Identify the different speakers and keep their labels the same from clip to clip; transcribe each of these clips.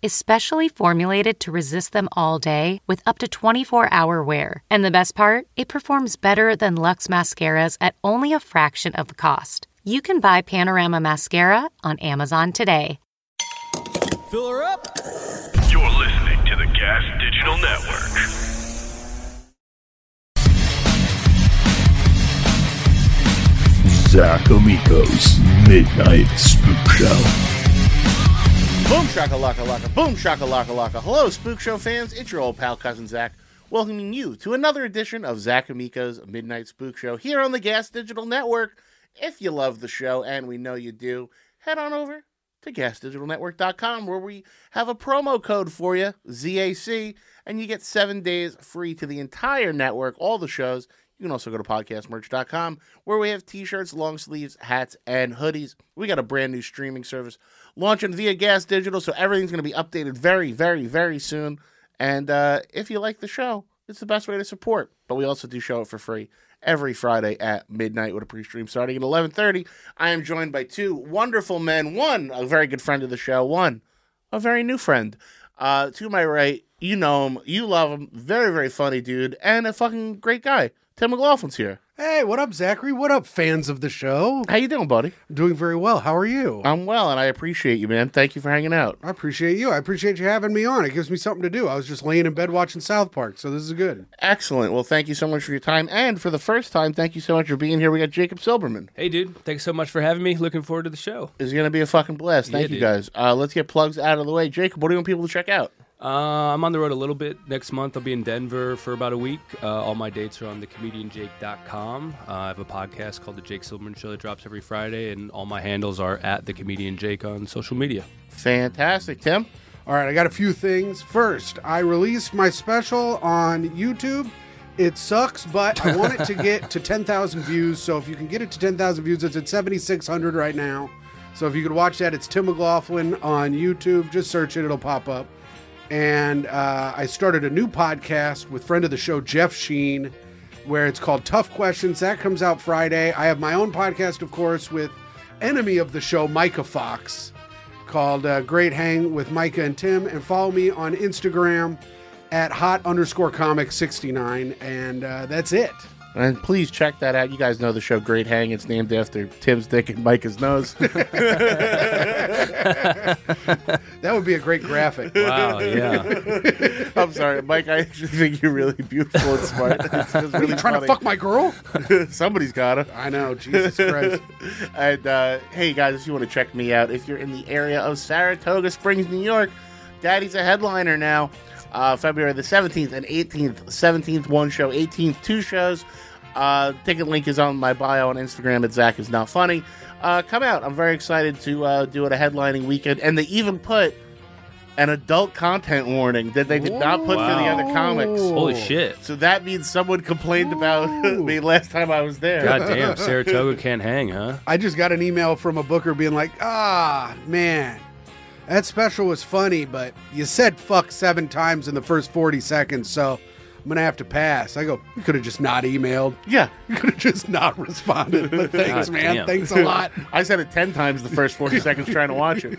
Speaker 1: is specially formulated to resist them all day with up to 24 hour wear. And the best part, it performs better than Luxe mascaras at only a fraction of the cost. You can buy Panorama Mascara on Amazon today.
Speaker 2: Fill her up.
Speaker 3: You're listening to the Gas Digital Network.
Speaker 4: Zach Amico's Midnight Spook Show.
Speaker 5: Boom shaka laka laka, boom shaka laka laka. Hello, Spook Show fans. It's your old pal cousin Zach, welcoming you to another edition of Zach Amico's Midnight Spook Show here on the Gas Digital Network. If you love the show, and we know you do, head on over to gasdigitalnetwork.com where we have a promo code for you, ZAC, and you get seven days free to the entire network, all the shows. You can also go to podcastmerch.com where we have t shirts, long sleeves, hats, and hoodies. We got a brand new streaming service launching via Gas Digital, so everything's going to be updated very, very, very soon. And uh, if you like the show, it's the best way to support. But we also do show it for free every Friday at midnight with a pre-stream starting at 11:30. I am joined by two wonderful men. One, a very good friend of the show. One, a very new friend. Uh, to my right, you know him, you love him, very, very funny dude, and a fucking great guy. Tim McLaughlin's here.
Speaker 6: Hey, what up, Zachary? What up, fans of the show?
Speaker 5: How you doing, buddy?
Speaker 6: I'm doing very well. How are you?
Speaker 5: I'm well, and I appreciate you, man. Thank you for hanging out.
Speaker 6: I appreciate you. I appreciate you having me on. It gives me something to do. I was just laying in bed watching South Park, so this is good.
Speaker 5: Excellent. Well, thank you so much for your time, and for the first time, thank you so much for being here. We got Jacob Silberman.
Speaker 2: Hey, dude. Thanks so much for having me. Looking forward to the show.
Speaker 5: It's gonna be a fucking blast. Thank
Speaker 2: Yeah, dude.
Speaker 5: you guys. Uh, let's get plugs out of the way. Jacob, what do you want people to check out?
Speaker 2: Uh, I'm on the road a little bit next month. I'll be in Denver for about a week. Uh, all my dates are on thecomedianjake.com. Uh, I have a podcast called The Jake Silverman Show that drops every Friday, and all my handles are at the comedian Jake on social media.
Speaker 5: Fantastic, Tim.
Speaker 6: All right, I got a few things. First, I released my special on YouTube. It sucks, but I want it to get to 10,000 views. So if you can get it to 10,000 views, it's at 7,600 right now. So if you could watch that, it's Tim McLaughlin on YouTube. Just search it, it'll pop up. And uh, I started a new podcast with friend of the show, Jeff Sheen, where it's called Tough Questions. That comes out Friday. I have my own podcast, of course, with enemy of the show, Micah Fox called uh, Great Hang with Micah and Tim, and follow me on Instagram at hot underscore comic 69. And uh, that's it.
Speaker 5: And please check that out. You guys know the show Great Hang. It's named after Tim's dick and Micah's nose.
Speaker 6: That would be a great graphic.
Speaker 2: Wow, yeah.
Speaker 5: I'm sorry, Mike. I actually think you're really beautiful and smart. It's just
Speaker 6: Are
Speaker 5: really
Speaker 6: you trying to
Speaker 5: funny.
Speaker 6: fuck my girl?
Speaker 5: Somebody's gotta.
Speaker 6: I know, Jesus Christ.
Speaker 5: and uh, hey, guys, if you want to check me out, if you're in the area of Saratoga Springs, New York, Daddy's a headliner now. Uh, February the 17th and 18th. 17th, one show, 18th, two shows. Uh, ticket link is on my bio on Instagram at Zach is not funny. Uh, come out. I'm very excited to uh, do it a headlining weekend. And they even put an adult content warning that they did not put for the
Speaker 2: Wow.
Speaker 5: other comics.
Speaker 2: Holy shit.
Speaker 5: So that means someone complained about me last time I was there.
Speaker 2: God damn, Saratoga can't hang, huh?
Speaker 6: I just got an email from a booker being like, ah, man, that special was funny, but you said fuck seven times in the first 40 seconds, so I'm going to have to pass. I go, you could have just not emailed.
Speaker 5: Yeah.
Speaker 6: You could have just not responded. But thanks,
Speaker 2: God
Speaker 6: man.
Speaker 2: damn.
Speaker 6: Thanks a lot.
Speaker 5: I said it 10 times the first 40 seconds trying to watch it.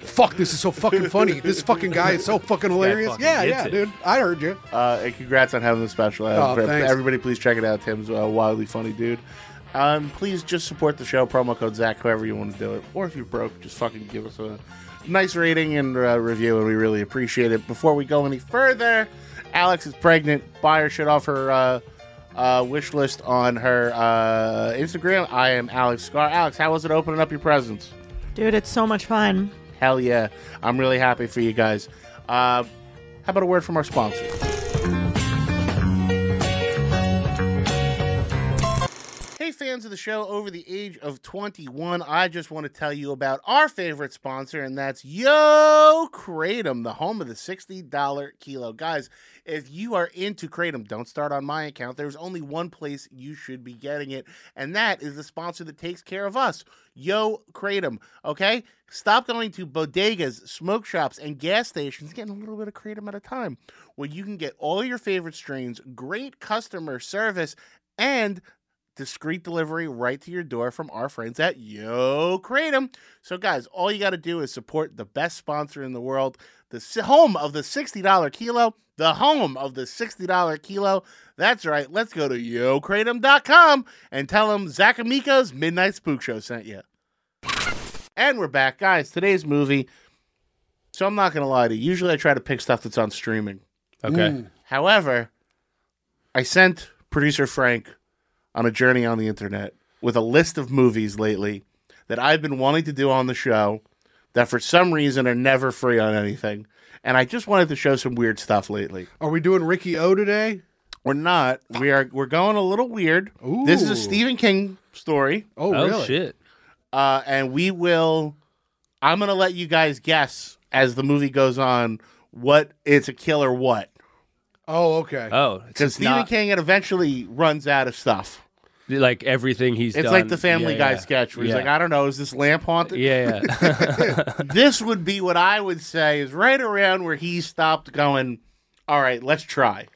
Speaker 6: fuck, this is so fucking funny. This fucking guy is so fucking hilarious.
Speaker 2: fucking
Speaker 6: Yeah,
Speaker 2: gets
Speaker 6: yeah,
Speaker 2: it.
Speaker 6: dude. I heard you.
Speaker 5: Uh, and congrats on having the special.
Speaker 6: Oh,
Speaker 5: Uh,
Speaker 6: thanks.
Speaker 5: everybody, please check it out. Tim's a wildly funny dude. Um, please just support the show. Promo code Zach, however you want to do it. Or if you're broke, just fucking give us a nice rating and uh, review, and we really appreciate it. Before we go any further, Alex is pregnant. Buy her shit off her uh, uh, wish list on her uh, Instagram. I am Alex Scar. Alex, how was it opening up your presents?
Speaker 7: Dude, it's so much fun.
Speaker 5: Hell yeah. I'm really happy for you guys. Uh, how about a word from our sponsor? Hey, fans. fans of the show over the age of 21, I just want to tell you about our favorite sponsor, and that's Yo Kratom, the home of the $60 kilo. Guys, if you are into Kratom, don't start on my account. There's only one place you should be getting it, and that is the sponsor that takes care of us, Yo Kratom. Okay? Stop going to bodegas, smoke shops, and gas stations, getting a little bit of Kratom at a time, where you can get all your favorite strains, great customer service, and discreet delivery right to your door from our friends at Yo Kratom. So, guys, all you got to do is support the best sponsor in the world, the s- home of the $60 kilo, the home of the $60 kilo. That's right. Let's go to yokratom.com and tell them Zach Amico's Midnight Spook Show sent you. And we're back, guys. Today's movie. So, I'm not going to lie to you. Usually, I try to pick stuff that's on streaming.
Speaker 2: Okay.
Speaker 5: However, I sent producer Frank on a journey on the internet with a list of movies lately that I've been wanting to do on the show that for some reason are never free on anything. And I just wanted to show some weird stuff lately.
Speaker 6: Are we doing Ricky O today?
Speaker 5: We're not. We are we're going a little weird. This is a
Speaker 6: Ooh.
Speaker 5: Stephen King story.
Speaker 6: Oh,
Speaker 2: Oh
Speaker 6: really?
Speaker 2: shit.
Speaker 5: Uh, and we will I'm gonna let you guys guess as the movie goes on what it's a kill or what.
Speaker 6: Oh, okay.
Speaker 2: Oh, it's
Speaker 5: Because
Speaker 2: just
Speaker 5: Stephen
Speaker 2: not-
Speaker 5: King it eventually runs out of stuff.
Speaker 2: like everything he's
Speaker 5: It's
Speaker 2: done.
Speaker 5: like the Family
Speaker 2: Yeah,
Speaker 5: Guy
Speaker 2: yeah.
Speaker 5: sketch where he's
Speaker 2: Yeah.
Speaker 5: like, I don't know, is this lamp haunted?
Speaker 2: yeah, yeah.
Speaker 5: This would be what I would say is right around where he stopped going, all right, let's try.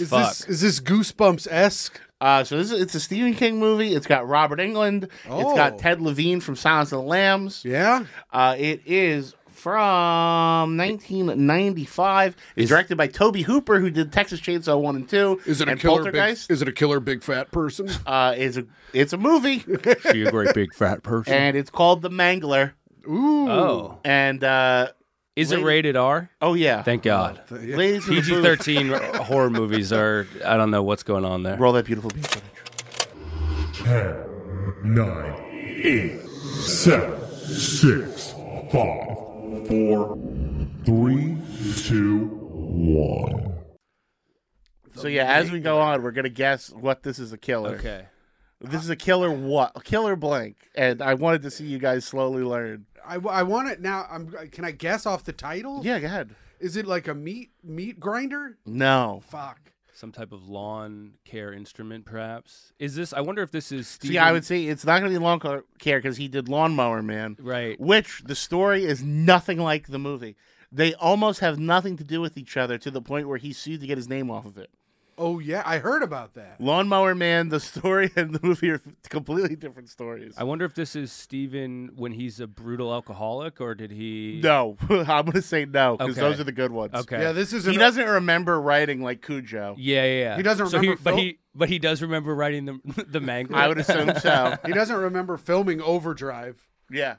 Speaker 6: is
Speaker 2: fuck.
Speaker 6: this is this Goosebumps esque?
Speaker 5: Uh, so this is, it's a Stephen King movie. It's got Robert England. It's got
Speaker 6: Oh.
Speaker 5: Ted Levine from Silence of the Lambs.
Speaker 6: Yeah.
Speaker 5: Uh, it is from 1995. It's directed by Toby Hooper, who did Texas Chainsaw 1 and 2.
Speaker 8: Is it a
Speaker 5: and
Speaker 8: killer? Big,
Speaker 5: Poltergeist.
Speaker 8: is it a killer big fat person?
Speaker 5: uh, it's, a, it's a movie,
Speaker 2: You're a great big fat person.
Speaker 5: and it's called The Mangler.
Speaker 6: Ooh.
Speaker 2: oh,
Speaker 5: And, uh,
Speaker 2: is it
Speaker 5: Lady-
Speaker 2: rated R?
Speaker 5: oh, yeah.
Speaker 2: Thank God.
Speaker 5: Ladies and
Speaker 2: PG
Speaker 5: gentlemen,
Speaker 2: thirteen horror movies are. I don't know what's going on there.
Speaker 5: roll that beautiful beat footage.
Speaker 4: 10, 9, 8, 7, 6, 5, 4, 3, 2, 1.
Speaker 5: So yeah, as we go on, we're gonna guess what this is a killer.
Speaker 2: Okay.
Speaker 5: This is a killer what? A killer blank. And I wanted to see you guys slowly learn.
Speaker 6: I, I want it now. I'm. Can I guess off the title?
Speaker 5: Yeah, go ahead.
Speaker 6: Is it like a meat meat grinder?
Speaker 5: No.
Speaker 6: Fuck.
Speaker 2: Some type of lawn care instrument, perhaps. Is this? I wonder if this is. Steven,
Speaker 5: See, I would say it's not gonna be lawn care because he did Lawnmower Man,
Speaker 2: Right.
Speaker 5: which the story is nothing like the movie. They almost have nothing to do with each other to the point where he sued to get his name off of it.
Speaker 6: Oh yeah, I heard about that.
Speaker 5: Lawnmower Man, the story and the movie are completely different stories.
Speaker 2: I wonder if this is Steven when he's a brutal alcoholic, or did he?
Speaker 5: no, I'm gonna say no because
Speaker 2: Okay.
Speaker 5: those are the good ones.
Speaker 2: Okay.
Speaker 6: Yeah, this is.
Speaker 5: He
Speaker 6: an-
Speaker 5: doesn't remember writing like Cujo.
Speaker 2: Yeah, yeah, yeah.
Speaker 6: He doesn't
Speaker 2: so
Speaker 6: remember
Speaker 2: He, but
Speaker 6: Phil-
Speaker 2: he, but he does remember writing the the manga.
Speaker 5: I would assume so.
Speaker 6: He doesn't remember filming Overdrive.
Speaker 5: Yeah.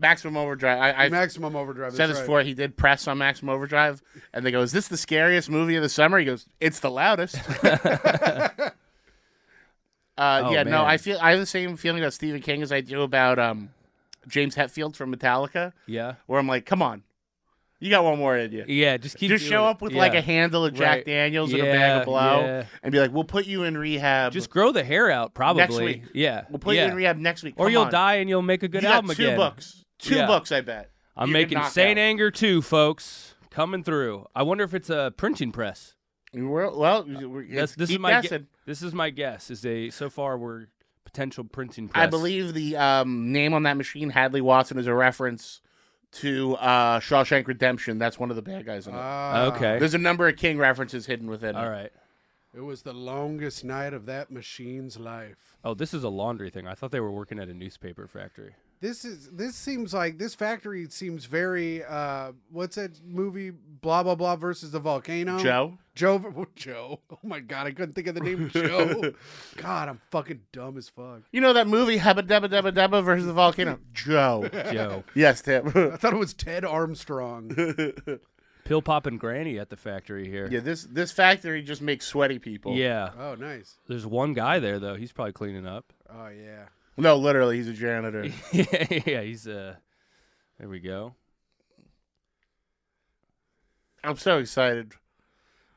Speaker 5: Maximum Overdrive. I, I
Speaker 6: Maximum Overdrive.
Speaker 5: said
Speaker 6: that's
Speaker 5: this
Speaker 6: right.
Speaker 5: before. He did press on Maximum Overdrive, and they go, "Is this the scariest movie of the summer?" He goes, "It's the loudest." uh,
Speaker 2: Oh,
Speaker 5: yeah, no,
Speaker 2: man.
Speaker 5: I feel I have the same feeling about Stephen King as I do about um, James Hetfield from Metallica,
Speaker 2: Yeah.
Speaker 5: where I'm like, "Come on, you got one more in you."
Speaker 2: Yeah. Just keep.
Speaker 5: Just
Speaker 2: doing
Speaker 5: show
Speaker 2: it.
Speaker 5: up with like
Speaker 2: Yeah.
Speaker 5: a handle of Jack
Speaker 2: Right.
Speaker 5: Daniels and a
Speaker 2: Yeah,
Speaker 5: bag of blow,
Speaker 2: yeah.
Speaker 5: and be like, "We'll put you in rehab.
Speaker 2: Just grow the hair out, probably.
Speaker 5: Next week.
Speaker 2: Yeah.
Speaker 5: we'll put
Speaker 2: yeah.
Speaker 5: you in rehab next week,
Speaker 2: Or
Speaker 5: Come
Speaker 2: you'll
Speaker 5: on.
Speaker 2: die and you'll make a good
Speaker 5: you
Speaker 2: album
Speaker 5: got two
Speaker 2: again.
Speaker 5: books, two
Speaker 2: Yeah.
Speaker 5: books, I bet.
Speaker 2: I'm
Speaker 5: you can
Speaker 2: making
Speaker 5: knock
Speaker 2: Saint
Speaker 5: out.
Speaker 2: Anger 2, folks. Coming through. I wonder if it's a printing press.
Speaker 5: Well, well we're,
Speaker 2: That's, Uh, this
Speaker 5: keep
Speaker 2: is my gue-
Speaker 5: guessing.
Speaker 2: this is my guess. Is they so far we're potential printing press.
Speaker 5: I believe the um, name on that machine, Hadley Watson, is a reference to uh, Shawshank Redemption. That's one of the bad guys in it.
Speaker 2: Oh,
Speaker 6: Ah,
Speaker 2: Okay.
Speaker 5: There's a number of King references hidden within
Speaker 2: All
Speaker 5: it.
Speaker 2: right.
Speaker 6: It was the longest night of that machine's life.
Speaker 2: Oh, this is a laundry thing. I thought they were working at a newspaper factory.
Speaker 6: This is this seems like this factory seems very uh what's that movie blah blah blah versus the volcano
Speaker 5: Joe?
Speaker 6: Joe v- Joe oh my god I couldn't think of the name Joe God I'm fucking dumb as fuck
Speaker 5: You know that movie Habba Dabba Dabba Dabba versus the Volcano? Joe.
Speaker 2: Joe,
Speaker 5: yes, Tim.
Speaker 6: I thought it was Ted Armstrong
Speaker 2: pill pop and granny at the factory here.
Speaker 5: yeah, this this factory just makes sweaty people.
Speaker 2: Yeah.
Speaker 6: oh nice
Speaker 2: There's one guy there though. He's probably cleaning up.
Speaker 6: oh yeah
Speaker 5: No, literally, he's a janitor.
Speaker 2: yeah, he's uh There we go.
Speaker 5: I'm so excited.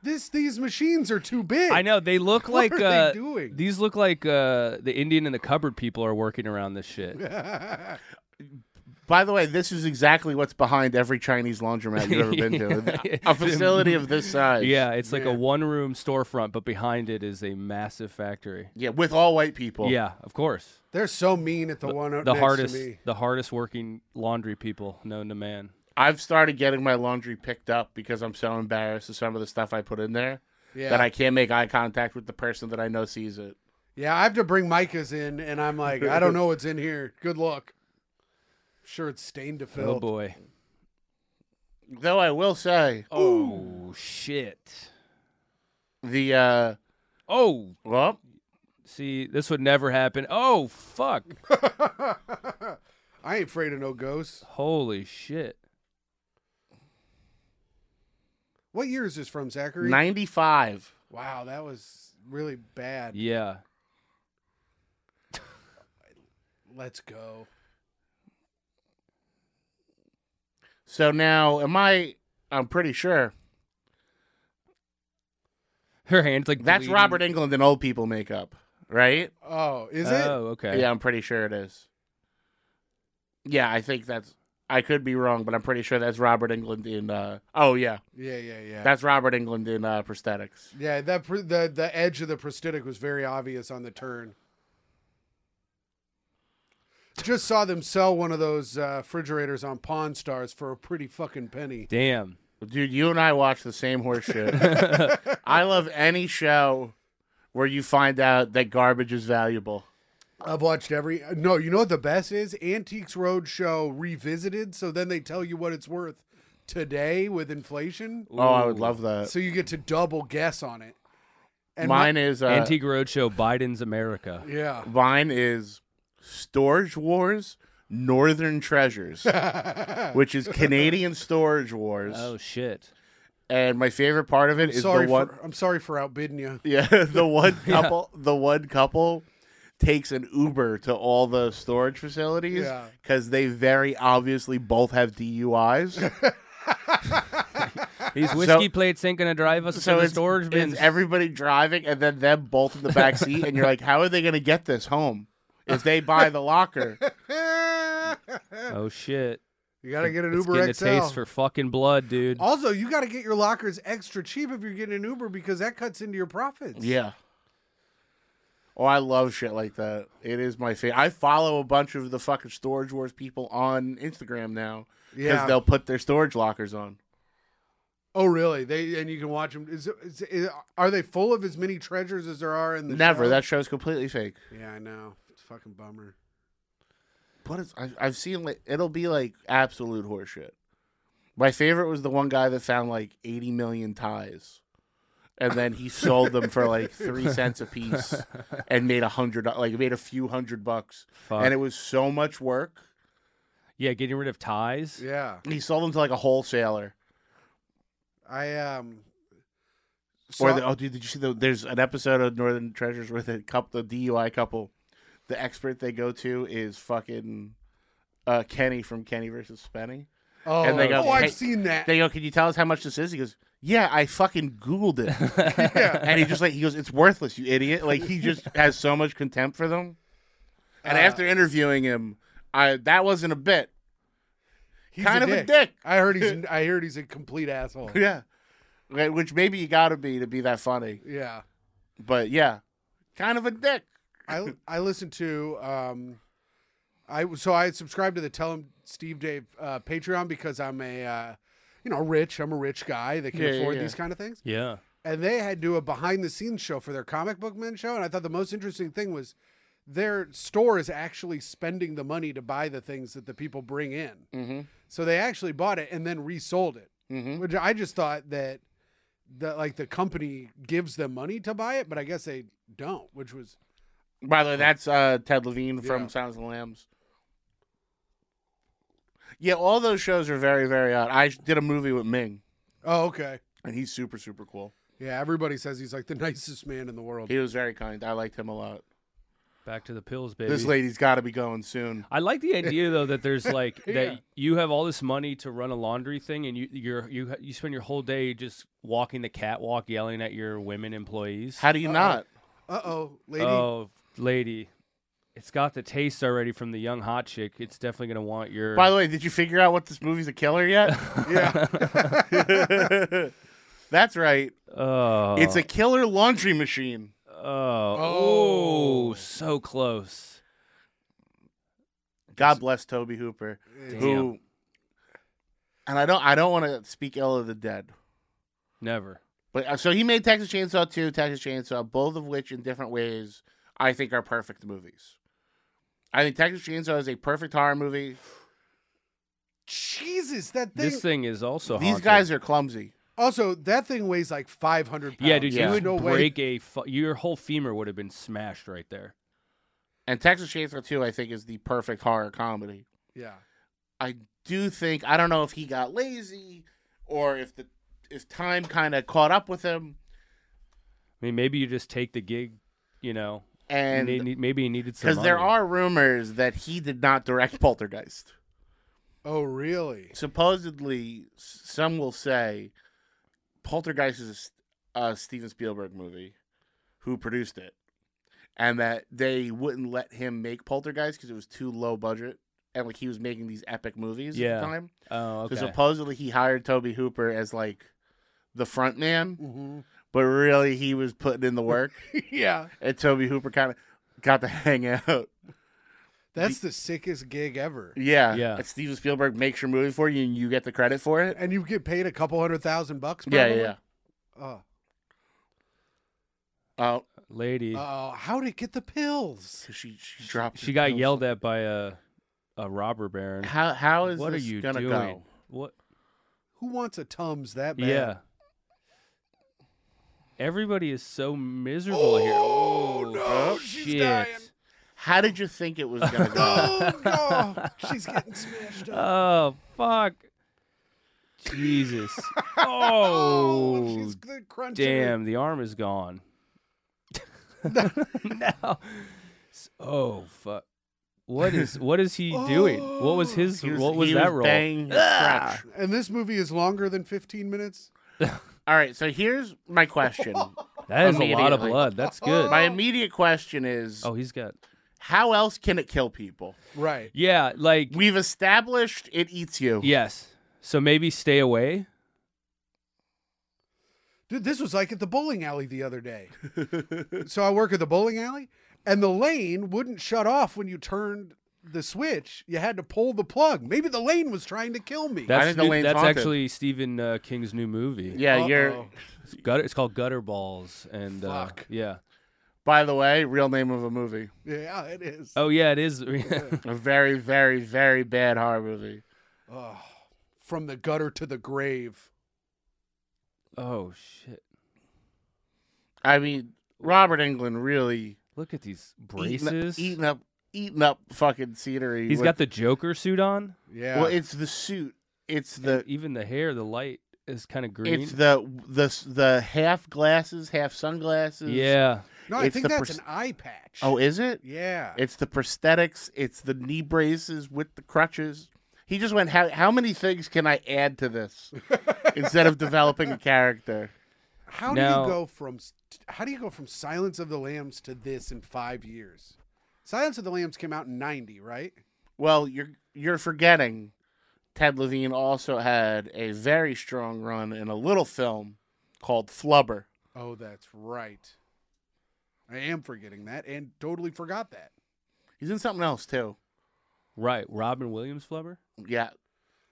Speaker 6: This these machines are too big.
Speaker 2: I know they look
Speaker 6: What
Speaker 2: like
Speaker 6: are they
Speaker 2: uh,
Speaker 6: doing?
Speaker 2: these look like uh, the Indian and the cupboard people are working around this shit.
Speaker 5: By the way, this is exactly what's behind every Chinese laundromat you've ever been
Speaker 2: Yeah.
Speaker 5: to. A facility of this size.
Speaker 2: Yeah, it's like a one-room storefront, but behind it is a massive factory.
Speaker 5: Yeah, with all white people.
Speaker 2: Yeah, of course.
Speaker 6: They're so mean at the, one out
Speaker 2: The
Speaker 6: next
Speaker 2: hardest,
Speaker 6: to me.
Speaker 2: the hardest working laundry people known to man.
Speaker 5: I've started getting my laundry picked up because I'm so embarrassed of some of the stuff I put in there
Speaker 6: Yeah.
Speaker 5: that I can't make eye contact with the person that I know sees it.
Speaker 6: Yeah, I have to bring Micah's in, and I'm like, I don't know what's in here. Good luck. Sure, it's stained to
Speaker 2: Oh
Speaker 6: fill.
Speaker 2: boy.
Speaker 5: Though I will say
Speaker 2: Oh shit.
Speaker 5: the uh
Speaker 2: Oh,
Speaker 5: well
Speaker 2: see, this would never happen. Oh fuck.
Speaker 6: I ain't afraid of no ghosts.
Speaker 2: Holy shit.
Speaker 6: What year is this from, Zachary?
Speaker 5: ninety five.
Speaker 6: Wow, that was really bad.
Speaker 2: Yeah.
Speaker 6: Let's go.
Speaker 5: So now am I I'm pretty sure.
Speaker 2: Her hands like
Speaker 5: That's
Speaker 2: bleeding.
Speaker 5: Robert England and old people makeup, right?
Speaker 6: Oh, is
Speaker 2: Oh, okay.
Speaker 5: Yeah, I'm pretty sure it is. Yeah, I think that's I could be wrong, but I'm pretty sure that's Robert England in uh oh yeah.
Speaker 6: it? Yeah, yeah, yeah.
Speaker 5: That's Robert England in uh prosthetics.
Speaker 6: yeah, that pr- the the edge of the prosthetic was very obvious on the turn. Just saw them sell one of those uh, refrigerators on Pawn Stars for a pretty fucking penny.
Speaker 2: Damn.
Speaker 5: Dude, you and I watch the same horse shit. I love any show where you find out that garbage is valuable.
Speaker 6: I've watched every. No, you know what the best is? Antiques Roadshow revisited. So then they tell you what it's worth today with inflation.
Speaker 5: Oh, I would love that.
Speaker 6: So you get to double guess on it. And
Speaker 5: mine
Speaker 6: my-
Speaker 5: is uh,
Speaker 2: Antique Roadshow Biden's America.
Speaker 6: yeah.
Speaker 5: mine is Storage Wars Northern Treasures, which is Canadian Storage Wars.
Speaker 2: Oh shit.
Speaker 5: And my favorite part of it is
Speaker 6: Sorry
Speaker 5: the one
Speaker 6: for, I'm sorry for outbidding you.
Speaker 5: Yeah, the one couple the one couple takes an Uber to all the storage facilities
Speaker 6: Yeah.
Speaker 5: because they very obviously both have DUIs.
Speaker 2: These whiskey plates ain't gonna drive us
Speaker 5: so
Speaker 2: to the
Speaker 5: it's,
Speaker 2: storage
Speaker 5: it's
Speaker 2: bins.
Speaker 5: everybody driving and then them both in the back seat and you're like how are they going to get this home if they buy the locker
Speaker 2: oh shit.
Speaker 6: You got to get an
Speaker 2: It's
Speaker 6: Uber
Speaker 2: getting
Speaker 6: XL.
Speaker 2: a taste for fucking blood, dude.
Speaker 6: also, you got to get your lockers extra cheap if you're getting an Uber because that cuts into your profits.
Speaker 5: yeah oh i love shit like that it is my favorite i follow a bunch of the fucking storage wars people on instagram now because
Speaker 6: Yeah.
Speaker 5: they'll put their storage lockers on
Speaker 6: Oh, really? They and you can watch them. Is, is, is are they full of as many treasures as there are in the
Speaker 5: never
Speaker 6: show?
Speaker 5: that show's completely fake
Speaker 6: yeah, I know. It's a fucking bummer.
Speaker 5: What is I, I've seen like it'll be like absolute horseshit. My favorite was the one guy that found like eighty million ties, and then he sold them for like three cents a piece and made a hundred like made a few hundred bucks,
Speaker 2: Fuck.
Speaker 5: and it was so much work.
Speaker 2: yeah, getting rid of ties.
Speaker 6: Yeah.
Speaker 5: He sold them to like a wholesaler.
Speaker 6: I um.
Speaker 5: or
Speaker 6: saw-
Speaker 5: the, oh, dude, did you see the? There's an episode of Northern Treasures where the couple, the DUI couple, the expert they go to is fucking uh, Kenny from Kenny versus Spenny.
Speaker 6: oh,
Speaker 5: and they go,
Speaker 6: oh, I've
Speaker 5: "Hey,"
Speaker 6: seen that.
Speaker 5: They go, "Can you tell us how much this is?" He goes, "Yeah, I fucking googled it." And he just like he goes, "It's worthless, you idiot!" Like he just has so much contempt for them. And
Speaker 6: Uh,
Speaker 5: after interviewing him, I that wasn't a bit.
Speaker 6: he's
Speaker 5: kind
Speaker 6: a
Speaker 5: of a
Speaker 6: dick.
Speaker 5: dick.
Speaker 6: I heard he's. I heard he's a complete asshole.
Speaker 5: Yeah, Right, which maybe you got to be to be that funny,
Speaker 6: Yeah.
Speaker 5: but yeah, kind of a dick.
Speaker 6: I I listened to um, I so I subscribed to the Tell Him Steve Dave uh, Patreon because I'm a uh, you know rich. I'm a rich guy that can
Speaker 5: Yeah, yeah,
Speaker 6: afford
Speaker 5: yeah.
Speaker 6: these kind of things.
Speaker 2: Yeah.
Speaker 6: and they had to do a behind the scenes show for their comic book men show and i thought the most interesting thing was their store is actually spending the money to buy the things that the people bring in
Speaker 5: Mhm.
Speaker 6: so they actually bought it and then resold it
Speaker 5: Mm-hmm.
Speaker 6: which i just thought that that like the company gives them money to buy it but i guess they don't which was
Speaker 5: By the way, that's uh, Ted Levine
Speaker 6: Yeah.
Speaker 5: from Sounds of the Lambs. Yeah, all those shows are very, very odd. I did a movie with Ming,
Speaker 6: oh okay
Speaker 5: and he's super, super cool.
Speaker 6: yeah everybody says he's like the nicest man in the world
Speaker 5: He was very kind. I liked him a lot.
Speaker 2: Back to the pills, baby.
Speaker 5: This lady's got to be going soon.
Speaker 2: I like the idea though that there's like
Speaker 6: Yeah.
Speaker 2: that you have all this money to run a laundry thing, and you you're, you you spend your whole day just walking the catwalk, yelling at your women employees.
Speaker 5: How do you not?
Speaker 6: Uh oh, lady.
Speaker 2: Oh, lady, it's got the taste already from the young hot chick. It's definitely gonna want your.
Speaker 5: By the way, did you figure out what this movie's a killer yet?
Speaker 6: Yeah.
Speaker 5: That's right.
Speaker 2: oh,
Speaker 5: It's a killer laundry machine.
Speaker 2: oh, oh,
Speaker 6: Oh.
Speaker 2: so close.
Speaker 5: God bless Toby Hooper, who. And I don't. I don't want to speak ill of the dead,
Speaker 2: Never.
Speaker 5: but uh, so he made Texas Chainsaw Two, Texas Chainsaw, both of which in different ways I think are perfect movies. I think Texas Chainsaw is a perfect horror movie.
Speaker 6: Jesus, that thing.
Speaker 2: this thing is also.
Speaker 5: These
Speaker 2: haunted.
Speaker 5: guys are clumsy.
Speaker 6: Also, that thing weighs like 500 pounds.
Speaker 2: Yeah, dude,
Speaker 5: Yeah.
Speaker 2: you would
Speaker 6: No way.
Speaker 2: break a. Fu- your whole femur would have been smashed right there.
Speaker 5: And Texas Chainsaw 2, I think, is the perfect horror comedy.
Speaker 6: Yeah.
Speaker 5: I do think I don't know if he got lazy or if the if time kind of caught up with him
Speaker 2: I mean, maybe you just take the gig, you know.
Speaker 5: and
Speaker 2: you need- maybe you needed some.
Speaker 5: because there
Speaker 2: money.
Speaker 5: are rumors that he did not direct Poltergeist.
Speaker 6: Oh, really?
Speaker 5: Supposedly, s- some will say Poltergeist is a S- a Steven Spielberg movie, who produced it, and that they wouldn't let him make Poltergeist because it was too low budget and like he was making these epic movies
Speaker 2: Yeah.
Speaker 5: at the time.
Speaker 2: Oh,
Speaker 5: So
Speaker 2: okay.
Speaker 5: supposedly he hired Toby Hooper as like the front man,
Speaker 6: Mm-hmm.
Speaker 5: but really he was putting in the work,
Speaker 6: yeah.
Speaker 5: and Toby Hooper kind of got to hang out.
Speaker 6: That's the sickest gig ever.
Speaker 5: Yeah,
Speaker 2: Yeah.
Speaker 5: And Steven Spielberg makes your movie for you, and you get the credit for it.
Speaker 6: And you get paid a couple hundred thousand bucks.
Speaker 5: Yeah, yeah,
Speaker 6: probably?
Speaker 5: yeah.
Speaker 6: Oh.
Speaker 5: Oh,
Speaker 2: Lady,
Speaker 6: Oh, how'd it get the pills?
Speaker 5: 'cause she she dropped.
Speaker 2: she got yelled at by a a robber baron.
Speaker 5: How how is
Speaker 2: what are
Speaker 5: this
Speaker 2: you
Speaker 5: gonna
Speaker 2: doing?
Speaker 5: go?
Speaker 2: What?
Speaker 6: Who wants a Tums that bad?
Speaker 2: Yeah. Everybody is so miserable here. Oh
Speaker 6: no, she's
Speaker 2: shit.
Speaker 6: dying.
Speaker 5: How did you think it was gonna go?
Speaker 6: Oh, no. She's getting smashed up.
Speaker 2: Oh fuck. Jesus.
Speaker 6: Oh,
Speaker 2: oh
Speaker 6: she's the crunching.
Speaker 2: damn, the arm is gone. now. Oh fuck. What is what is he doing? What was his
Speaker 5: He
Speaker 2: what was
Speaker 5: he
Speaker 2: that role? Ah!
Speaker 5: banging his crotch.
Speaker 6: And this movie is longer than 15 minutes?
Speaker 5: All right, so here's my question.
Speaker 2: That is a lot of
Speaker 5: Immediately.
Speaker 2: blood. That's good.
Speaker 5: my immediate question is,
Speaker 2: Oh, he's got.
Speaker 5: how else can it kill people?
Speaker 6: Right.
Speaker 2: Yeah, like
Speaker 5: We've established it eats you.
Speaker 2: yes. So maybe stay away.
Speaker 6: Dude, this was like at the bowling alley the other day. so I work at the bowling alley, and the lane wouldn't shut off when you turned the switch. You had to pull the plug. Maybe the lane was trying to kill me.
Speaker 2: That's
Speaker 5: think the
Speaker 2: new-
Speaker 5: lane's
Speaker 2: that's
Speaker 5: haunted.
Speaker 2: actually Stephen uh, King's new movie.
Speaker 5: Yeah, you're.
Speaker 6: Uh-oh.
Speaker 2: It's, gutter, it's called Gutter Balls, and uh,
Speaker 6: Fuck.
Speaker 2: yeah.
Speaker 5: By the way, real name of a movie.
Speaker 6: Yeah, it is.
Speaker 2: Oh yeah, it is.
Speaker 5: A very, very, very bad horror movie.
Speaker 6: Oh, from the gutter to the grave.
Speaker 2: oh shit!
Speaker 5: I mean, Robert England really
Speaker 2: Look at these
Speaker 5: eating up-
Speaker 2: braces.
Speaker 5: eating up, eating up fucking scenery.
Speaker 2: He's got the Joker suit on.
Speaker 6: Yeah.
Speaker 5: well, it's the suit. It's the
Speaker 2: Even the hair, the light is kind of green.
Speaker 5: it's the the the half glasses, half sunglasses.
Speaker 2: yeah,
Speaker 6: no, I
Speaker 5: it's
Speaker 6: think
Speaker 5: the
Speaker 6: that's
Speaker 5: pers-
Speaker 6: an eye patch.
Speaker 5: Oh, is it?
Speaker 6: yeah.
Speaker 5: It's the prosthetics. It's the knee braces with the crutches. He just went. How how many things can I add to this instead of developing a character?
Speaker 6: how do
Speaker 2: now-
Speaker 6: you go from s- how do you go from Silence of the Lambs to this in 5 years? Silence of the Lambs came out in 90, right?
Speaker 5: Well, you're you're forgetting Ted Levine also had a very strong run in a little film called Flubber.
Speaker 6: Oh, that's right. I am forgetting that and totally forgot that.
Speaker 5: He's in something else too.
Speaker 2: right. Robin Williams flubber.
Speaker 5: Yeah.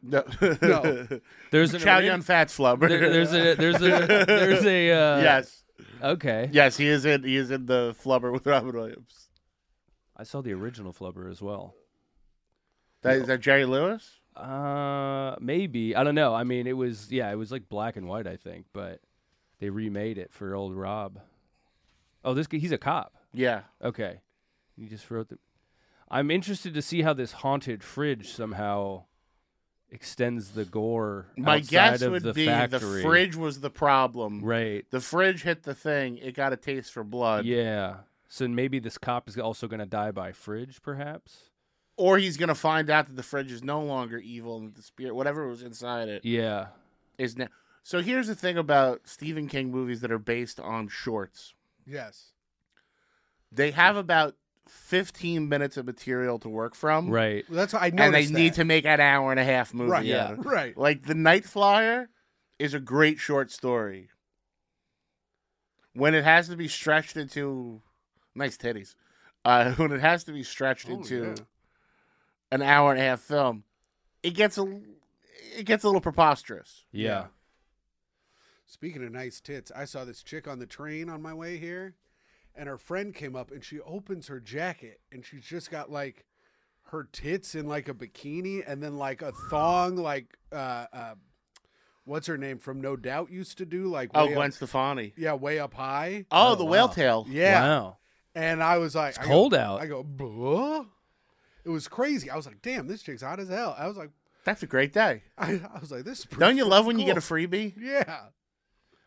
Speaker 5: No.
Speaker 6: No.
Speaker 2: There's an
Speaker 5: Chow Yun Fat Flubber.
Speaker 2: there- there's a there's a there's a uh,
Speaker 5: yes.
Speaker 2: okay.
Speaker 5: Yes, he is in he is in the Flubber with Robin Williams.
Speaker 2: I saw the original flubber as well.
Speaker 5: That, is that Jerry Lewis?
Speaker 2: Uh, maybe I don't know. I mean, it was yeah, it was like black and white, I think, but they remade it for old Rob. Oh, this guy, he's a cop.
Speaker 5: Yeah.
Speaker 2: Okay, you just wrote the. I'm interested to see how this haunted fridge somehow extends the gore.
Speaker 5: My
Speaker 2: outside
Speaker 5: guess
Speaker 2: of
Speaker 5: would
Speaker 2: the
Speaker 5: be
Speaker 2: factory.
Speaker 5: the fridge was the problem.
Speaker 2: right?
Speaker 5: The fridge hit the thing, it got a taste for blood.
Speaker 2: Yeah, So maybe this cop is also going to die by fridge, perhaps.
Speaker 5: Or he's gonna find out that the fridge is no longer evil and that the spirit, whatever was inside it,
Speaker 2: Yeah.
Speaker 5: is now. So here's the thing about Stephen King movies that are based on shorts.
Speaker 6: Yes.
Speaker 5: They have about 15 minutes of material to work from,
Speaker 2: Right.
Speaker 6: That's what I noticed.
Speaker 5: And they need
Speaker 6: that.
Speaker 5: to make an hour and a half movie.
Speaker 6: Right.
Speaker 5: out
Speaker 2: Yeah.
Speaker 5: of it.
Speaker 6: Right.
Speaker 5: Like the Night Flyer is a great short story. When it has to be stretched into nice titties, uh, when it has to be stretched
Speaker 6: Oh,
Speaker 5: into
Speaker 6: yeah.
Speaker 5: an hour and a half film, it gets a it gets a little preposterous.
Speaker 2: Yeah.
Speaker 6: Speaking of nice tits, I saw this chick on the train on my way here, and her friend came up and she opens her jacket and she's just got like her tits in like a bikini and then like a thong like uh, uh what's her name from No Doubt used to do like
Speaker 5: Oh,
Speaker 6: way
Speaker 5: Gwen
Speaker 6: up,
Speaker 5: Stefani.
Speaker 6: yeah way up high
Speaker 5: Oh,
Speaker 2: Oh,
Speaker 5: the
Speaker 2: wow.
Speaker 5: whale tail.
Speaker 6: yeah
Speaker 2: Wow.
Speaker 6: and I was like
Speaker 2: It's
Speaker 6: I go-
Speaker 2: cold out.
Speaker 6: I go Buh? it was crazy I was like damn this chick's hot as hell I was like
Speaker 5: That's a great day.
Speaker 6: I, I was like this is
Speaker 5: Don't you
Speaker 6: pretty
Speaker 5: love when you
Speaker 6: cool.
Speaker 5: get a freebie?
Speaker 6: yeah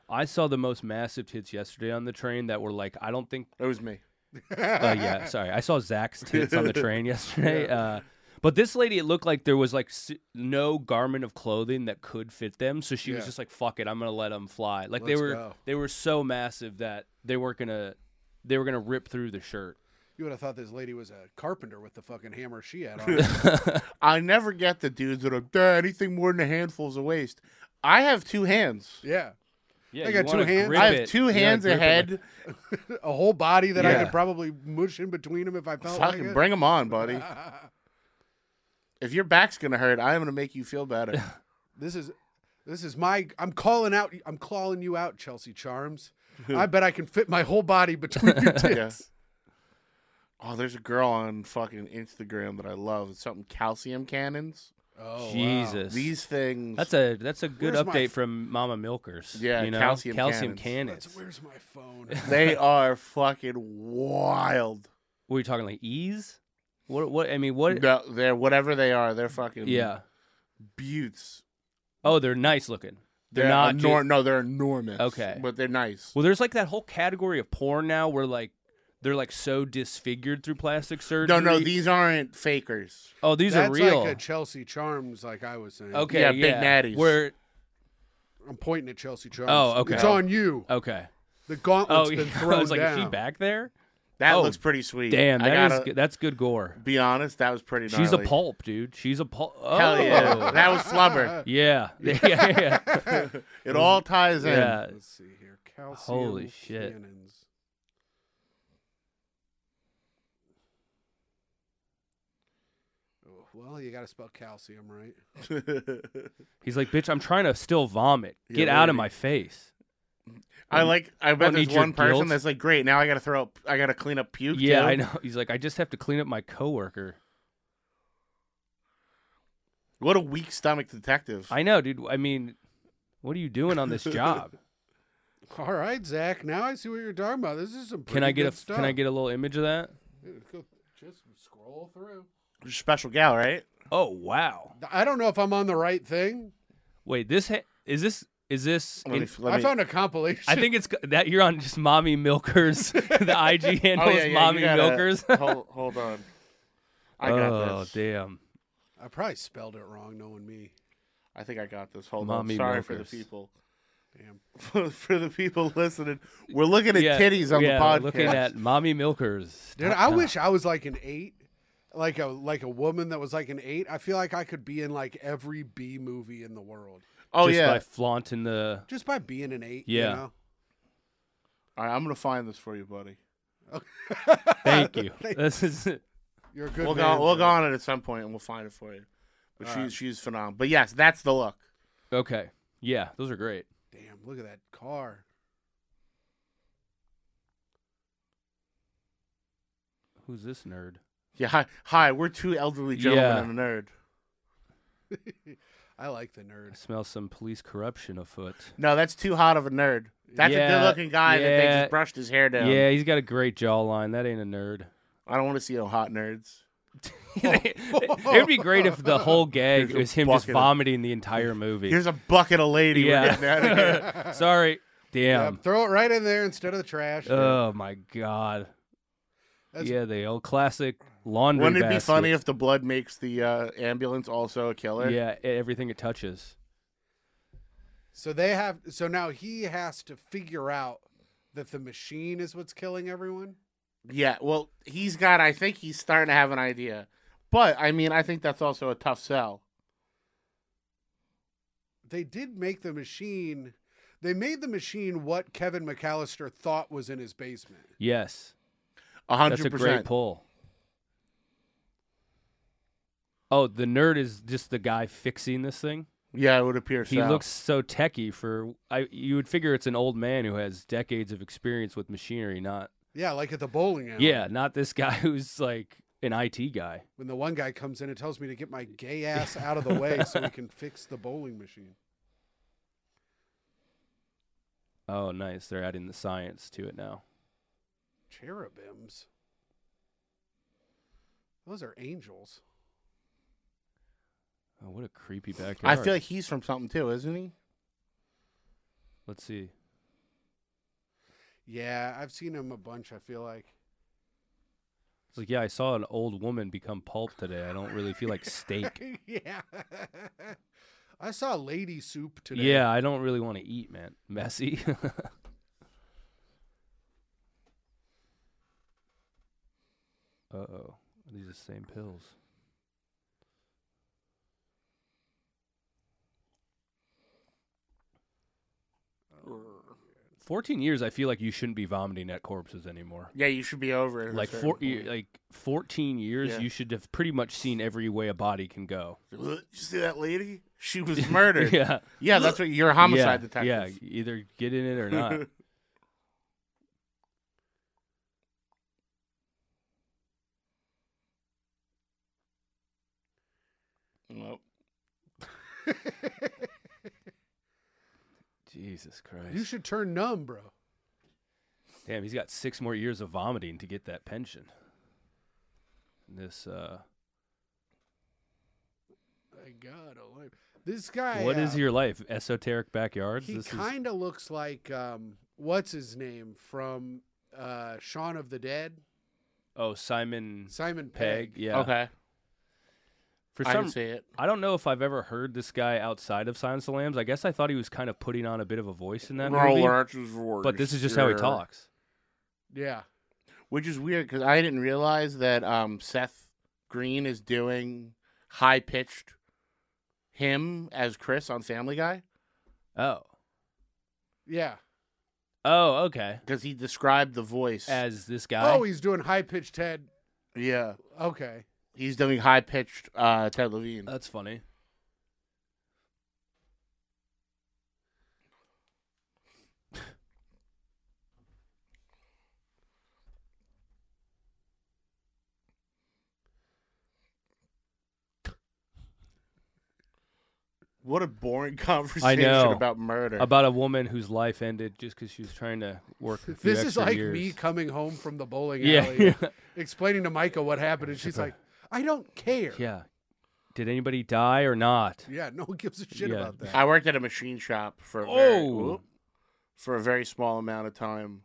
Speaker 2: I saw the most massive tits yesterday on the train that were like I don't think.
Speaker 5: It was me.
Speaker 2: Uh, yeah. Sorry, I saw Zach's tits on the train yesterday. Uh, but this lady, it looked like there was like s- no garment of clothing that could fit them, so she was
Speaker 6: Yeah.
Speaker 2: just like, "Fuck it, I'm gonna let them fly." Like they
Speaker 6: Let's
Speaker 2: were
Speaker 6: go.
Speaker 2: they were so massive that they weren't gonna they were gonna rip through the shirt.
Speaker 6: you would have thought this lady was a carpenter with the fucking hammer she had on.
Speaker 5: I never get the dudes that are "Duh, anything more than a handful's a waste. I have two hands.
Speaker 6: yeah.
Speaker 2: Yeah,
Speaker 6: I
Speaker 2: you
Speaker 6: got two
Speaker 2: wanna
Speaker 6: hands.
Speaker 2: grip
Speaker 5: I have
Speaker 2: it.
Speaker 5: two
Speaker 2: You wanna
Speaker 5: hands
Speaker 2: grip it
Speaker 5: ahead.
Speaker 2: with-
Speaker 6: a whole body that I
Speaker 2: Yeah.
Speaker 6: could probably mush in between them if I felt like
Speaker 5: Fucking
Speaker 6: it.
Speaker 5: bring them on, buddy. if your back's gonna hurt, I'm gonna make you feel better.
Speaker 6: This is this is my I'm calling out I'm calling you out, Chelsea Charms. I bet I can fit my whole body between your tits.
Speaker 5: Yeah. Oh, there's a girl on fucking Instagram that I love. It's something calcium cannons.
Speaker 6: Oh, wow.
Speaker 2: Jesus,
Speaker 5: These things.
Speaker 2: that's a that's a good
Speaker 6: Where's my
Speaker 2: update
Speaker 6: f-
Speaker 2: from Mama Milkers.
Speaker 5: Yeah,
Speaker 2: you know?
Speaker 5: calcium
Speaker 2: cannons.
Speaker 6: That's, where's my phone?
Speaker 5: they are fucking wild.
Speaker 2: Were you talking like ease? What what I mean what?
Speaker 5: No, they're whatever they are. They're fucking
Speaker 2: Yeah.
Speaker 5: buttes.
Speaker 2: Oh, they're nice looking. They're,
Speaker 5: They're
Speaker 6: uh,
Speaker 2: not. ju-
Speaker 5: enor- no, they're enormous.
Speaker 2: Okay.
Speaker 5: but they're nice.
Speaker 2: well, there's like that whole category of porn now where like they're like so disfigured through plastic surgery.
Speaker 5: No, no, these aren't fakers.
Speaker 2: Oh, these
Speaker 6: That's
Speaker 2: are real.
Speaker 6: like a Chelsea Charms, like I was saying.
Speaker 2: okay,
Speaker 5: Yeah,
Speaker 2: yeah,
Speaker 5: big natties.
Speaker 2: Where?
Speaker 6: I'm pointing at Chelsea Charms.
Speaker 2: Oh, okay.
Speaker 6: It's on you.
Speaker 2: Okay.
Speaker 6: The gauntlet's
Speaker 2: Oh,
Speaker 6: been
Speaker 2: yeah,
Speaker 6: thrown
Speaker 2: I was like,
Speaker 6: down.
Speaker 2: is she back there?
Speaker 5: That
Speaker 2: Oh,
Speaker 5: looks pretty sweet.
Speaker 2: Damn,
Speaker 5: I
Speaker 2: that is
Speaker 5: gotta
Speaker 2: good. that's good gore.
Speaker 5: be honest. That was pretty. Gnarly.
Speaker 2: She's a pulp, dude. She's a pulp. Oh.
Speaker 5: Hell yeah, that was flubber.
Speaker 2: yeah. Yeah. Yeah. Yeah.
Speaker 5: It all ties in.
Speaker 2: yeah.
Speaker 6: Let's see here. Calcium
Speaker 2: Holy shit.
Speaker 6: cannons. Oh, Well, you got to spell calcium right.
Speaker 2: He's like, bitch, I'm trying to still vomit.
Speaker 5: Yeah,
Speaker 2: Get out of
Speaker 5: lady.
Speaker 2: my face.
Speaker 5: I like. I bet
Speaker 2: Don't
Speaker 5: there's
Speaker 2: eat your
Speaker 5: one person
Speaker 2: guilt.
Speaker 5: that's like, great. Now I gotta throw up. I gotta clean up puke.
Speaker 2: yeah,
Speaker 5: too."
Speaker 2: I know. He's like, I just have to clean up my coworker.
Speaker 5: What a weak stomach detective.
Speaker 2: I know, dude. I mean, what are you doing on this job?
Speaker 6: All right, Zach. Now I see what you're talking about. This is some.
Speaker 2: can I
Speaker 6: pretty
Speaker 2: get a
Speaker 6: good
Speaker 2: Can I
Speaker 6: stuff.
Speaker 2: get a little image of that?
Speaker 6: Dude, go- Just scroll through.
Speaker 5: You're a special gal, right?
Speaker 2: Oh wow!
Speaker 6: I don't know if I'm on the right thing.
Speaker 2: Wait, this ha- is this is this?
Speaker 5: Let me-
Speaker 2: in-
Speaker 5: let
Speaker 6: I
Speaker 5: me-
Speaker 6: found a compilation.
Speaker 2: I think it's g- that you're on just mommy milkers. the IG handle
Speaker 5: Oh, yeah,
Speaker 2: is
Speaker 5: yeah, you
Speaker 2: mommy
Speaker 5: gotta-
Speaker 2: milkers.
Speaker 5: hold, hold on. I got
Speaker 2: oh
Speaker 5: this.
Speaker 2: damn!
Speaker 6: I probably spelled it wrong, knowing me.
Speaker 5: I think I got this. Hold
Speaker 2: Mommy
Speaker 5: on. Sorry for the
Speaker 2: milkers.
Speaker 5: people.
Speaker 6: Damn.
Speaker 5: for the people listening, we're looking at
Speaker 2: Yeah,
Speaker 5: titties on
Speaker 2: yeah,
Speaker 5: the
Speaker 2: we're
Speaker 5: podcast.
Speaker 2: Looking at mommy milkers.
Speaker 6: Dude, I wish I was like an eight, like a like a woman that was like an eight. I feel like I could be in like every B movie in the world
Speaker 5: oh
Speaker 2: just
Speaker 5: yeah.
Speaker 2: by flaunting the.
Speaker 6: just by being an eight.
Speaker 2: Yeah.
Speaker 6: You know?
Speaker 5: All right, I'm gonna find this for you, buddy.
Speaker 2: Thank you. this is
Speaker 6: You're a good
Speaker 5: we'll
Speaker 6: man.
Speaker 5: go we'll go on it at some point and we'll find it for you. But she's she's phenomenal. But yes, that's the look.
Speaker 2: okay. Yeah, those are great.
Speaker 6: Damn, look at that car.
Speaker 2: Who's this nerd?
Speaker 5: Yeah, hi, hi we're two elderly gentlemen
Speaker 2: Yeah.
Speaker 5: and a nerd.
Speaker 6: I like the
Speaker 2: I
Speaker 6: nerd.
Speaker 2: smell some police corruption afoot.
Speaker 5: No, that's too hot of a nerd. That's a
Speaker 2: Yeah,
Speaker 5: good looking guy that they
Speaker 2: yeah.
Speaker 5: just brushed his hair down.
Speaker 2: Yeah, he's got a great jawline. That ain't a nerd.
Speaker 5: I don't want to see no hot nerds.
Speaker 2: it would be great if the whole gag
Speaker 5: Here's a
Speaker 2: was him just
Speaker 5: bucket of-
Speaker 2: vomiting the entire movie.
Speaker 5: Here's a bucket of lady we're getting out of here.
Speaker 2: yeah. Sorry.
Speaker 6: Yeah,
Speaker 2: Damn.
Speaker 6: throw it right in there instead of the trash.
Speaker 2: Oh my god.
Speaker 6: That's-
Speaker 2: yeah, the old classic laundry.
Speaker 5: Wouldn't it be
Speaker 2: basket.
Speaker 5: funny if the blood makes the uh, ambulance also a killer?
Speaker 2: Yeah, e- everything it touches.
Speaker 6: So they have. So now he has to figure out that the machine is what's killing everyone.
Speaker 5: Yeah, well, he's got. I think he's starting to have an idea, but I mean, I think that's also a tough sell.
Speaker 6: They did make the machine. They made the machine what Kevin McAllister thought was in his basement.
Speaker 2: Yes,
Speaker 5: A
Speaker 2: that's a
Speaker 5: hundred
Speaker 2: great
Speaker 5: percent.
Speaker 2: pull. Oh, the nerd is just the guy fixing this thing.
Speaker 5: Yeah, it would appear.
Speaker 2: He
Speaker 5: so.
Speaker 2: looks so techie for I. You would figure it's an old man who has decades of experience with machinery, not
Speaker 6: Yeah, like at the bowling alley.
Speaker 2: yeah, not this guy who's like an IT guy.
Speaker 6: When the one guy comes in and tells me to get my gay ass out of the way so we can fix the bowling machine.
Speaker 2: Oh, nice. They're adding the science to it now.
Speaker 6: Cherubims. Those are angels.
Speaker 2: Oh, what a creepy backyard.
Speaker 5: I feel like he's from something too, isn't he?
Speaker 2: Let's see.
Speaker 6: Yeah, I've seen him a bunch. I feel like
Speaker 2: It's like, yeah, I saw an old woman become pulp today. I don't really feel like steak.
Speaker 6: yeah. I saw lady soup today.
Speaker 2: yeah, I don't really want to eat, man. Messy. uh oh. These are the same pills. Fourteen years, I feel like you shouldn't be vomiting at corpses anymore.
Speaker 5: Yeah, you should be over it. at a
Speaker 2: like
Speaker 5: certain
Speaker 2: four,
Speaker 5: point.
Speaker 2: like fourteen years,
Speaker 5: Yeah.
Speaker 2: you should have pretty much seen every way a body can go.
Speaker 5: Did you see that lady? She was murdered.
Speaker 2: yeah,
Speaker 5: Yeah, that's what you're a homicide
Speaker 2: yeah,
Speaker 5: detective.
Speaker 2: Yeah, either get in it or not.
Speaker 5: Nope.
Speaker 2: Jesus Christ!
Speaker 6: You should turn numb, bro.
Speaker 2: Damn, he's got six more years of vomiting to get that pension. And this, uh,
Speaker 6: My God, alive. This guy.
Speaker 2: what is
Speaker 6: uh,
Speaker 2: your life? Esoteric backyards.
Speaker 6: He
Speaker 2: this is
Speaker 6: kind of looks like um, what's his name from uh, Shaun of the Dead,
Speaker 2: oh Simon
Speaker 6: Simon
Speaker 2: Pegg.
Speaker 6: Pegg.
Speaker 2: Yeah.
Speaker 5: Okay.
Speaker 2: For
Speaker 5: I
Speaker 2: some,
Speaker 5: can see it.
Speaker 2: I don't know if I've ever heard this guy outside of Silence of the Lambs. I guess I thought he was kind of putting on a bit of a voice in that movie. But this is just how he talks.
Speaker 6: Yeah,
Speaker 5: Which is weird because I didn't realize that um, Seth Green is doing high pitched him as Chris on Family Guy
Speaker 2: Oh.
Speaker 6: yeah.
Speaker 2: Oh, okay.
Speaker 5: because he described the voice
Speaker 2: As this guy.
Speaker 6: Oh, he's doing high pitched head.
Speaker 5: yeah
Speaker 6: Okay,
Speaker 5: he's doing high pitched uh, Ted Levine.
Speaker 2: That's funny.
Speaker 5: what a boring conversation
Speaker 2: know.
Speaker 5: about murder.
Speaker 2: About a woman whose life ended just because she was trying to work. a few
Speaker 6: this is
Speaker 2: extra
Speaker 6: like
Speaker 2: years.
Speaker 6: me coming home from the bowling
Speaker 2: Yeah.
Speaker 6: alley, explaining to Micah what happened, and she's like, "I don't care."
Speaker 2: yeah. Did anybody die or not?
Speaker 6: Yeah, no one gives a shit
Speaker 2: Yeah.
Speaker 6: about that.
Speaker 5: I worked at a machine shop for a very,
Speaker 2: Oh.
Speaker 5: whoop, for a very small amount of time,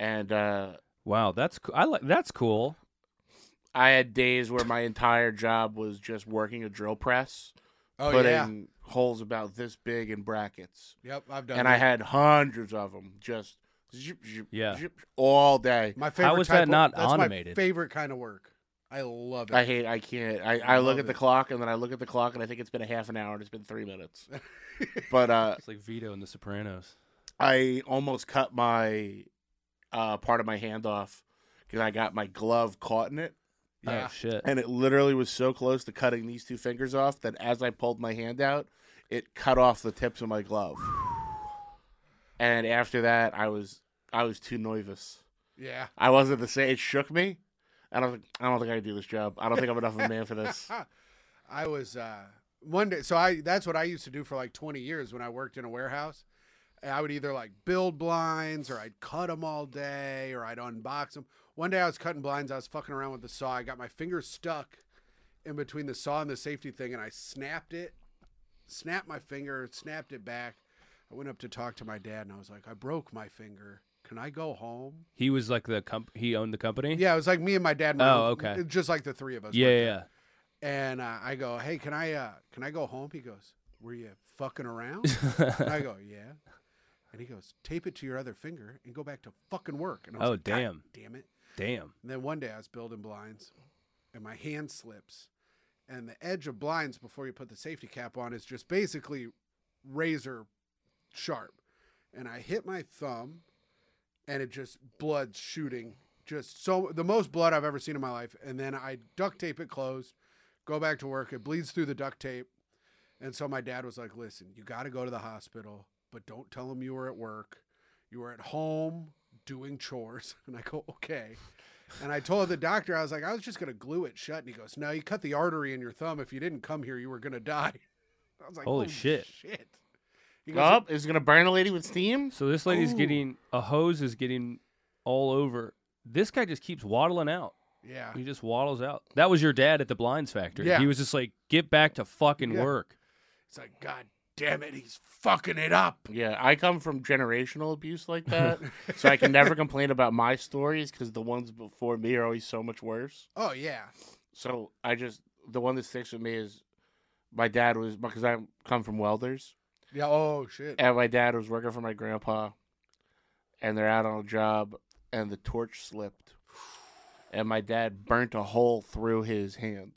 Speaker 5: and uh,
Speaker 2: Wow, that's co- I like that's cool.
Speaker 5: I had days where my entire job was just working a drill press,
Speaker 6: Oh yeah,
Speaker 5: putting holes about this big in brackets,
Speaker 6: yep, I've done.
Speaker 5: and
Speaker 6: that.
Speaker 5: I had hundreds of them just zip, zip,
Speaker 2: Yeah.
Speaker 5: zip, all day.
Speaker 6: my favorite.
Speaker 2: was
Speaker 6: type
Speaker 2: that
Speaker 6: of-
Speaker 2: not
Speaker 6: that's
Speaker 2: automated?
Speaker 6: My favorite kind of work. I love it.
Speaker 5: I hate. I can't. I, I look
Speaker 6: love
Speaker 5: at the
Speaker 6: it.
Speaker 5: clock and then I look at the clock and I think it's been a half an hour and it's been three minutes. but uh,
Speaker 2: It's like Vito and The Sopranos.
Speaker 5: I almost cut my uh, part of my hand off because I got my glove caught in it.
Speaker 6: yeah.
Speaker 2: Oh shit.
Speaker 5: and it literally was so close to cutting these two fingers off that as I pulled my hand out, it cut off the tips of my glove. And after that, I was I was too nervous.
Speaker 6: yeah.
Speaker 5: I wasn't the same. It shook me, and I was like, I don't think I can do this job. I don't think I'm enough of a man for this.
Speaker 6: I was uh, one day. So I that's what I used to do for like 20 years when I worked in a warehouse. And I would either like build blinds or I'd cut them all day or I'd unbox them. One day I was cutting blinds. I was fucking around with the saw. I got my finger stuck in between the saw and the safety thing, and I snapped it, snapped my finger, snapped it back. I went up to talk to my dad, and I was like, I broke my finger. can I go home?
Speaker 2: He was like the comp. He owned the company.
Speaker 6: Yeah, it was like me and my dad. and my
Speaker 2: Oh,
Speaker 6: uncle-
Speaker 2: okay.
Speaker 6: Just like the three of us.
Speaker 2: Yeah.
Speaker 6: went
Speaker 2: Yeah.
Speaker 6: there.
Speaker 2: yeah.
Speaker 6: And uh, I go, hey, can I uh, can I go home? He goes, were you fucking around? and I go, yeah. And he goes, tape it to your other finger and go back to fucking work. And I was
Speaker 2: Oh,
Speaker 6: like, "God
Speaker 2: damn.
Speaker 6: damn it!
Speaker 2: Damn.
Speaker 6: And then one day I was building blinds, and my hand slips, and the edge of blinds before you put the safety cap on is just basically razor sharp, and I hit my thumb, and it just blood shooting, just so the most blood I've ever seen in my life. And then I duct tape it closed, go back to work. It bleeds through the duct tape, and so my dad was like, "Listen, you got to go to the hospital, but don't tell them you were at work. You were at home." Doing chores, and I go, okay. And I told the doctor, I was like, I was just going to glue it shut. And he goes, No, you cut the artery in your thumb. If you didn't come here, you were going to die. I was like,
Speaker 2: Holy shit.
Speaker 6: Shit. He goes,
Speaker 5: Up is it gonna burn a lady with steam.
Speaker 2: So this lady's getting a hose is getting all over. This guy just keeps waddling out.
Speaker 6: Yeah.
Speaker 2: He just waddles out. That was your dad at the blinds factory.
Speaker 6: Yeah.
Speaker 2: He was just like, get back to fucking
Speaker 6: Yeah.
Speaker 2: work.
Speaker 6: It's like, God damn it, he's fucking it up.
Speaker 5: Yeah, I come from generational abuse like that, so I can never complain about my stories because the ones before me are always so much worse.
Speaker 6: Oh, yeah.
Speaker 5: So I just the one that sticks with me is my dad was because I come from welders,
Speaker 6: Yeah. Oh, shit.
Speaker 5: and my dad was working for my grandpa, and they're out on a job, and the torch slipped, and my dad burnt a hole through his hand.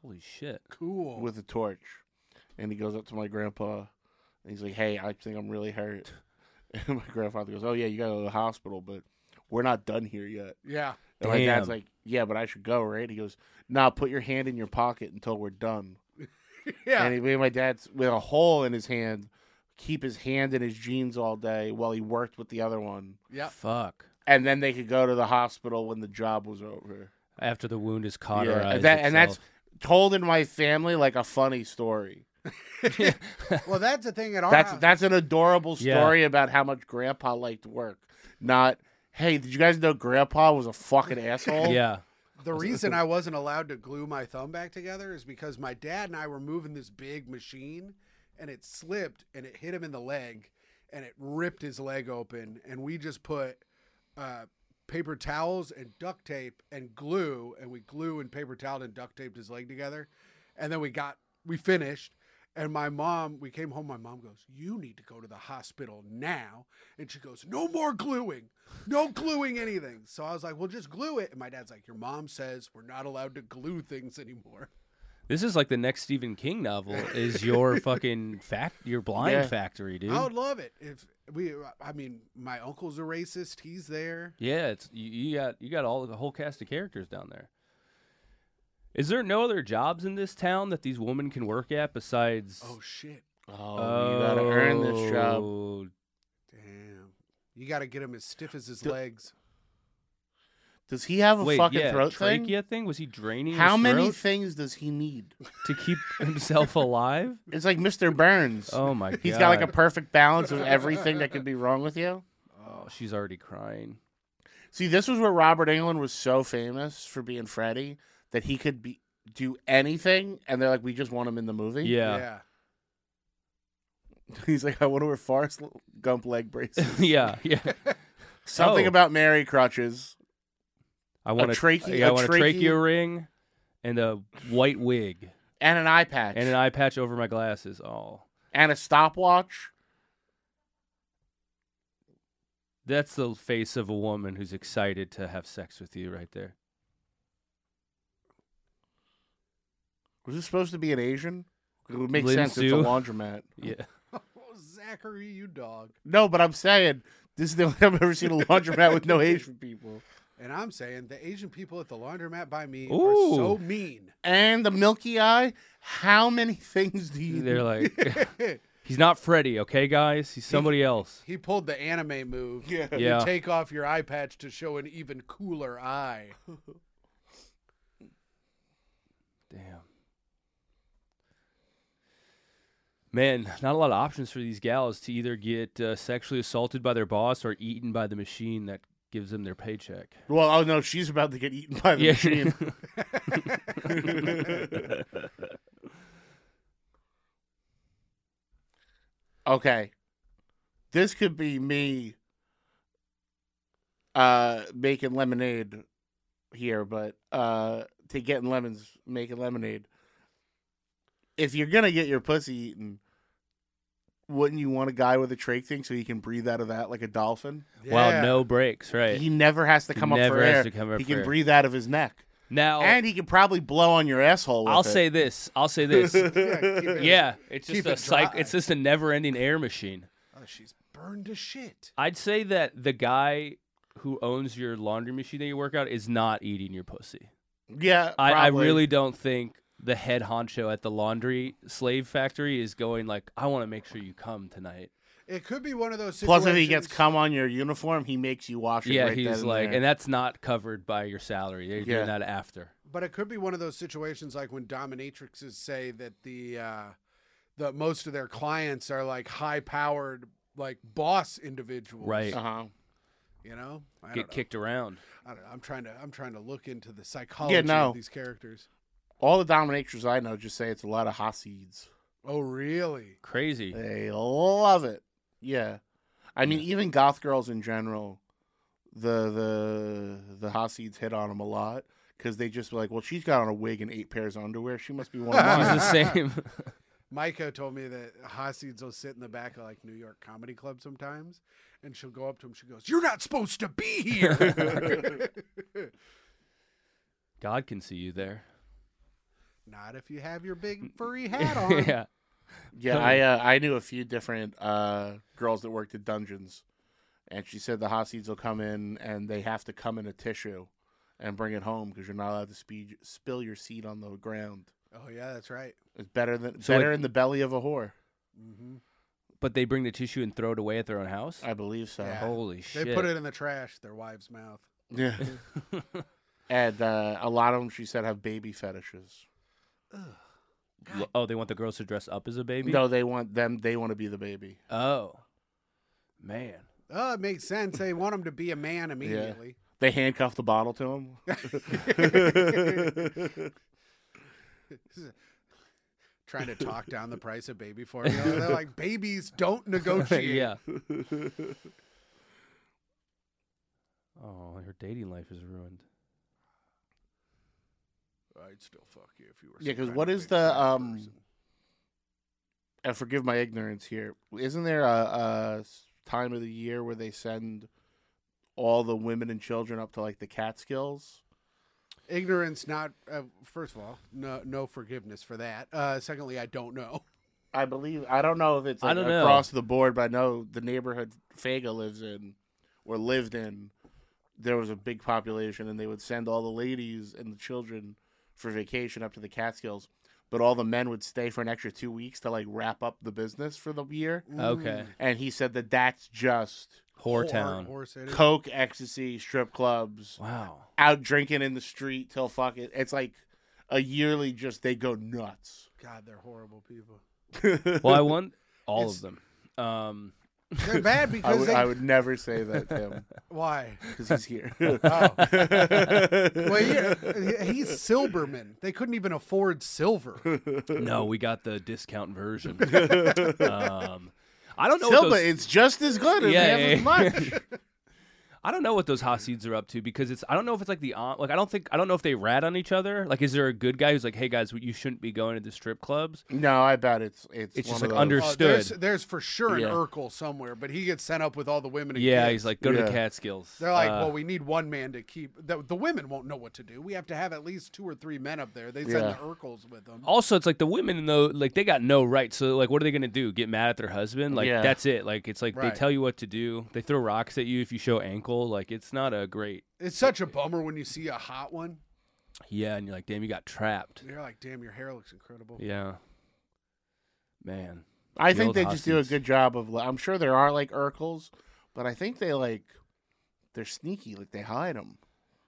Speaker 2: Holy shit.
Speaker 6: Cool.
Speaker 5: with a torch, and he goes up to my grandpa, and he's like, "Hey, I think I'm really hurt." And my grandfather goes, "Oh yeah, you gotta go to the hospital, but we're not done here yet."
Speaker 6: yeah.
Speaker 5: And my dad's
Speaker 2: Damn.
Speaker 5: like, "Yeah, but I should go, right?" He goes, "Nah, put your hand in your pocket until we're done."
Speaker 6: Yeah.
Speaker 5: And he made my dad s- with a hole in his hand keep his hand in his jeans all day while he worked with the other one,
Speaker 6: yeah.
Speaker 2: Fuck.
Speaker 5: and then they could go to the hospital when the job was over.
Speaker 2: After the wound is
Speaker 5: Yeah,
Speaker 2: cauterized.
Speaker 5: and, that, and that's
Speaker 2: itself.
Speaker 5: told in my family like a funny story.
Speaker 6: Well, that's the thing at our
Speaker 5: That's
Speaker 6: house.
Speaker 5: that's an adorable
Speaker 2: Yeah.
Speaker 5: story about how much Grandpa liked work. Not, hey, did you guys know Grandpa was a fucking asshole?
Speaker 2: Yeah.
Speaker 6: the reason I wasn't allowed to glue my thumb back together is because my dad and I were moving this big machine and it slipped and it hit him in the leg and it ripped his leg open. And we just put uh, paper towels and duct tape and glue and we glue and paper towel and duct taped his leg together. And then we got, we finished. And my mom, we came home. My mom goes, You need to go to the hospital now. And she goes, No more gluing. No gluing anything. So I was like, Well, just glue it. And my dad's like, Your mom says we're not allowed to glue things anymore.
Speaker 2: This is like the next Stephen King novel is your fucking fact your blind
Speaker 5: Yeah.
Speaker 2: factory, dude.
Speaker 6: I would love it if we, I mean, my uncle's a racist. He's there.
Speaker 2: Yeah, it's you, you got you got all the whole cast of characters down there. Is there no other jobs in this town that these women can work at besides?
Speaker 6: Oh, shit.
Speaker 5: Oh, you gotta earn this job.
Speaker 2: Oh,
Speaker 6: Damn. You got to get him as stiff as his
Speaker 5: The-
Speaker 6: legs.
Speaker 5: Does he have a
Speaker 2: Wait,
Speaker 5: fucking
Speaker 2: yeah,
Speaker 5: throat
Speaker 2: trachea thing? Was he draining?
Speaker 5: thing? How
Speaker 2: his
Speaker 5: many
Speaker 2: throat
Speaker 5: things does he need?
Speaker 2: to keep himself alive?
Speaker 5: It's like Mr. Burns.
Speaker 2: Oh my god,
Speaker 5: He's got like a perfect balance of everything that could be wrong with you.
Speaker 2: Oh, she's already crying.
Speaker 5: See, this was where Robert England was so famous for being Freddy that he could be do anything, and they're like, we just want him in the movie.
Speaker 2: Yeah,
Speaker 5: He's like, I want to wear Forrest Gump leg braces.
Speaker 2: yeah, yeah.
Speaker 5: Something
Speaker 2: Oh.
Speaker 5: about Mary crutches.
Speaker 2: I want
Speaker 5: trachea-
Speaker 2: yeah, I
Speaker 5: a
Speaker 2: want
Speaker 5: trachea-
Speaker 2: trachea ring, and a white wig,
Speaker 5: and an eye patch
Speaker 2: and an eye patch over my glasses. Oh,
Speaker 5: and a stopwatch.
Speaker 2: that's the face of a woman who's excited to have sex with you, right there.
Speaker 5: Was this supposed to be an Asian? It would make
Speaker 2: Lin
Speaker 5: sense. It's a
Speaker 2: Su.
Speaker 5: laundromat.
Speaker 2: Yeah.
Speaker 6: Oh, Zachary, you dog.
Speaker 5: No, but I'm saying this is the only time I've ever seen a laundromat with no Asian people.
Speaker 6: And I'm saying the Asian people at the laundromat by me
Speaker 2: Ooh.
Speaker 6: are so mean.
Speaker 5: And the Milky Eye. How many things do you?
Speaker 2: They're like, he's not Freddy, okay, guys? He's somebody else.
Speaker 6: He pulled the anime move.
Speaker 5: Yeah.
Speaker 6: You
Speaker 2: Yeah.
Speaker 6: take off your eye patch to show an even cooler eye.
Speaker 2: Damn. Man, not a lot of options for these gals to either get uh, sexually assaulted by their boss or eaten by the machine that gives them their paycheck.
Speaker 5: well, oh no, she's about to get eaten by the
Speaker 2: Yeah.
Speaker 5: machine. okay, this could be me uh, making lemonade here, but uh, to getting lemons, making lemonade. If you're gonna get your pussy eaten, wouldn't you want a guy with a trach thing so he can breathe out of that like a dolphin?
Speaker 2: Well, no breaks, right?
Speaker 5: He never has to
Speaker 2: He
Speaker 5: come up
Speaker 2: never
Speaker 5: for
Speaker 2: has
Speaker 5: air.
Speaker 2: to come up
Speaker 5: he
Speaker 2: for
Speaker 5: can
Speaker 2: air.
Speaker 5: breathe out of his neck,
Speaker 2: now,
Speaker 5: and he can probably blow on your asshole. With
Speaker 2: I'll
Speaker 5: it.
Speaker 2: say this. I'll say this. yeah, it's just
Speaker 6: Keep
Speaker 2: a
Speaker 6: it
Speaker 2: cycle.
Speaker 6: dry.
Speaker 2: It's just a never-ending air machine.
Speaker 6: Oh, she's burned to shit.
Speaker 2: I'd say that the guy who owns your laundry machine that you work out is not eating your pussy.
Speaker 5: yeah,
Speaker 2: I, I
Speaker 5: probably.
Speaker 2: really don't think the head honcho at the laundry slave factory is going like, I want to make sure you come tonight.
Speaker 6: It could be one of those situations.
Speaker 5: Plus, if he gets cum on your uniform, he makes you wash it.
Speaker 2: yeah,
Speaker 5: right then
Speaker 2: he's
Speaker 5: and
Speaker 2: like,
Speaker 5: there.
Speaker 2: and that's not covered by your salary. They're
Speaker 5: Yeah.
Speaker 2: doing that after.
Speaker 6: But it could be one of those situations like when dominatrixes say that the uh, the most of their clients are like high powered like boss individuals.
Speaker 2: Right.
Speaker 5: uh huh.
Speaker 6: You know? I don't
Speaker 2: Get
Speaker 6: know.
Speaker 2: kicked around.
Speaker 6: I don't know. I'm trying to I'm trying to look into the psychology
Speaker 5: no.
Speaker 6: of these characters.
Speaker 5: All the dominatrix I know just say it's a lot of Hasids.
Speaker 6: Oh really?
Speaker 2: Crazy.
Speaker 5: They love it. Yeah, I mean, even goth girls in general, the the the Hasids hit on them a lot because they just be like, well, she's got on a wig and eight pairs of underwear. She must be one of
Speaker 2: He's
Speaker 5: mine.
Speaker 2: the same.
Speaker 6: Micah told me that Hasids will sit in the back of like New York comedy club sometimes, and she'll go up to him. She goes, "You're not supposed to be here."
Speaker 2: God can see you there.
Speaker 6: not if you have your big furry hat on.
Speaker 2: yeah.
Speaker 5: Yeah, I uh, I knew a few different uh, girls that worked at dungeons, and she said the Hasids will come in and they have to come in a tissue and bring it home because you're not allowed to speed, spill your seed on the ground.
Speaker 6: Oh yeah, that's right.
Speaker 5: It's better than
Speaker 2: So,
Speaker 5: better
Speaker 2: like-
Speaker 5: in the belly of a whore,
Speaker 6: hmm
Speaker 2: But they bring the tissue and throw it away at their own house.
Speaker 5: I believe so.
Speaker 6: Yeah.
Speaker 2: Holy
Speaker 6: They
Speaker 2: shit!
Speaker 6: put it in the trash. Their wife's mouth.
Speaker 5: Yeah, and uh, a lot of them she said have baby fetishes.
Speaker 2: L- Oh, they want the girls to dress up as a baby.
Speaker 5: No, they want them. They want to be the baby.
Speaker 2: Oh, man.
Speaker 6: Oh, it makes sense. They want him to be a man immediately.
Speaker 5: They handcuff the bottle to him.
Speaker 6: Trying to talk down the price of baby formula. They're like, babies don't negotiate.
Speaker 2: yeah. oh, her dating life is ruined.
Speaker 6: I'd still fuck you if you were.
Speaker 5: Yeah,
Speaker 6: some
Speaker 5: 'cause
Speaker 6: kind
Speaker 5: what
Speaker 6: of
Speaker 5: is
Speaker 6: big
Speaker 5: the,
Speaker 6: fat
Speaker 5: um,
Speaker 6: person.
Speaker 5: and forgive my ignorance here. Isn't there a, a s- time of the year where they send all the women and children up to like the Catskills?
Speaker 6: ignorance? Not uh, first of all, no, no forgiveness for that. Uh, secondly, I don't know.
Speaker 5: I believe I don't know if it's
Speaker 2: I
Speaker 5: like,
Speaker 2: don't know.
Speaker 5: across the board, but I know the neighborhood Faga lives in or lived in. There was a big population, and they would send all the ladies and the children for vacation up to the Catskills. But all the men would stay for an extra two weeks to like wrap up the business for the year.
Speaker 2: Okay.
Speaker 5: And he said that that's just
Speaker 2: Mm. Whore
Speaker 6: Whore-
Speaker 2: town.
Speaker 6: whore city.
Speaker 5: coke, ecstasy, strip clubs,
Speaker 2: Wow.
Speaker 5: out drinking in the street till fuck it. It's like a yearly just they go nuts.
Speaker 6: God, they're horrible people.
Speaker 2: Well, I want all of them. Um,
Speaker 6: They're bad
Speaker 5: I
Speaker 6: because
Speaker 5: would,
Speaker 6: they.
Speaker 5: I would never say that to him
Speaker 6: Why?
Speaker 5: because he's here.
Speaker 6: Oh. well, yeah, he's Silberman. They couldn't even afford silver.
Speaker 2: no, we got the discount version. um, I don't know.
Speaker 5: Silva,
Speaker 2: what those,
Speaker 5: it's just as good as
Speaker 2: Yeah,
Speaker 5: half
Speaker 2: yeah,
Speaker 5: as
Speaker 2: yeah.
Speaker 5: much.
Speaker 2: I don't know what those Hasids are up to because it's. I don't know if it's like the aunt. Like I don't think. I don't know if they rat on each other. Like, is there a good guy who's like, "Hey guys, you shouldn't be going to the strip clubs."
Speaker 5: no, I bet it's it's,
Speaker 2: It's
Speaker 5: one
Speaker 2: just
Speaker 5: of
Speaker 2: like
Speaker 5: those.
Speaker 2: under-
Speaker 6: Oh, there's,
Speaker 2: Understood.
Speaker 6: there's for sure an
Speaker 5: Yeah.
Speaker 6: Urkel somewhere, but he gets sent up with all the women. And
Speaker 2: Yeah,
Speaker 6: kids.
Speaker 2: he's like, "Go to the
Speaker 5: Yeah.
Speaker 2: Catskills."
Speaker 6: They're like,
Speaker 2: Uh,
Speaker 6: well, we need one man to keep. The, the women won't know what to do. We have to have at least two or three men up there. They send
Speaker 5: Yeah.
Speaker 6: the Urkels with them.
Speaker 2: also it's like the women though like they got no right so like what are they gonna do get mad at their husband like
Speaker 5: Yeah.
Speaker 2: that's it like it's like
Speaker 6: Right.
Speaker 2: they tell you what to do they throw rocks at you if you show ankle like it's not a great
Speaker 6: It's such a bummer when you see a hot one.
Speaker 2: yeah and you're like damn you got trapped
Speaker 6: You're like, damn, your hair looks incredible.
Speaker 2: yeah man
Speaker 5: I
Speaker 2: The
Speaker 5: think
Speaker 2: old
Speaker 5: they just do a
Speaker 2: Hasids.
Speaker 5: good job of. li- I'm sure there are like Urkels, but I think they like they're sneaky. Like they hide them.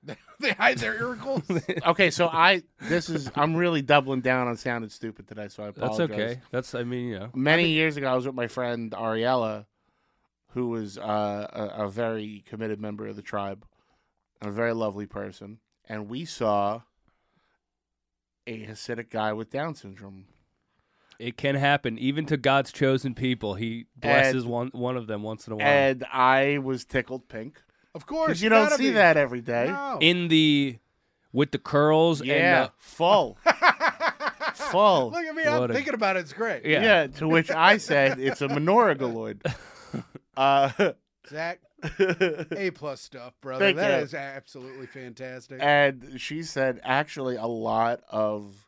Speaker 6: they hide their Urkels.
Speaker 5: okay, so I this is I'm really doubling down on sounding stupid today, so I
Speaker 2: that's
Speaker 5: apologize.
Speaker 2: okay that's i mean you know
Speaker 5: many years ago, I was with my friend Ariella, who was uh, a, a very committed member of the tribe, and a very lovely person, and we saw a Hasidic guy with Down syndrome.
Speaker 2: it can happen even to god's chosen people he blesses
Speaker 5: And-
Speaker 2: one one of them once in a while
Speaker 5: And I was tickled pink
Speaker 6: Of course,
Speaker 5: Because you don't
Speaker 6: gotta
Speaker 5: see
Speaker 6: be.
Speaker 5: that every day.
Speaker 6: No.
Speaker 2: in the with the curls
Speaker 5: Yeah,
Speaker 2: and
Speaker 5: full, full.
Speaker 6: Look at me.
Speaker 2: What
Speaker 6: I'm
Speaker 2: a-
Speaker 6: thinking about it. It's great.
Speaker 2: the, yeah.
Speaker 5: yeah. To which I said, "It's a menorah galoid." Uh,
Speaker 6: Zach, A plus stuff, brother.
Speaker 5: Thank
Speaker 6: That
Speaker 5: you.
Speaker 6: is absolutely fantastic.
Speaker 5: and she said, actually, a lot of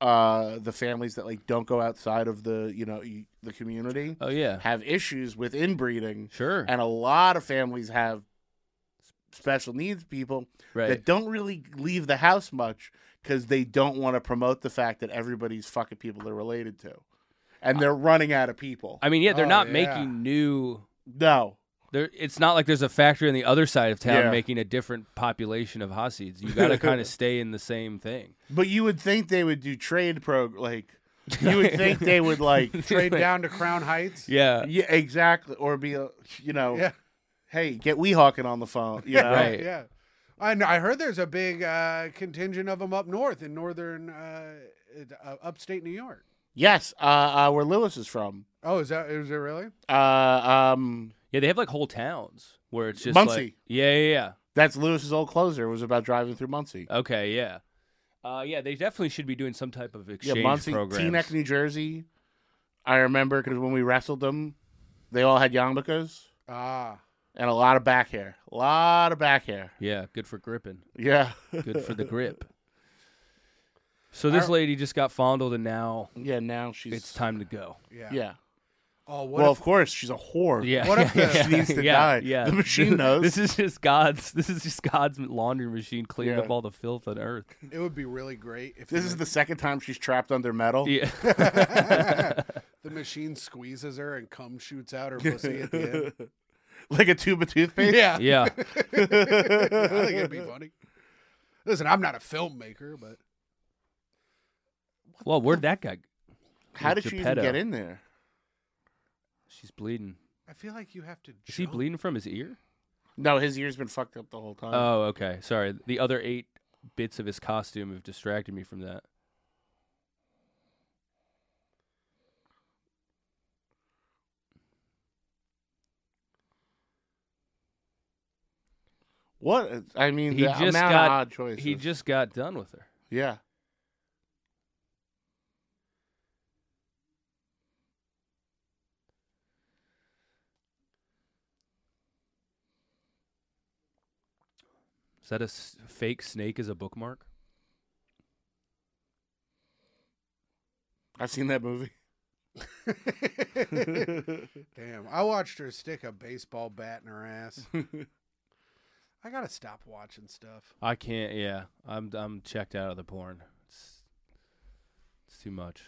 Speaker 5: uh, the families that like don't go outside of the you know y- the community
Speaker 2: Oh yeah.
Speaker 5: have issues with inbreeding,
Speaker 2: Sure.
Speaker 5: and a lot of families have s- special needs people
Speaker 2: Right.
Speaker 5: that don't really leave the house much because they don't want to promote the fact that everybody's fucking people they're related to, and they're running out of people.
Speaker 2: I mean, yeah, they're
Speaker 6: Oh,
Speaker 2: not
Speaker 6: yeah.
Speaker 2: making new.
Speaker 5: no,
Speaker 2: There, it's not like there's a factory on the other side of town
Speaker 5: Yeah.
Speaker 2: making a different population of Hasids. You got to kind of stay in the same thing.
Speaker 5: but you would think they would do trade pro like. You would think they would like
Speaker 6: Trade down to Crown Heights.
Speaker 2: Yeah.
Speaker 5: Yeah, exactly. Or be a, you know,
Speaker 6: Yeah.
Speaker 5: hey, get Weehawken on the phone. You know?
Speaker 2: Right.
Speaker 6: Yeah. I know, I heard there's a big uh, contingent of them up north in northern uh, uh, upstate New York.
Speaker 5: Yes, uh, uh, where Lewis is from.
Speaker 6: Oh, is that is it really?
Speaker 5: Uh, um,
Speaker 2: Yeah. They have like whole towns where it's just like.
Speaker 5: Muncie.
Speaker 2: Yeah. Yeah.
Speaker 5: that's Lewis's old closer. It was about driving through Muncie.
Speaker 2: Yeah. Okay. Yeah. Uh, yeah. They definitely should be doing some type of exchange
Speaker 5: yeah, Muncie,
Speaker 2: program.
Speaker 5: Teaneck, New Jersey. I remember because when we wrestled them, they all had yarmulkes
Speaker 6: Ah,
Speaker 5: and a lot of back hair. A lot of back hair.
Speaker 2: Yeah. Good for gripping.
Speaker 5: Yeah.
Speaker 2: Good for the grip. So this lady just got fondled, and now
Speaker 5: yeah, now she's.
Speaker 2: it's time to go.
Speaker 6: yeah.
Speaker 5: Yeah.
Speaker 6: Oh, what
Speaker 5: Well,
Speaker 6: if
Speaker 5: of course, she's a whore.
Speaker 2: Yeah.
Speaker 6: What if the-
Speaker 5: She needs to
Speaker 2: yeah,
Speaker 5: die.
Speaker 2: Yeah.
Speaker 5: The machine knows.
Speaker 2: This is just God's. This is just God's laundry machine cleaning
Speaker 5: Yeah.
Speaker 2: up all the filth on earth.
Speaker 6: it would be really great if
Speaker 5: This is the second time she's trapped under metal.
Speaker 2: Yeah.
Speaker 6: the machine squeezes her and cum shoots out her pussy at the end.
Speaker 5: like a tube of toothpaste.
Speaker 6: Yeah,
Speaker 2: yeah.
Speaker 6: I think it'd be funny. Listen, I'm not a filmmaker, but
Speaker 2: Well, where'd that guy?
Speaker 5: How
Speaker 2: With
Speaker 5: did she even
Speaker 2: Geppetto.
Speaker 5: get in there?
Speaker 2: She's bleeding.
Speaker 6: I feel like you have to.
Speaker 2: Is he
Speaker 6: jump.
Speaker 2: bleeding from his ear?
Speaker 5: No, his ear's been fucked up the whole time.
Speaker 2: Oh, okay. Sorry. The other eight bits of his costume have distracted me from that.
Speaker 5: what? I mean,
Speaker 2: He
Speaker 5: the
Speaker 2: just
Speaker 5: amount
Speaker 2: got-
Speaker 5: of odd choices.
Speaker 2: He just got done with her.
Speaker 5: yeah.
Speaker 2: Is that a s- fake snake as a bookmark?
Speaker 5: I've seen that movie.
Speaker 6: Damn, I watched her stick a baseball bat in her ass. I gotta stop watching stuff.
Speaker 2: I can't. Yeah, I'm. I'm checked out of the porn. It's, it's too much.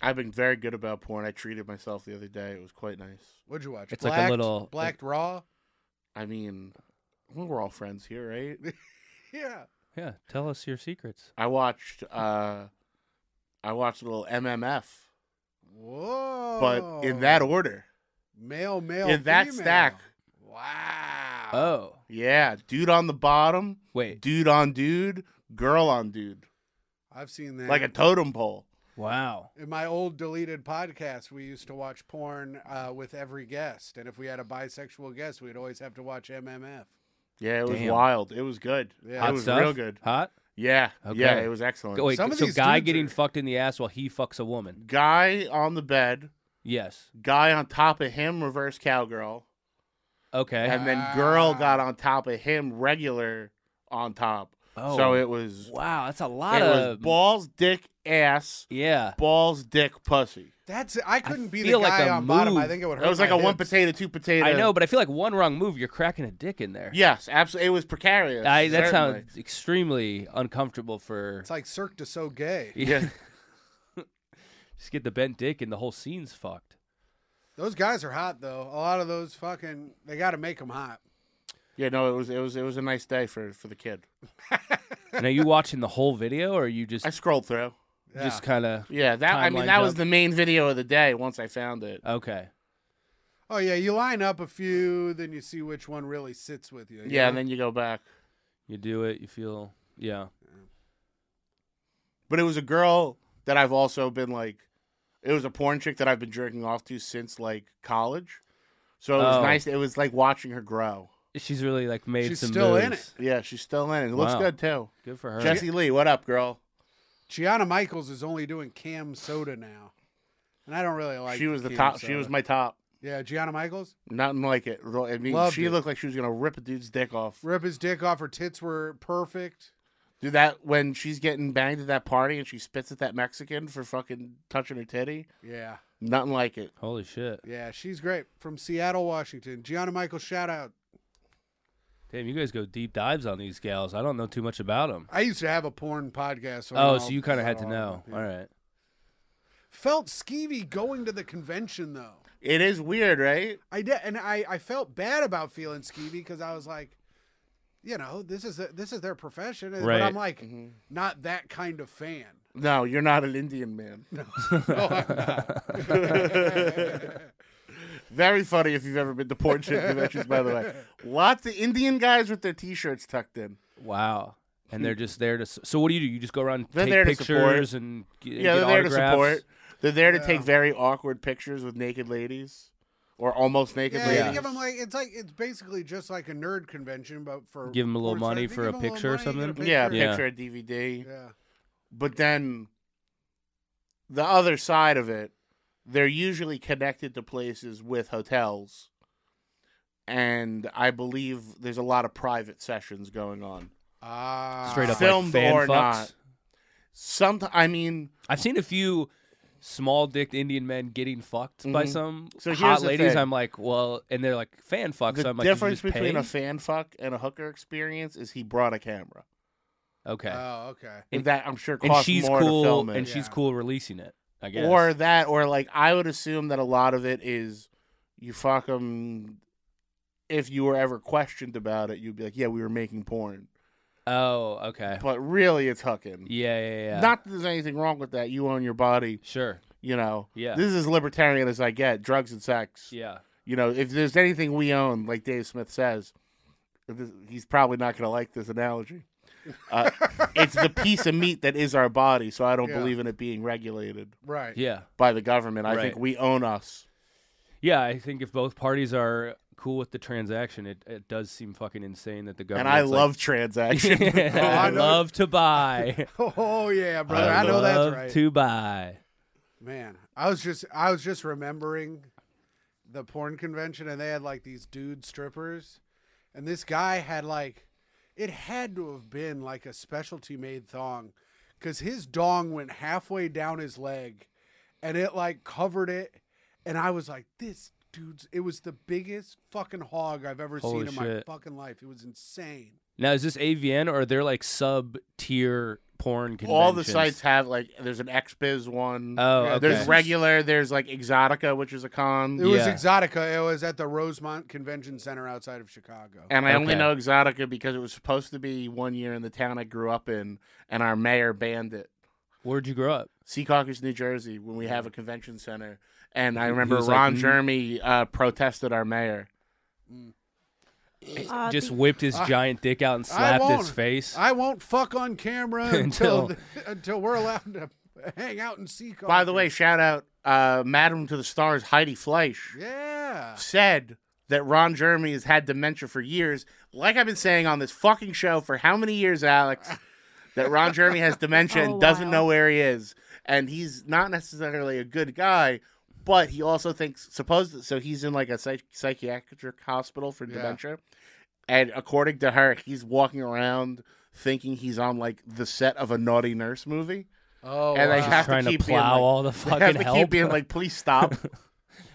Speaker 5: I've been very good about porn. I treated myself the other day. It was quite nice.
Speaker 6: What'd you watch?
Speaker 2: It's like a
Speaker 6: Blacked?
Speaker 2: little-
Speaker 6: blacked raw.
Speaker 5: I mean, well, we're all friends here, right?
Speaker 6: Yeah.
Speaker 2: Yeah. Tell us your secrets.
Speaker 5: I watched. uh I watched a little MMF,
Speaker 6: Whoa.
Speaker 5: but in that order,
Speaker 6: male, Oh. male,
Speaker 5: in that
Speaker 6: female.
Speaker 5: stack.
Speaker 6: Wow.
Speaker 2: Oh.
Speaker 5: Yeah, dude on the bottom,
Speaker 2: Wait.
Speaker 5: dude on dude, girl on dude,
Speaker 6: I've seen that.
Speaker 5: like a totem pole.
Speaker 2: Wow.
Speaker 6: in my old deleted podcast, we used to watch porn uh, with every guest, and if we had a bisexual guest, we'd always have to watch MMF.
Speaker 5: Yeah, it was
Speaker 2: Damn.
Speaker 5: wild. It was good.
Speaker 6: Yeah.
Speaker 5: it
Speaker 2: Hot
Speaker 5: was
Speaker 2: stuff?
Speaker 5: real good.
Speaker 2: Hot.
Speaker 5: Yeah, yeah,
Speaker 2: Okay.
Speaker 5: it was excellent.
Speaker 2: Go- Wait,
Speaker 6: Some of
Speaker 2: so
Speaker 6: these
Speaker 2: guy
Speaker 6: dudes
Speaker 2: getting
Speaker 6: are-
Speaker 2: fucked in the ass while he fucks a woman.
Speaker 5: Guy on the bed,
Speaker 2: Yes.
Speaker 5: guy on top of him, reverse cowgirl,
Speaker 2: Okay.
Speaker 5: and then girl
Speaker 6: Ah.
Speaker 5: got on top of him, regular on top.
Speaker 2: oh.
Speaker 5: So it was
Speaker 2: Wow, that's a lot
Speaker 5: it was
Speaker 2: of
Speaker 5: balls, dick, ass,
Speaker 2: yeah.
Speaker 5: balls, dick, pussy.
Speaker 6: That's I couldn't be the
Speaker 2: feel like
Speaker 6: guy
Speaker 2: a
Speaker 6: on bottom. I
Speaker 2: move.
Speaker 6: think it would
Speaker 5: It
Speaker 6: hurt.
Speaker 5: was like
Speaker 6: my
Speaker 5: a one
Speaker 6: hips.
Speaker 5: potato, two potato.
Speaker 2: I know, but I feel like one wrong move, you're cracking a dick in there.
Speaker 5: yes, absolutely. It was precarious.
Speaker 2: I, that
Speaker 5: certainly.
Speaker 2: sounds extremely uncomfortable for.
Speaker 6: It's like Cirque du So Gay.
Speaker 5: Yeah.
Speaker 2: Just get the bent dick and the whole scene's fucked.
Speaker 6: Those guys are hot though. A lot of those fucking they got to make them hot.
Speaker 5: yeah, no, it was it was it was a nice day for for the kid.
Speaker 2: And are you watching the whole video, or are you just
Speaker 5: I scrolled through.
Speaker 6: Yeah.
Speaker 2: just kind of
Speaker 5: Yeah, that I mean
Speaker 2: Timeline
Speaker 5: that was
Speaker 2: jump. Uh,
Speaker 5: the main video of the day once I found it.
Speaker 2: okay?
Speaker 6: oh yeah, you line up a few, then you see which one really sits with you. you
Speaker 5: Yeah, and
Speaker 6: know?
Speaker 5: then you go back.
Speaker 2: You do it. You feel yeah.
Speaker 5: But it was a girl that I've also been like, It was a porn chick that I've been jerking off to since like college. So it was
Speaker 2: Oh.
Speaker 5: nice. It was like watching her grow.
Speaker 2: She's really like made
Speaker 6: She's
Speaker 2: some
Speaker 6: still in
Speaker 2: moves.
Speaker 5: Yeah, she's still in it. It looks
Speaker 2: Wow.
Speaker 5: good too.
Speaker 2: Good for her.
Speaker 5: Jesse Lee, what up, girl?
Speaker 6: Gianna Michaels is only doing cam soda now, and I don't really like.
Speaker 5: she was the
Speaker 6: cam
Speaker 5: top. She
Speaker 6: soda.
Speaker 5: was my top.
Speaker 6: yeah. Gianna Michaels
Speaker 5: Nothing like it. Ro- I mean,
Speaker 6: Loved
Speaker 5: she
Speaker 6: it.
Speaker 5: looked like she was gonna rip a dude's dick off.
Speaker 6: rip his dick off. Her tits were perfect.
Speaker 5: Do that when she's getting banged at that party and she spits at that Mexican for fucking touching her titty.
Speaker 6: Yeah,
Speaker 5: Nothing like it.
Speaker 2: Holy shit!
Speaker 6: yeah. She's great from Seattle, Washington. Gianna Michaels, shout out.
Speaker 2: Damn, you guys go deep dives on these gals. I don't know too much about them.
Speaker 6: I used to have a porn podcast. So I
Speaker 2: Oh,
Speaker 6: know
Speaker 2: so you kind of
Speaker 6: about
Speaker 2: had to
Speaker 6: all of
Speaker 2: know.
Speaker 6: them.
Speaker 2: All right.
Speaker 6: Felt skeevy going to the convention though.
Speaker 5: It is weird, right?
Speaker 6: I did, and I, I felt bad about feeling skeevy because I was like, you know, this is this is their profession, and-
Speaker 2: Right.
Speaker 6: but I'm like, not that kind of fan.
Speaker 5: No, you're not an Indian man. Very funny if you've ever been to porn shit conventions, by the way. Lots of Indian guys with their t-shirts tucked in.
Speaker 2: Wow. And they're just there to. s- So what do you do? You just go around,
Speaker 5: They're
Speaker 2: take
Speaker 5: there to support.
Speaker 2: pictures, and get,
Speaker 5: Yeah,
Speaker 2: get
Speaker 5: they're there to
Speaker 2: autographs.
Speaker 5: support. They're there to take very awkward pictures with naked ladies or almost naked
Speaker 6: Yeah,
Speaker 5: ladies.
Speaker 6: you give them like it's like it's basically just like a nerd convention, but for
Speaker 2: Give 'em a little
Speaker 6: porn star.
Speaker 2: money
Speaker 6: If you
Speaker 2: for a
Speaker 6: give 'em little
Speaker 2: picture or
Speaker 6: money, you get a
Speaker 2: something?
Speaker 5: yeah,
Speaker 2: Yeah.
Speaker 5: picture a DVD.
Speaker 6: yeah.
Speaker 5: But then the other side of it, they're usually connected to places with hotels. And I believe there's a lot of private sessions going on.
Speaker 6: Ah,
Speaker 2: Straight up,
Speaker 5: Filmed
Speaker 2: like fan
Speaker 5: Uh, or
Speaker 2: fucks.
Speaker 5: not. Some, I mean,
Speaker 2: I've seen a few small dicked Indian men getting fucked by some
Speaker 5: Mm-hmm. So here's
Speaker 2: hot
Speaker 5: the
Speaker 2: ladies.
Speaker 5: thing.
Speaker 2: I'm like, well, and they're like fan fucks.
Speaker 5: the
Speaker 2: I'm like, "Did you
Speaker 5: difference
Speaker 2: just
Speaker 5: between
Speaker 2: pay?
Speaker 5: a fan fuck and a hooker experience is he brought a camera.
Speaker 2: okay,
Speaker 6: Oh, okay.
Speaker 5: And that I'm sure
Speaker 2: and
Speaker 5: costs
Speaker 2: she's
Speaker 5: more to film
Speaker 2: cool,
Speaker 5: it.
Speaker 2: and she's
Speaker 6: Yeah.
Speaker 2: cool releasing it. I guess.
Speaker 5: Or that, or like I would assume that a lot of it is you fuck them. If you were ever questioned about it, you'd be like, "Yeah, we were making porn,"
Speaker 2: oh, okay,
Speaker 5: but really, it's hooking.
Speaker 2: yeah, yeah, yeah.
Speaker 5: Not that there's anything wrong with that. You own your body.
Speaker 2: sure.
Speaker 5: You know.
Speaker 2: Yeah.
Speaker 5: This is as libertarian as I get. Drugs and sex.
Speaker 2: Yeah,
Speaker 5: You know, if there's anything we own, like Dave Smith says, this- he's probably not going to like this analogy. Uh, it's the piece of meat that is our body, so I don't
Speaker 6: Yeah.
Speaker 5: believe in it being regulated
Speaker 6: Right.
Speaker 2: yeah,
Speaker 5: by the government. I think
Speaker 2: Right.
Speaker 5: we own us.
Speaker 2: yeah. I think if both parties are cool with the transaction, it, it does seem fucking insane that the
Speaker 5: and
Speaker 2: government.
Speaker 5: I love Oh, transaction.
Speaker 2: I
Speaker 6: Oh, I know-
Speaker 2: love to buy.
Speaker 6: Oh yeah, brother. I, know
Speaker 2: love
Speaker 6: that's right.
Speaker 2: To buy.
Speaker 6: Man, I was just I was just remembering the porn convention and they had like these dude strippers and this guy had like it had to have been like a specialty made thong cuz his dong went halfway down his leg and it like covered it and I was like this dude's it was the biggest fucking hog I've ever
Speaker 2: Holy
Speaker 6: seen in
Speaker 2: shit.
Speaker 6: my fucking life. It was insane.
Speaker 2: Now is this AVN or are there like sub tier porn conventions?
Speaker 5: All the sites have like there's an XBiz one.
Speaker 2: Oh,
Speaker 6: Yeah,
Speaker 2: okay.
Speaker 5: There's
Speaker 6: okay.
Speaker 5: regular. There's like Exotica, which is a con.
Speaker 6: It was
Speaker 2: Yeah.
Speaker 6: Exotica. It was at the Rosemont Convention Center outside of Chicago.
Speaker 5: And I only
Speaker 2: Okay.
Speaker 5: know Exotica because it was supposed to be one year in the town I grew up in, and our mayor banned it.
Speaker 2: Where'd you grow up?
Speaker 5: Secaucus, New Jersey, when we have a convention center. And I remember
Speaker 2: was like,
Speaker 5: Ron
Speaker 2: "Mm."
Speaker 5: Jeremy uh, protested our mayor.
Speaker 7: Uh,
Speaker 2: Just
Speaker 7: the-
Speaker 2: whipped his giant dick out and slapped
Speaker 6: I won't,
Speaker 2: his face.
Speaker 6: I won't fuck on camera
Speaker 2: Until-
Speaker 6: until until, we're allowed to hang out and see.
Speaker 5: By the way, shout out uh, Madam to the Stars, Heidi Fleisch,
Speaker 6: yeah,
Speaker 5: said that Ron Jeremy has had dementia for years. Like I've been saying on this fucking show for how many years, Alex, that Ron Jeremy has dementia
Speaker 7: Oh,
Speaker 5: and doesn't
Speaker 7: wow.
Speaker 5: know where he is. And he's not necessarily a good guy. But he also thinks, supposed so he's in like a psych- psychiatric hospital for
Speaker 6: Yeah.
Speaker 5: dementia. And according to her, he's walking around thinking he's on like the set of a naughty nurse movie.
Speaker 6: oh,
Speaker 5: and they
Speaker 6: wow.
Speaker 5: have
Speaker 2: trying
Speaker 5: to
Speaker 2: to,
Speaker 5: keep being
Speaker 2: plow
Speaker 5: like-
Speaker 2: all the
Speaker 5: They have
Speaker 2: fucking
Speaker 5: to
Speaker 2: help.
Speaker 5: keep being like, please stop.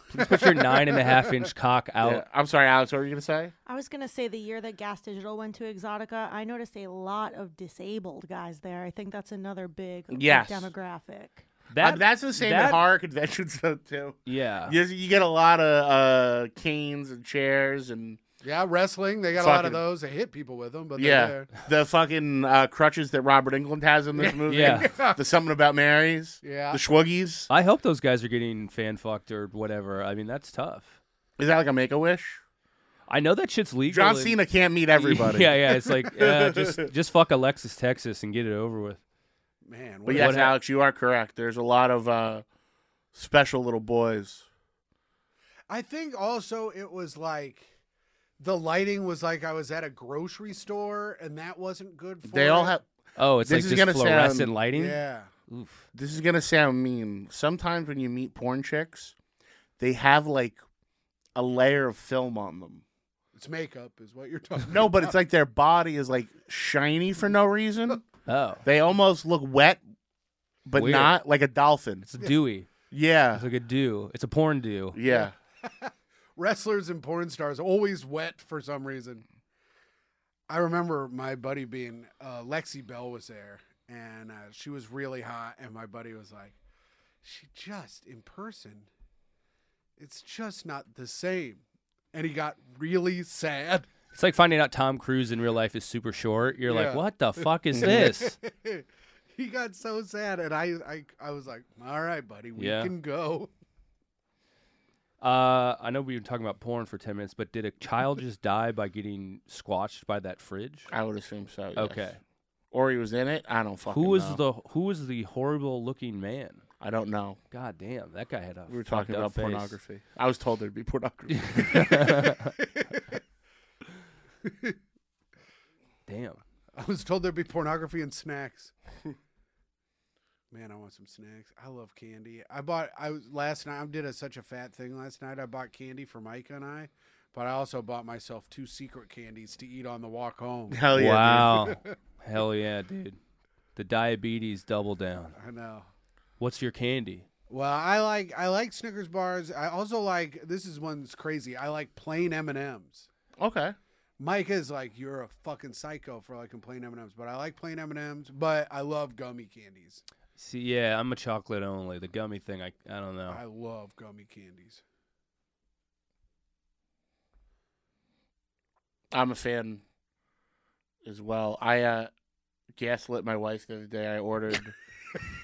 Speaker 2: Please put your nine and a half inch cock out.
Speaker 5: Yeah. Uh, I'm sorry, Alex, what were you gonna say?
Speaker 7: I was gonna say the year that Gas Digital went to Exotica, I noticed a lot of disabled guys there. I think that's another big like,
Speaker 5: Yes.
Speaker 7: demographic.
Speaker 5: Uh, that's the same at
Speaker 2: that-
Speaker 5: horror conventions though too.
Speaker 2: Yeah.
Speaker 5: You, you get a lot of uh, canes and chairs and
Speaker 6: yeah, wrestling. They got a lot
Speaker 5: Fucking-
Speaker 6: of those. They hit people with them, but
Speaker 5: yeah,
Speaker 6: they're
Speaker 5: the fucking uh, crutches that Robert England has in this movie.
Speaker 2: Yeah.
Speaker 5: the something about Marys.
Speaker 6: Yeah.
Speaker 5: the swoogies.
Speaker 2: I hope those guys are getting fan fucked or whatever. I mean, that's tough.
Speaker 5: Is that like a Make a Wish?
Speaker 2: I know that shit's legal.
Speaker 5: John
Speaker 2: in-
Speaker 5: Cena can't meet everybody.
Speaker 2: Yeah, yeah. It's like yeah, just just fuck Alexis Texas and get it over with.
Speaker 6: there. Man,
Speaker 5: But
Speaker 6: what
Speaker 5: yes,
Speaker 2: hap-
Speaker 5: Alex, you are correct. There's a lot of uh, special little boys.
Speaker 6: I think also it was like the lighting was like I was at a grocery store and that wasn't good for
Speaker 5: They all
Speaker 6: it.
Speaker 5: have.
Speaker 2: Oh, it's
Speaker 5: This
Speaker 2: like
Speaker 5: is
Speaker 2: this
Speaker 5: gonna
Speaker 2: fluorescent
Speaker 5: sound-
Speaker 2: lighting.
Speaker 6: Yeah.
Speaker 2: Oof.
Speaker 5: This is gonna sound mean. Sometimes when you meet porn chicks, they have like a layer of film on them.
Speaker 6: It's makeup is what you're talking
Speaker 5: No, but it's like their body is like shiny for no reason.
Speaker 2: Oh,
Speaker 5: They almost look wet, but
Speaker 2: Weird.
Speaker 5: not like a dolphin.
Speaker 2: it's a dewy.
Speaker 5: Yeah,
Speaker 2: It's like a dew. It's a porn dew.
Speaker 5: yeah.
Speaker 6: wrestlers and porn stars always wet for some reason. I remember my buddy being uh, Lexi Bell was there, and uh, she was really hot, and my buddy was like, "She just in person, it's just not the same," and he got really sad.
Speaker 2: It's like finding out Tom Cruise in real life is super short. You're like,
Speaker 6: Yeah.
Speaker 2: what the fuck is this?
Speaker 6: he got so sad, and I, I, I was like, "All right, buddy, we
Speaker 2: Yeah.
Speaker 6: can go."
Speaker 2: uh, I know we were talking about porn for ten minutes, but did a child just die by getting squashed by that fridge?
Speaker 5: I would assume so. yes.
Speaker 2: Okay.
Speaker 5: Or he was in it. I don't fucking.
Speaker 2: Who was
Speaker 5: know.
Speaker 2: the Who was the horrible looking man?
Speaker 5: I don't know.
Speaker 2: God damn, that guy had a.
Speaker 5: We were
Speaker 2: fucked
Speaker 5: talking
Speaker 2: up
Speaker 5: about
Speaker 2: face.
Speaker 5: pornography. I was told there'd be pornography.
Speaker 2: Damn.
Speaker 6: I was told there'd be pornography and snacks. Man, I want some snacks. I love candy. I bought. I was last night. I did a, such a fat thing last night. I bought candy for Micah and I, but I also bought myself two secret candies to eat on the walk home.
Speaker 5: Hell yeah! dude.
Speaker 2: wow. Hell yeah, dude. The diabetes double down.
Speaker 6: I know.
Speaker 2: What's your candy?
Speaker 6: Well, I like I like Snickers bars. I also like this is one's crazy. I like plain M and M's.
Speaker 5: Okay.
Speaker 6: Micah's like you're a fucking psycho for liking plain M and M's, but I like plain M and M's. But I love gummy candies.
Speaker 2: See, yeah, I'm a chocolate only. The gummy thing, I I
Speaker 5: Oh.
Speaker 2: don't know.
Speaker 6: I love gummy candies.
Speaker 5: I'm a fan as well. I uh, gaslit my wife the other day. I ordered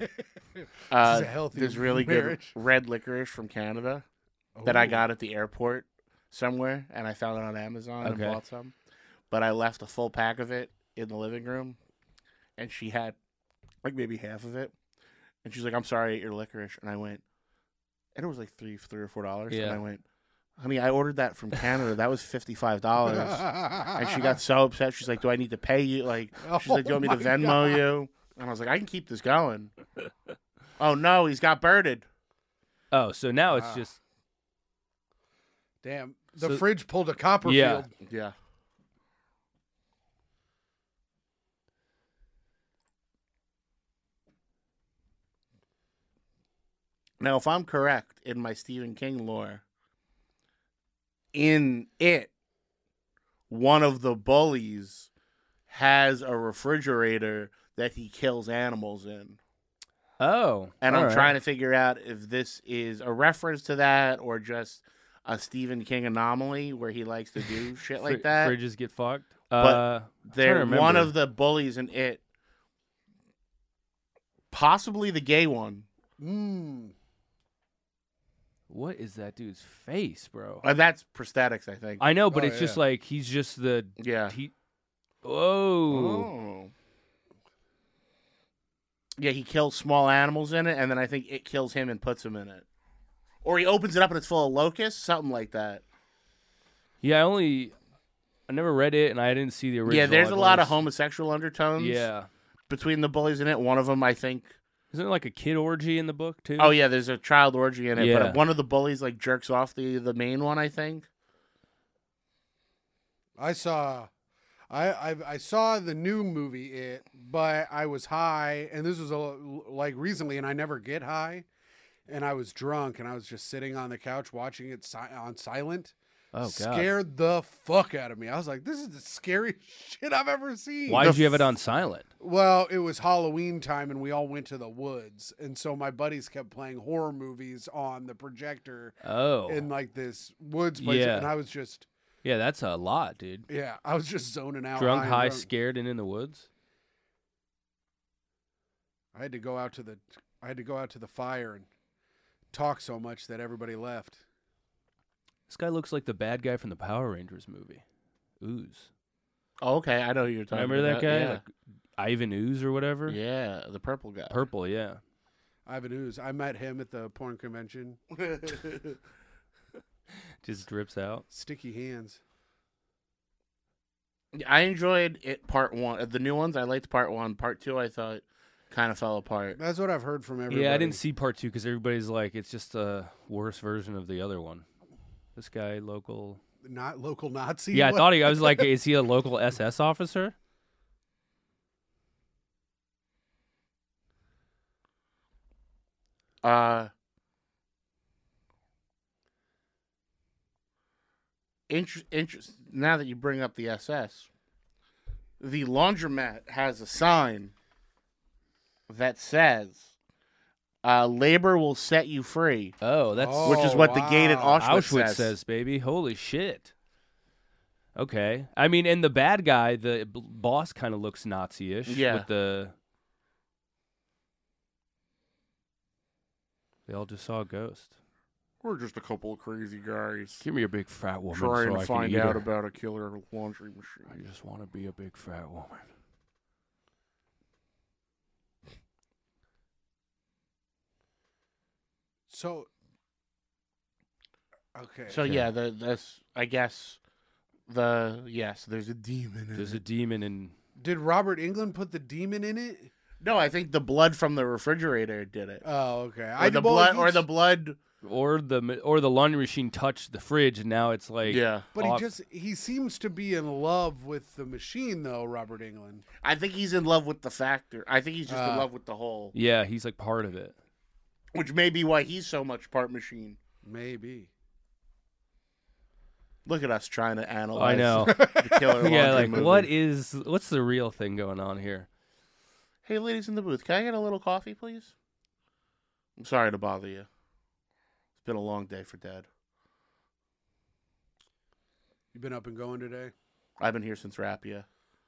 Speaker 5: uh,
Speaker 6: This is a healthy
Speaker 5: this really
Speaker 6: marriage.
Speaker 5: good red licorice from Canada that I
Speaker 6: Ooh.
Speaker 5: got at the airport somewhere, and I found it on Amazon and
Speaker 2: Okay.
Speaker 5: bought some. But I left a full pack of it in the living room, and she had like maybe half of it, and she's like, "I'm sorry, I ate your licorice," and I went, and it was like three, three or four dollars, and
Speaker 2: Yeah.
Speaker 5: I went. Honey, I ordered that from Canada. That was fifty five dollars. And she got so upset. She's like, "Do I need to pay you?" Like, she's like, "Do you want me
Speaker 6: Oh
Speaker 5: to
Speaker 6: my
Speaker 5: Venmo you?" And I was like, "I can keep this going." oh no, he's got birded.
Speaker 2: Oh, so now it's
Speaker 6: Ah.
Speaker 2: just
Speaker 6: Damn, the
Speaker 2: So-
Speaker 6: fridge pulled a Copperfield.
Speaker 2: Yeah.
Speaker 5: Yeah. Now, if I'm correct in my Stephen King lore, in it, one of the bullies has a refrigerator that he kills animals in.
Speaker 2: oh.
Speaker 5: And I'm
Speaker 2: alright.
Speaker 5: trying to figure out if this is a reference to that or just a Stephen King anomaly where he likes to do shit like
Speaker 2: Fri-
Speaker 5: that.
Speaker 2: Fridges get fucked. uh, I'm
Speaker 5: But
Speaker 2: trying to
Speaker 5: They're one
Speaker 2: remember.
Speaker 5: of the bullies in it, possibly the gay one.
Speaker 6: Mm.
Speaker 2: What is that dude's face, bro?
Speaker 5: Uh, that's prosthetics, I think.
Speaker 2: I know, but
Speaker 6: Oh,
Speaker 2: it's just
Speaker 6: yeah.
Speaker 2: like he's just the
Speaker 5: yeah.
Speaker 2: he. Whoa.
Speaker 5: Oh. Yeah, he kills small animals in it, and then I think it kills him and puts him in it. Or he opens it up and it's full of locusts, something like that.
Speaker 2: Yeah, I only I never read it, and I didn't see the original.
Speaker 5: Yeah, there's
Speaker 2: I've
Speaker 5: a lot
Speaker 2: only
Speaker 5: of
Speaker 2: s-
Speaker 5: homosexual undertones.
Speaker 2: Yeah.
Speaker 5: between the bullies in it. One of them, I think.
Speaker 2: Isn't there like a kid orgy in the book too?
Speaker 5: Oh yeah, there's a child orgy in it,
Speaker 2: Yeah.
Speaker 5: but one of the bullies like jerks off the the main one. I think.
Speaker 6: I saw, I, I I saw the new movie It, but I was high, and this was a, like recently, and I never get high, and I was drunk, and I was just sitting on the couch watching it si- on silent.
Speaker 2: Oh god.
Speaker 6: Scared the fuck out of me. I was like, "This is the scariest shit I've ever seen."
Speaker 2: Why did you have it on silent?
Speaker 6: Well, it was Halloween time and we all went to the woods. And so my buddies kept playing horror movies on the projector
Speaker 2: Oh.
Speaker 6: in like this woods place.
Speaker 2: Yeah.
Speaker 6: And I was just,
Speaker 2: yeah, that's a lot, dude.
Speaker 6: yeah, I was just zoning out.
Speaker 2: Drunk,
Speaker 6: and
Speaker 2: high,
Speaker 6: drunk.
Speaker 2: scared, and in the woods.
Speaker 6: I had to go out to the, I had to go out to the fire and talk so much that everybody left.
Speaker 2: This guy looks like the bad guy from the Power Rangers movie. Ooze.
Speaker 5: Oh, okay, I know who you're talking.
Speaker 2: Remember that
Speaker 5: about.
Speaker 2: guy?
Speaker 5: Yeah.
Speaker 2: Like Ivan Ooze or whatever?
Speaker 5: Yeah, the purple guy.
Speaker 2: Purple, yeah.
Speaker 6: Ivan Ooze. I met him at the porn convention.
Speaker 2: Just drips out.
Speaker 6: Sticky hands.
Speaker 5: I enjoyed it. Part one, uh, the new ones. I liked part one. Part two, I thought kind of fell apart.
Speaker 6: That's what I've heard from everybody.
Speaker 2: Yeah, I didn't see part two because everybody's like, it's just a worse version of the other one. This guy, local.
Speaker 6: Not local Nazi.
Speaker 2: Yeah, I
Speaker 6: What?
Speaker 2: thought he. I was like, eh. is he a local SS officer?
Speaker 5: Uh, interest, interest. Now that you bring up the SS, the laundromat has a sign that says, uh, "Labor will set you free,"
Speaker 2: Oh, that's
Speaker 6: Oh,
Speaker 5: which is what the gate at
Speaker 6: wow.
Speaker 5: Auschwitz,
Speaker 2: Auschwitz says. baby. Holy shit. Okay, I mean, and the bad guy, the b- boss, kind of looks Nazi-ish.
Speaker 5: Yeah.
Speaker 2: With the. They all just saw a ghost.
Speaker 5: We're just a couple of crazy guys
Speaker 2: Give me a big fat woman so
Speaker 5: trying
Speaker 2: I
Speaker 5: to
Speaker 2: can
Speaker 5: find
Speaker 2: eat
Speaker 5: out
Speaker 2: her.
Speaker 5: about a killer laundry machine.
Speaker 2: I just want to be a big fat woman.
Speaker 6: So. Okay.
Speaker 5: So yeah, the that's I guess the yes, there's a demon. In
Speaker 2: There's
Speaker 5: it.
Speaker 2: a demon in
Speaker 6: Did Robert England put the demon in it?
Speaker 5: No, I think the blood from the refrigerator did it.
Speaker 6: Oh, okay.
Speaker 5: or
Speaker 6: I
Speaker 5: the
Speaker 6: well,
Speaker 5: blood, or
Speaker 6: he's-
Speaker 5: the blood.
Speaker 2: or the ma- or the laundry machine touched the fridge and now it's like
Speaker 5: yeah,
Speaker 6: But he
Speaker 2: off-
Speaker 6: just—he seems to be in love with the machine, though. Robert England.
Speaker 5: I think he's in love with the factor. I think he's just in
Speaker 6: Ah.
Speaker 5: love with the whole,
Speaker 2: yeah he's like part of it
Speaker 5: which may be why he's so much part machine.
Speaker 6: Maybe.
Speaker 5: Look at us trying to analyze.
Speaker 2: i know
Speaker 5: The killer
Speaker 2: yeah
Speaker 5: laundry
Speaker 2: like
Speaker 5: movie.
Speaker 2: what is what's the real thing going on here
Speaker 5: Hey, ladies in the booth, can I get a little coffee, please? I'm sorry to bother you. It's been a long day for Dad.
Speaker 6: You've been up and going today.
Speaker 5: I've been here since Rapia.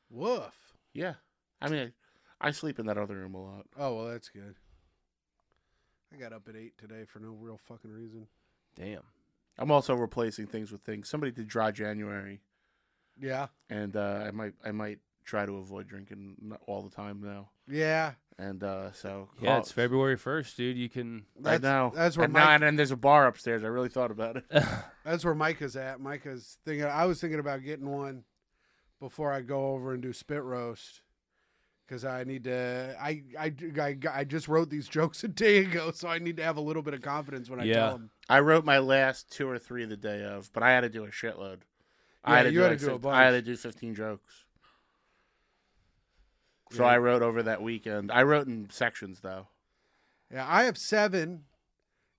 Speaker 6: Woof.
Speaker 5: Yeah, I mean, I, I sleep in that other room a lot.
Speaker 6: Oh well, that's good. I got up at eight today for no real fucking reason.
Speaker 2: damn
Speaker 5: I'm also replacing things with things. Somebody did dry January,
Speaker 6: Yeah.
Speaker 5: and uh, I might I might try to avoid drinking n- all the time now.
Speaker 6: Yeah.
Speaker 5: And uh, so
Speaker 2: yeah
Speaker 5: call-
Speaker 2: it's february 1st dude you can
Speaker 5: I know.
Speaker 6: That's where
Speaker 5: and,
Speaker 6: Mike,
Speaker 5: now, and, there's a bar upstairs. I really thought about it.
Speaker 6: that's where Micah's at. Micah's thinking. I was thinking about getting one before I go over and do spit roast because I need to. I, I I I just wrote these jokes a day ago, so I need to have a little bit of confidence when I
Speaker 2: Yeah.
Speaker 6: tell them.
Speaker 5: I wrote my last two or three the day of, but I had to do a shitload. I
Speaker 6: Yeah,
Speaker 5: had to
Speaker 6: you
Speaker 5: do
Speaker 6: had
Speaker 5: like
Speaker 6: to do a
Speaker 5: fif- I had to
Speaker 6: bunch.
Speaker 5: do 15 jokes. So I wrote over that weekend. I wrote in sections though.
Speaker 6: Yeah, I have seven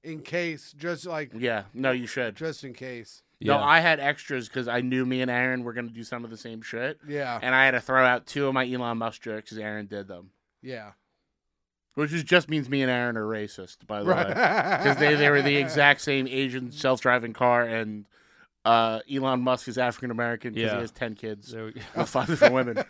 Speaker 6: in case, just like
Speaker 5: Yeah, no, you should.
Speaker 6: just in case.
Speaker 2: yeah
Speaker 5: No, I had extras because I knew me and Aaron were going to do some of the same shit.
Speaker 2: Ah.
Speaker 6: Yeah,
Speaker 5: and I had to throw out two of my Elon Musk jokes because Aaron did them,
Speaker 6: yeah.
Speaker 5: which is just means me and Aaron are racist, by the way,
Speaker 6: Because
Speaker 5: because they, they were the exact same Asian self driving car, and uh, Elon Musk is African American because
Speaker 2: Yeah.
Speaker 5: he has ten kids
Speaker 2: There we-
Speaker 5: with five different women.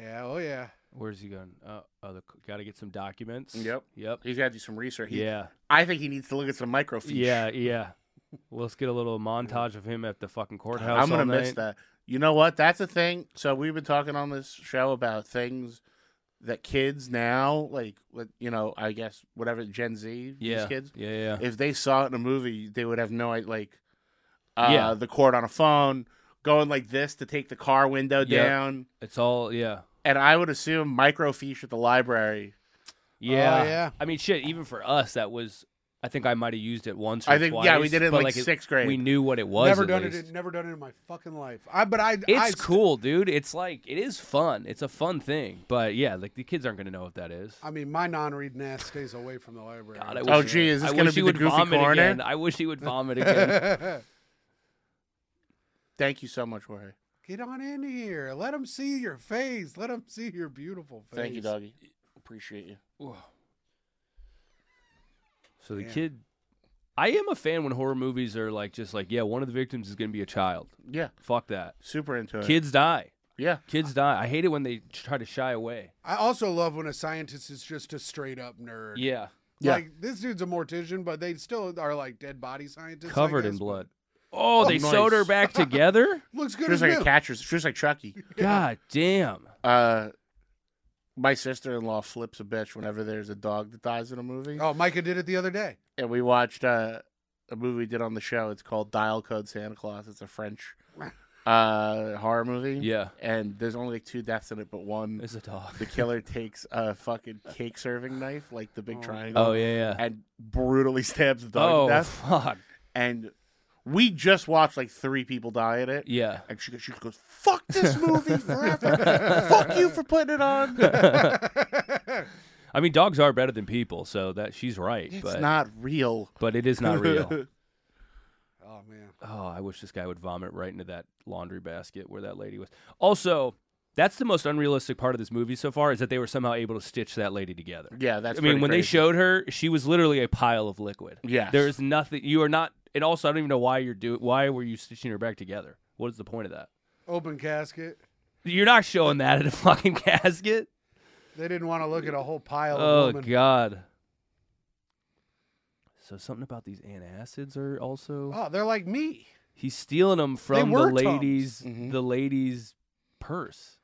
Speaker 6: Yeah. Oh yeah.
Speaker 2: where's he going uh, oh the, gotta get some documents
Speaker 5: Yep.
Speaker 2: yep
Speaker 5: He's got to do some research. He-
Speaker 2: yeah
Speaker 5: I think he needs to look at some microfiche.
Speaker 2: yeah yeah well, let's get a little montage of him at the fucking courthouse
Speaker 5: I'm gonna
Speaker 2: all
Speaker 5: miss
Speaker 2: night.
Speaker 5: that. You know what? That's a thing. So we've been talking on this show about things that kids now, like, like, you know, I guess whatever Gen Z,
Speaker 2: yeah
Speaker 5: these kids,
Speaker 2: yeah yeah
Speaker 5: if they saw it in a movie, they would have no idea. Like, uh,
Speaker 2: Yeah.
Speaker 5: the cord on a phone going like this to take the car window
Speaker 2: Yeah.
Speaker 5: down,
Speaker 2: it's all yeah
Speaker 5: and I would assume microfiche at the library.
Speaker 2: Yeah.
Speaker 6: yeah.
Speaker 2: I mean, shit, even for us, that was, I think I might have used it once or
Speaker 5: I think- yeah, we
Speaker 2: twice,
Speaker 5: did it in,
Speaker 2: but,
Speaker 5: like, sixth grade.
Speaker 2: We knew what it was.
Speaker 6: never
Speaker 2: at
Speaker 6: done
Speaker 2: least.
Speaker 6: it. in- Never done it in my fucking life. I but I. I
Speaker 2: It's
Speaker 6: st-
Speaker 2: cool, dude. It's like, it is fun. It's a fun thing. But yeah, like the kids aren't going to know what that is.
Speaker 6: I mean, my non-reading ass stays away from the library.
Speaker 2: God, I
Speaker 5: Oh,
Speaker 2: wish-
Speaker 5: gee, is this
Speaker 2: I
Speaker 5: gonna
Speaker 2: wish he
Speaker 5: be the
Speaker 2: would
Speaker 5: goofy
Speaker 2: vomit
Speaker 5: corner?
Speaker 2: again. I wish he would vomit again.
Speaker 5: Thank you so much, Jorge.
Speaker 6: Get on in here. Let them see your face. Let them see your beautiful face.
Speaker 5: Thank you, doggy. Appreciate you.
Speaker 2: so the kid, I am a fan when horror movies are like, just like, yeah, one of the victims is going to be a child.
Speaker 5: Yeah,
Speaker 2: Fuck that.
Speaker 5: super into it.
Speaker 2: Kids die.
Speaker 5: Yeah,
Speaker 2: Kids die. I hate it when they try to shy away.
Speaker 6: I also love when a scientist is just a straight up nerd.
Speaker 2: Yeah.
Speaker 5: yeah.
Speaker 6: Like this dude's a mortician, but they still are like dead body scientists. I
Speaker 2: covered in
Speaker 6: guess, but
Speaker 2: blood. Oh, they
Speaker 5: nice.
Speaker 2: sewed her back together?
Speaker 6: Looks good
Speaker 5: she was
Speaker 6: as
Speaker 5: like a
Speaker 6: new.
Speaker 5: catcher's. She was like Chucky.
Speaker 2: God damn.
Speaker 5: Uh, my sister in law flips a bitch whenever there's a dog that dies in a movie.
Speaker 6: Oh, Micah did it the other day.
Speaker 5: And we watched uh, a movie we did on the show. It's called Dial Code Santa Claus. It's a French uh, horror movie.
Speaker 2: Yeah.
Speaker 5: And there's only like two deaths in it, but one
Speaker 2: There's a dog.
Speaker 5: the killer takes a fucking cake serving knife, like the big triangle,
Speaker 2: Oh yeah, yeah.
Speaker 5: and brutally stabs the dog
Speaker 2: Oh
Speaker 5: to death.
Speaker 2: fuck.
Speaker 5: And we just watched like three people die in it.
Speaker 2: Yeah.
Speaker 5: And she goes, she goes, fuck this movie forever. fuck you for putting it on.
Speaker 2: I mean, dogs are better than people, so that she's right.
Speaker 5: It's
Speaker 2: but
Speaker 5: not real.
Speaker 2: but it is not real.
Speaker 6: Oh man.
Speaker 2: Oh, I wish this guy would vomit right into that laundry basket where that lady was. Also, that's the most unrealistic part of this movie so far is that they were somehow able to stitch that lady together.
Speaker 5: Yeah, that's
Speaker 2: I mean,
Speaker 5: pretty
Speaker 2: when they
Speaker 5: crazy.
Speaker 2: showed her, she was literally a pile of liquid.
Speaker 5: Yes.
Speaker 2: There is nothing. You are not. And also, I don't even know why you're doing. Why were you stitching her back together? What is the point of that?
Speaker 6: Open casket.
Speaker 2: You're not showing that in a fucking casket.
Speaker 6: They didn't want to look at a whole pile of
Speaker 2: Oh
Speaker 6: women.
Speaker 2: God. So something about these antacids are also.
Speaker 6: Oh, they're like me.
Speaker 2: He's stealing them from the
Speaker 6: were Tums.
Speaker 2: ladies. The ladies' purse.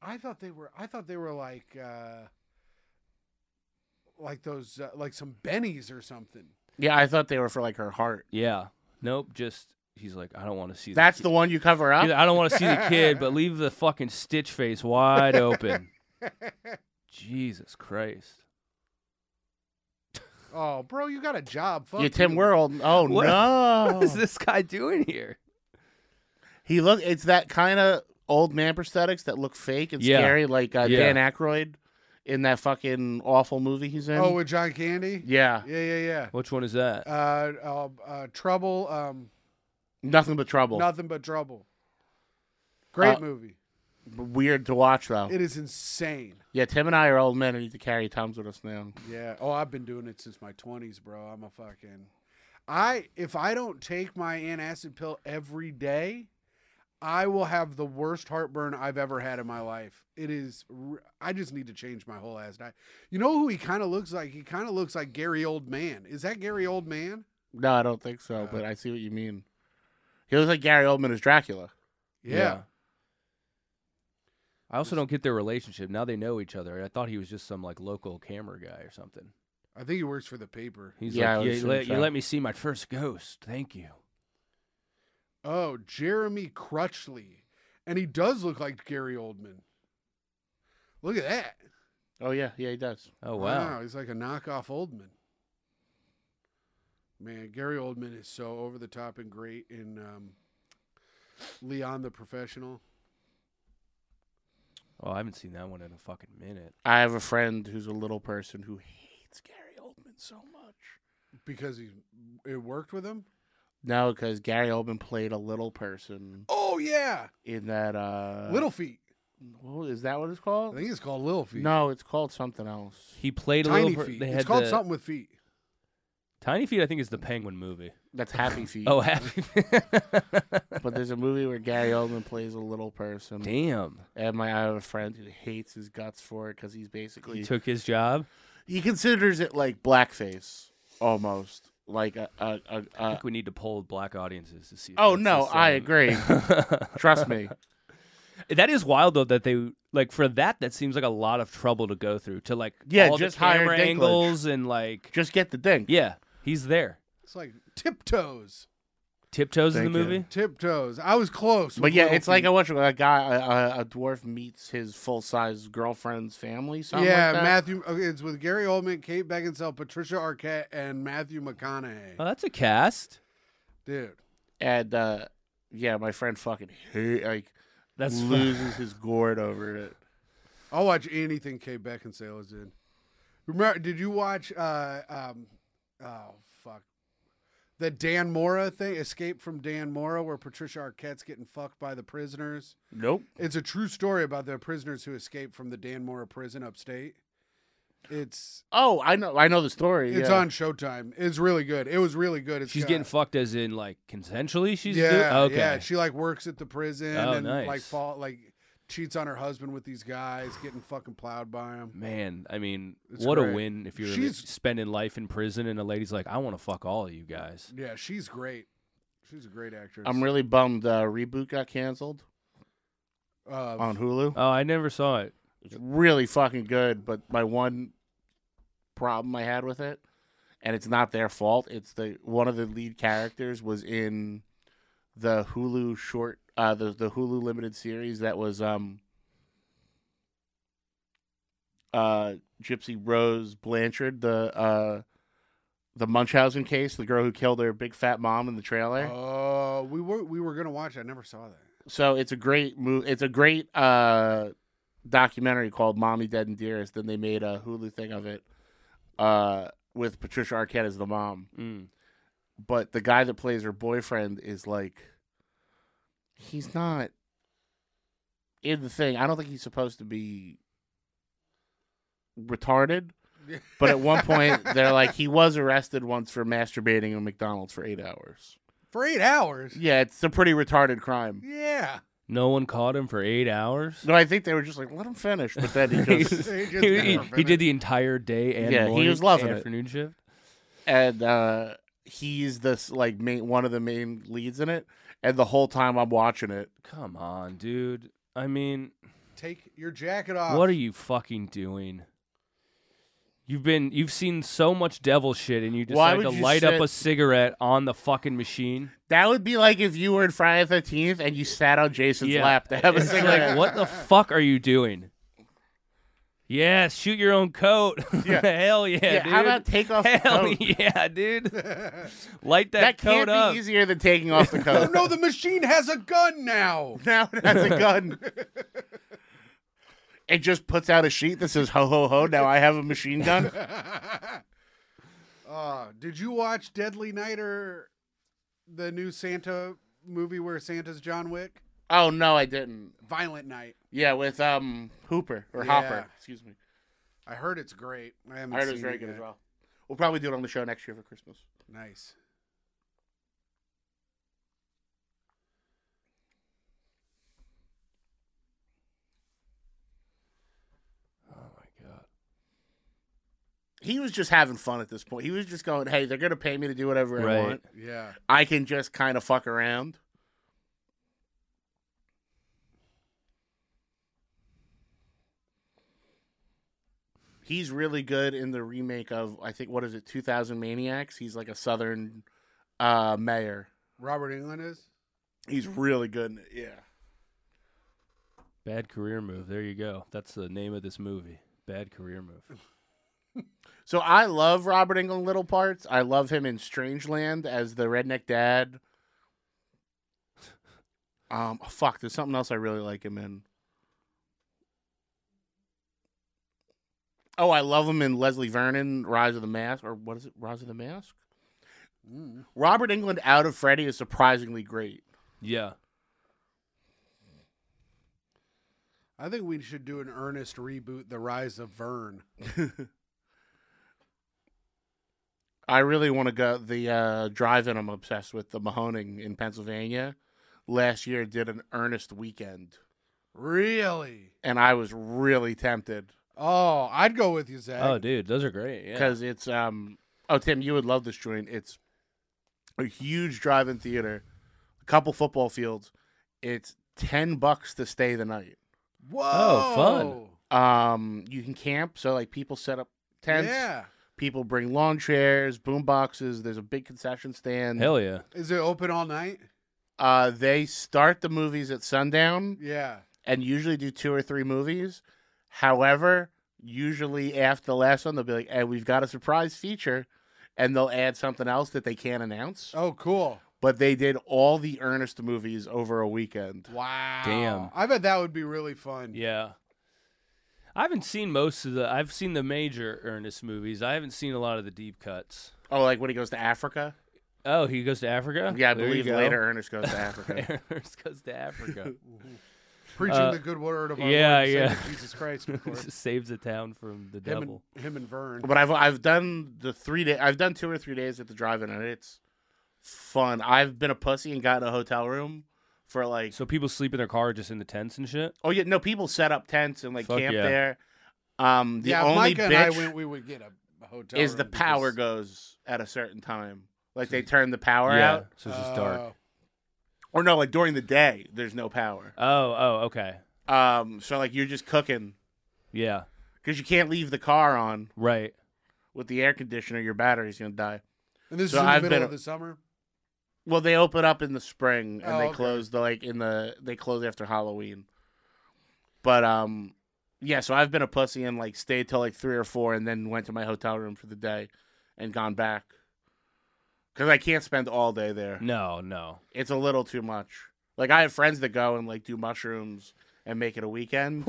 Speaker 6: I thought they were. I thought they were like, uh, like those, uh, like some bennies or something.
Speaker 5: Yeah, I thought they were for like her heart.
Speaker 2: Yeah. Nope. Just he's like, I don't want to see.
Speaker 5: That's
Speaker 2: the,
Speaker 5: the one you cover
Speaker 2: kid.
Speaker 5: up.
Speaker 2: He's like, I don't want to see the kid, but leave the fucking stitch face wide open. Jesus Christ.
Speaker 6: Oh, bro, you got a job. Fuck
Speaker 5: yeah, Tim
Speaker 6: you.
Speaker 5: World. Oh
Speaker 2: What-
Speaker 5: no,
Speaker 2: What is this guy doing here?
Speaker 5: he look. It's that kind of old man prosthetics that look fake and
Speaker 2: Yeah.
Speaker 5: scary, like uh,
Speaker 2: Yeah.
Speaker 5: Dan Aykroyd in that fucking awful movie he's in.
Speaker 6: Oh, with John Candy.
Speaker 5: yeah,
Speaker 6: Yeah, yeah,
Speaker 2: Which one is that?
Speaker 6: yeah. Uh, uh, uh trouble. Um,
Speaker 5: nothing but trouble.
Speaker 6: nothing but trouble. Great
Speaker 5: Uh, oh.
Speaker 6: movie.
Speaker 5: Weird to watch though.
Speaker 6: It is insane.
Speaker 5: yeah, Tim and I are old men and need to carry Tums with us now.
Speaker 6: Yeah. Oh, I've been doing it since my twenties, bro. I'm a fucking. I if I don't take my antacid pill every day, I will have the worst heartburn I've ever had in my life. It is. r- I just need to change my whole ass diet. You know who he kind of looks like? He kind of looks like Gary Oldman. Is that Gary Oldman?
Speaker 5: No, I don't think so, but I see what you mean. He looks like Gary Oldman as Dracula.
Speaker 6: yeah.
Speaker 2: I also don't get their relationship. Now they know each other. I thought he was just some like local camera guy or something.
Speaker 6: I think he works for the paper.
Speaker 2: He's
Speaker 5: Yeah, I
Speaker 2: like,
Speaker 5: would
Speaker 2: "Yeah, you
Speaker 5: assume
Speaker 2: let, you
Speaker 5: so.
Speaker 2: let me see my first ghost. Thank you.
Speaker 6: Oh, Jeremy Crutchley. And he does look like Gary Oldman. Look at that.
Speaker 5: Oh yeah, yeah, he does.
Speaker 2: Oh wow.
Speaker 6: He's like a knockoff Oldman. Man, Gary Oldman is so over the top and great in um, Leon the Professional.
Speaker 2: Oh, I haven't seen that one in a fucking minute.
Speaker 5: I have a friend who's a little person who hates Gary Oldman so much.
Speaker 6: Because he it worked with him?
Speaker 5: No, because Gary Oldman played a little person
Speaker 6: Oh yeah.
Speaker 5: in that. uh
Speaker 6: Little Feet.
Speaker 5: what is that what it's
Speaker 6: I
Speaker 5: called?
Speaker 6: think it's called Little Feet.
Speaker 5: No, it's called something else.
Speaker 2: He played a
Speaker 6: Tiny
Speaker 2: little. per-
Speaker 6: Feet.
Speaker 2: They
Speaker 6: It's
Speaker 2: had
Speaker 6: called
Speaker 2: the-
Speaker 6: something with feet.
Speaker 2: Tiny Feet. I think is the Penguin movie.
Speaker 5: That's Happy Feet.
Speaker 2: Oh, happy.
Speaker 5: but there's a movie where Gary Oldman plays a little person,
Speaker 2: Damn.
Speaker 5: and my I have a friend who hates his guts for it because he's basically
Speaker 2: He took his job.
Speaker 5: he considers it like blackface almost, like a a. a,
Speaker 2: I
Speaker 5: a
Speaker 2: think we need to poll black audiences to see. if
Speaker 5: Uh, Oh
Speaker 2: that's the
Speaker 5: no, I
Speaker 2: same.
Speaker 5: agree. Trust me.
Speaker 2: That is wild though that they like for that. That seems like a lot of trouble to go through to like
Speaker 5: Yeah,
Speaker 2: all
Speaker 5: just
Speaker 2: the
Speaker 5: hire
Speaker 2: camera
Speaker 5: Dinklage.
Speaker 2: angles and like
Speaker 5: Just get the dink.
Speaker 2: yeah, he's there.
Speaker 6: It's like tiptoes.
Speaker 2: Tiptoes in the
Speaker 5: Thank you.
Speaker 2: movie.
Speaker 6: Tiptoes. I was close.
Speaker 5: But
Speaker 6: with
Speaker 5: yeah,
Speaker 6: Little
Speaker 5: it's like
Speaker 6: Feet.
Speaker 5: a what you- a guy a, a- a dwarf meets his full size girlfriend's family. Something
Speaker 6: yeah,
Speaker 5: like that.
Speaker 6: Matthew. Okay, it's with Gary Oldman, Kate Beckinsale, Patricia Arquette, and Matthew McConaughey.
Speaker 2: Oh, that's a cast.
Speaker 6: Dude,
Speaker 5: and uh, yeah, my friend fucking hate, like
Speaker 2: That's
Speaker 5: loses his gourd over it.
Speaker 6: I'll watch anything Kate Beckinsale is in. Remember? Did you watch? Uh, um, oh fuck, the Dan Mora thing, Escape from Dan Mora, where Patricia Arquette's getting fucked by the prisoners.
Speaker 5: Nope.
Speaker 6: It's a true story about the prisoners who escaped from the Dan Mora prison upstate. It's
Speaker 5: Oh, I know, I know the story.
Speaker 6: it's
Speaker 5: yeah.
Speaker 6: on Showtime. It's really good. It was really good. It's
Speaker 2: She's
Speaker 6: got-
Speaker 2: getting fucked as in like consensually. She's do-
Speaker 6: yeah,
Speaker 2: okay.
Speaker 6: yeah. She like works at the prison
Speaker 2: Oh,
Speaker 6: and like
Speaker 2: nice.
Speaker 6: fall like cheats on her husband with these guys, getting fucking plowed by him.
Speaker 2: Man, I mean,
Speaker 6: It's
Speaker 2: what
Speaker 6: great.
Speaker 2: a win if you're
Speaker 6: She's-
Speaker 2: spending life in prison and a lady's like, I want to fuck all of you guys.
Speaker 6: Yeah, she's great. She's a great actress.
Speaker 5: I'm really bummed. Uh, reboot got canceled
Speaker 6: uh,
Speaker 5: on Hulu.
Speaker 2: Oh, I never saw it.
Speaker 5: It's really fucking good, but my one problem I had with it, and it's not their fault. It's the one of the lead characters was in the Hulu short, uh, the the Hulu limited series that was um, uh, Gypsy Rose Blanchard, the uh, the Munchausen case, the girl who killed her big fat mom in the trailer.
Speaker 6: Oh, we were we were gonna watch. it. I never saw that.
Speaker 5: So it's a great move. It's a great uh, documentary called "Mommy Dead and Dearest." Then they made a Hulu thing of it uh, with Patricia Arquette as the mom.
Speaker 2: Mm.
Speaker 5: But the guy that plays her boyfriend is like, he's not in the thing. I don't think he's supposed to be retarded. But at one point, they're like, he was arrested once for masturbating in McDonald's for eight hours.
Speaker 6: For eight hours.
Speaker 5: Yeah, it's a pretty retarded crime.
Speaker 6: Yeah.
Speaker 2: No one caught him for eight hours.
Speaker 5: No, I think they were just like, let him finish. But then he just
Speaker 6: They just
Speaker 2: he,
Speaker 6: never
Speaker 2: he did
Speaker 6: finished.
Speaker 2: the entire day and
Speaker 5: Yeah, he
Speaker 2: morning,
Speaker 5: was loving it.
Speaker 2: afternoon shift.
Speaker 5: and uh, he's this like main one of the main leads in it. And the whole time I'm watching it,
Speaker 2: Come on, dude. I mean,
Speaker 6: Take your jacket
Speaker 5: Uh,
Speaker 6: off.
Speaker 2: what are you fucking doing? You've been you've seen so much devil shit, and you
Speaker 5: Why
Speaker 2: decide to
Speaker 5: would you
Speaker 2: light up
Speaker 5: sit-
Speaker 2: a cigarette on the fucking machine.
Speaker 5: that would be like if you were in Friday the Thirteenth and you sat on Jason's lap to have a
Speaker 2: It's
Speaker 5: cigarette.
Speaker 2: like, what the fuck are you doing? Yeah, shoot your own coat.
Speaker 5: Yeah.
Speaker 2: Hell yeah,
Speaker 5: Yeah,
Speaker 2: dude.
Speaker 5: how about take off the
Speaker 2: Hell
Speaker 5: coat?
Speaker 2: yeah, dude. Light that,
Speaker 5: that
Speaker 2: coat
Speaker 5: can't be
Speaker 2: up.
Speaker 5: easier than taking off the
Speaker 6: Oh
Speaker 5: coat.
Speaker 6: no, the machine has a gun now.
Speaker 5: now it has a gun. It just puts out a sheet that says "Ho ho ho!" Now I have a machine gun.
Speaker 6: Uh, did you watch Deadly Nighter, the new Santa movie where Santa's John Wick?
Speaker 5: Oh no, I didn't.
Speaker 6: Violent Night.
Speaker 5: Yeah, with um Hooper or Hopper.
Speaker 6: Yeah.
Speaker 5: Excuse me.
Speaker 6: I heard it's great. I haven't
Speaker 5: I heard it
Speaker 6: seen
Speaker 5: was very good
Speaker 6: yet.
Speaker 5: as well. We'll probably do it on the show next year for Christmas.
Speaker 6: Nice.
Speaker 5: He was just having fun at this point. He was just going, "Hey, they're gonna pay me to do whatever I
Speaker 2: Right.
Speaker 5: want.
Speaker 6: Yeah.
Speaker 5: I can just kind of fuck around." He's really good in the remake of I think what is it, Two Thousand Maniacs. He's like a Southern uh, mayor.
Speaker 6: Robert England is.
Speaker 5: He's really good. In it. Yeah.
Speaker 2: Bad career move. There you go. That's the name of this movie. Bad career move.
Speaker 5: So I love Robert Englund little parts. I love him in Strangeland as the redneck dad. Um, fuck, there's something else I really like him in. Oh, I love him in Leslie Vernon, Rise of the Mask, or what is it, Rise of the Mask? Robert Englund out of Freddy is surprisingly great.
Speaker 2: Yeah.
Speaker 6: I think we should do an earnest reboot, The Rise of Vern.
Speaker 5: I really want to go the uh, drive-in. I'm obsessed with the Mahoning in Pennsylvania. Last year, did an earnest weekend.
Speaker 6: Really?
Speaker 5: and I was really tempted
Speaker 6: Oh, I'd go with you, Zach.
Speaker 2: Oh, dude, those are great. Yeah.
Speaker 5: because it's um oh Tim, you would love this joint. It's a huge drive-in theater, a couple football fields. It's ten bucks to stay the night.
Speaker 6: Whoa.
Speaker 2: Oh,
Speaker 5: Um, you can camp, so like people set up tents.
Speaker 6: Yeah.
Speaker 5: People bring lawn chairs, boom boxes. There's a big concession stand.
Speaker 2: Hell yeah.
Speaker 6: Is it open all night?
Speaker 5: Uh, they start the movies at sundown.
Speaker 6: Yeah.
Speaker 5: and usually do two or three movies. However, usually after the last one, they'll be like, "Hey, we've got a surprise feature," and they'll add something else that they can't announce.
Speaker 6: Oh, cool.
Speaker 5: But they did all the Ernest movies over a weekend.
Speaker 6: Wow.
Speaker 2: Damn.
Speaker 6: I bet that would be really fun.
Speaker 2: Yeah. I haven't seen most of the. I've seen the major Ernest movies. I haven't seen a lot of the deep cuts.
Speaker 5: Oh, like when he goes to Africa.
Speaker 2: Oh, he goes to Africa.
Speaker 5: Yeah, I
Speaker 2: There you
Speaker 5: believe
Speaker 2: go.
Speaker 5: later Ernest goes to Africa.
Speaker 2: Ernest goes to Africa.
Speaker 6: Preaching
Speaker 2: Uh,
Speaker 6: the good word of our
Speaker 2: yeah,
Speaker 6: Lord and Savior
Speaker 2: yeah.
Speaker 6: Jesus Christ. Lord.
Speaker 2: Saves the town from the
Speaker 6: him,
Speaker 2: devil.
Speaker 6: and, him and Vern.
Speaker 5: but I've I've done the three day. I've done two or three days at the drive-in, and it's fun. I've been a pussy and got in a hotel room for like
Speaker 2: So people sleep in their car just in the tents and shit.
Speaker 5: Oh yeah, no, people set up tents and like
Speaker 2: Fuck
Speaker 5: camp
Speaker 2: yeah.
Speaker 5: there. Um, the
Speaker 6: yeah, if
Speaker 5: only
Speaker 6: Micah and I
Speaker 5: bitch
Speaker 6: went, we would get a hotel.
Speaker 5: is the
Speaker 6: room
Speaker 5: power
Speaker 6: because-
Speaker 5: goes at a certain time. Like they turn the power
Speaker 2: yeah.
Speaker 5: out,
Speaker 2: So it's just dark.
Speaker 6: Oh.
Speaker 5: or no, like during the day there's no power.
Speaker 2: Oh, oh, okay.
Speaker 5: Um, so like you're just cooking,
Speaker 2: Yeah.
Speaker 5: because you can't leave the car on
Speaker 2: Right.
Speaker 5: with the air conditioner. Your battery's gonna die.
Speaker 6: And this
Speaker 5: So
Speaker 6: is in the
Speaker 5: I've
Speaker 6: middle
Speaker 5: been-
Speaker 6: of the summer.
Speaker 5: Well, they open up in the spring and
Speaker 6: Oh,
Speaker 5: they
Speaker 6: okay.
Speaker 5: close the like in the they close after Halloween. But um, yeah. So I've been a pussy and like stayed till like three or four, and then went to my hotel room for the day, and gone back. Because I can't spend all day there.
Speaker 2: No, no.
Speaker 5: It's a little too much. Like I have friends that go and like do mushrooms and make it a weekend.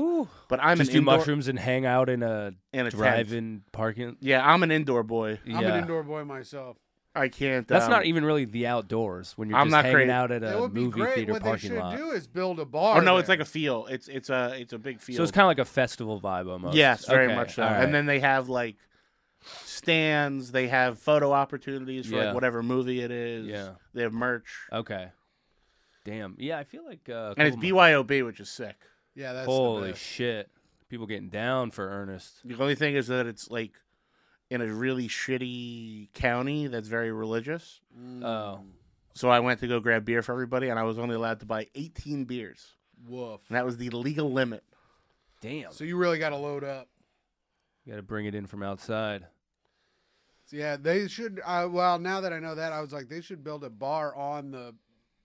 Speaker 5: But I'm
Speaker 2: Just
Speaker 5: an
Speaker 2: do
Speaker 5: indoor
Speaker 2: mushrooms and hang out in a,
Speaker 5: and a tent.
Speaker 2: drive-in parking.
Speaker 5: Yeah, I'm an indoor boy.
Speaker 2: Yeah.
Speaker 6: I'm an indoor boy myself.
Speaker 5: I can't.
Speaker 2: That's
Speaker 5: um,
Speaker 2: not even really the outdoors when you're
Speaker 5: I'm
Speaker 2: just
Speaker 5: not
Speaker 2: hanging
Speaker 5: crazy.
Speaker 2: out at
Speaker 6: That
Speaker 2: a
Speaker 6: would be
Speaker 2: movie
Speaker 6: great.
Speaker 2: theater
Speaker 6: What they
Speaker 2: parking
Speaker 6: should
Speaker 2: lot.
Speaker 6: do is build a bar.
Speaker 5: Oh no, it's
Speaker 6: there.
Speaker 5: like a field. It's it's a it's a big field.
Speaker 2: So it's kind of like a festival vibe almost.
Speaker 5: Yes, very
Speaker 2: Okay,
Speaker 5: much so.
Speaker 2: all right.
Speaker 5: And then they have like stands. They have photo opportunities for
Speaker 2: Yeah.
Speaker 5: like whatever movie it is.
Speaker 2: Yeah.
Speaker 5: They have merch,
Speaker 2: okay, damn. Yeah, I feel like uh, a
Speaker 5: and it's
Speaker 2: couple
Speaker 5: BYOB, which is sick.
Speaker 6: yeah, that's
Speaker 2: months-
Speaker 6: the
Speaker 2: Holy
Speaker 6: best.
Speaker 2: shit! People getting down for Ernest.
Speaker 5: The only thing is that it's like in a really shitty county that's very religious.
Speaker 2: Oh,
Speaker 5: So I went to go grab beer for everybody, and I was only allowed to buy 18 beers,
Speaker 6: woof.
Speaker 5: and that was the legal limit.
Speaker 2: damn!
Speaker 6: So you really got to load up.
Speaker 2: You got to bring it in from outside.
Speaker 6: So yeah, they should. Uh, well, now that I know that, I was like, they should build a bar on the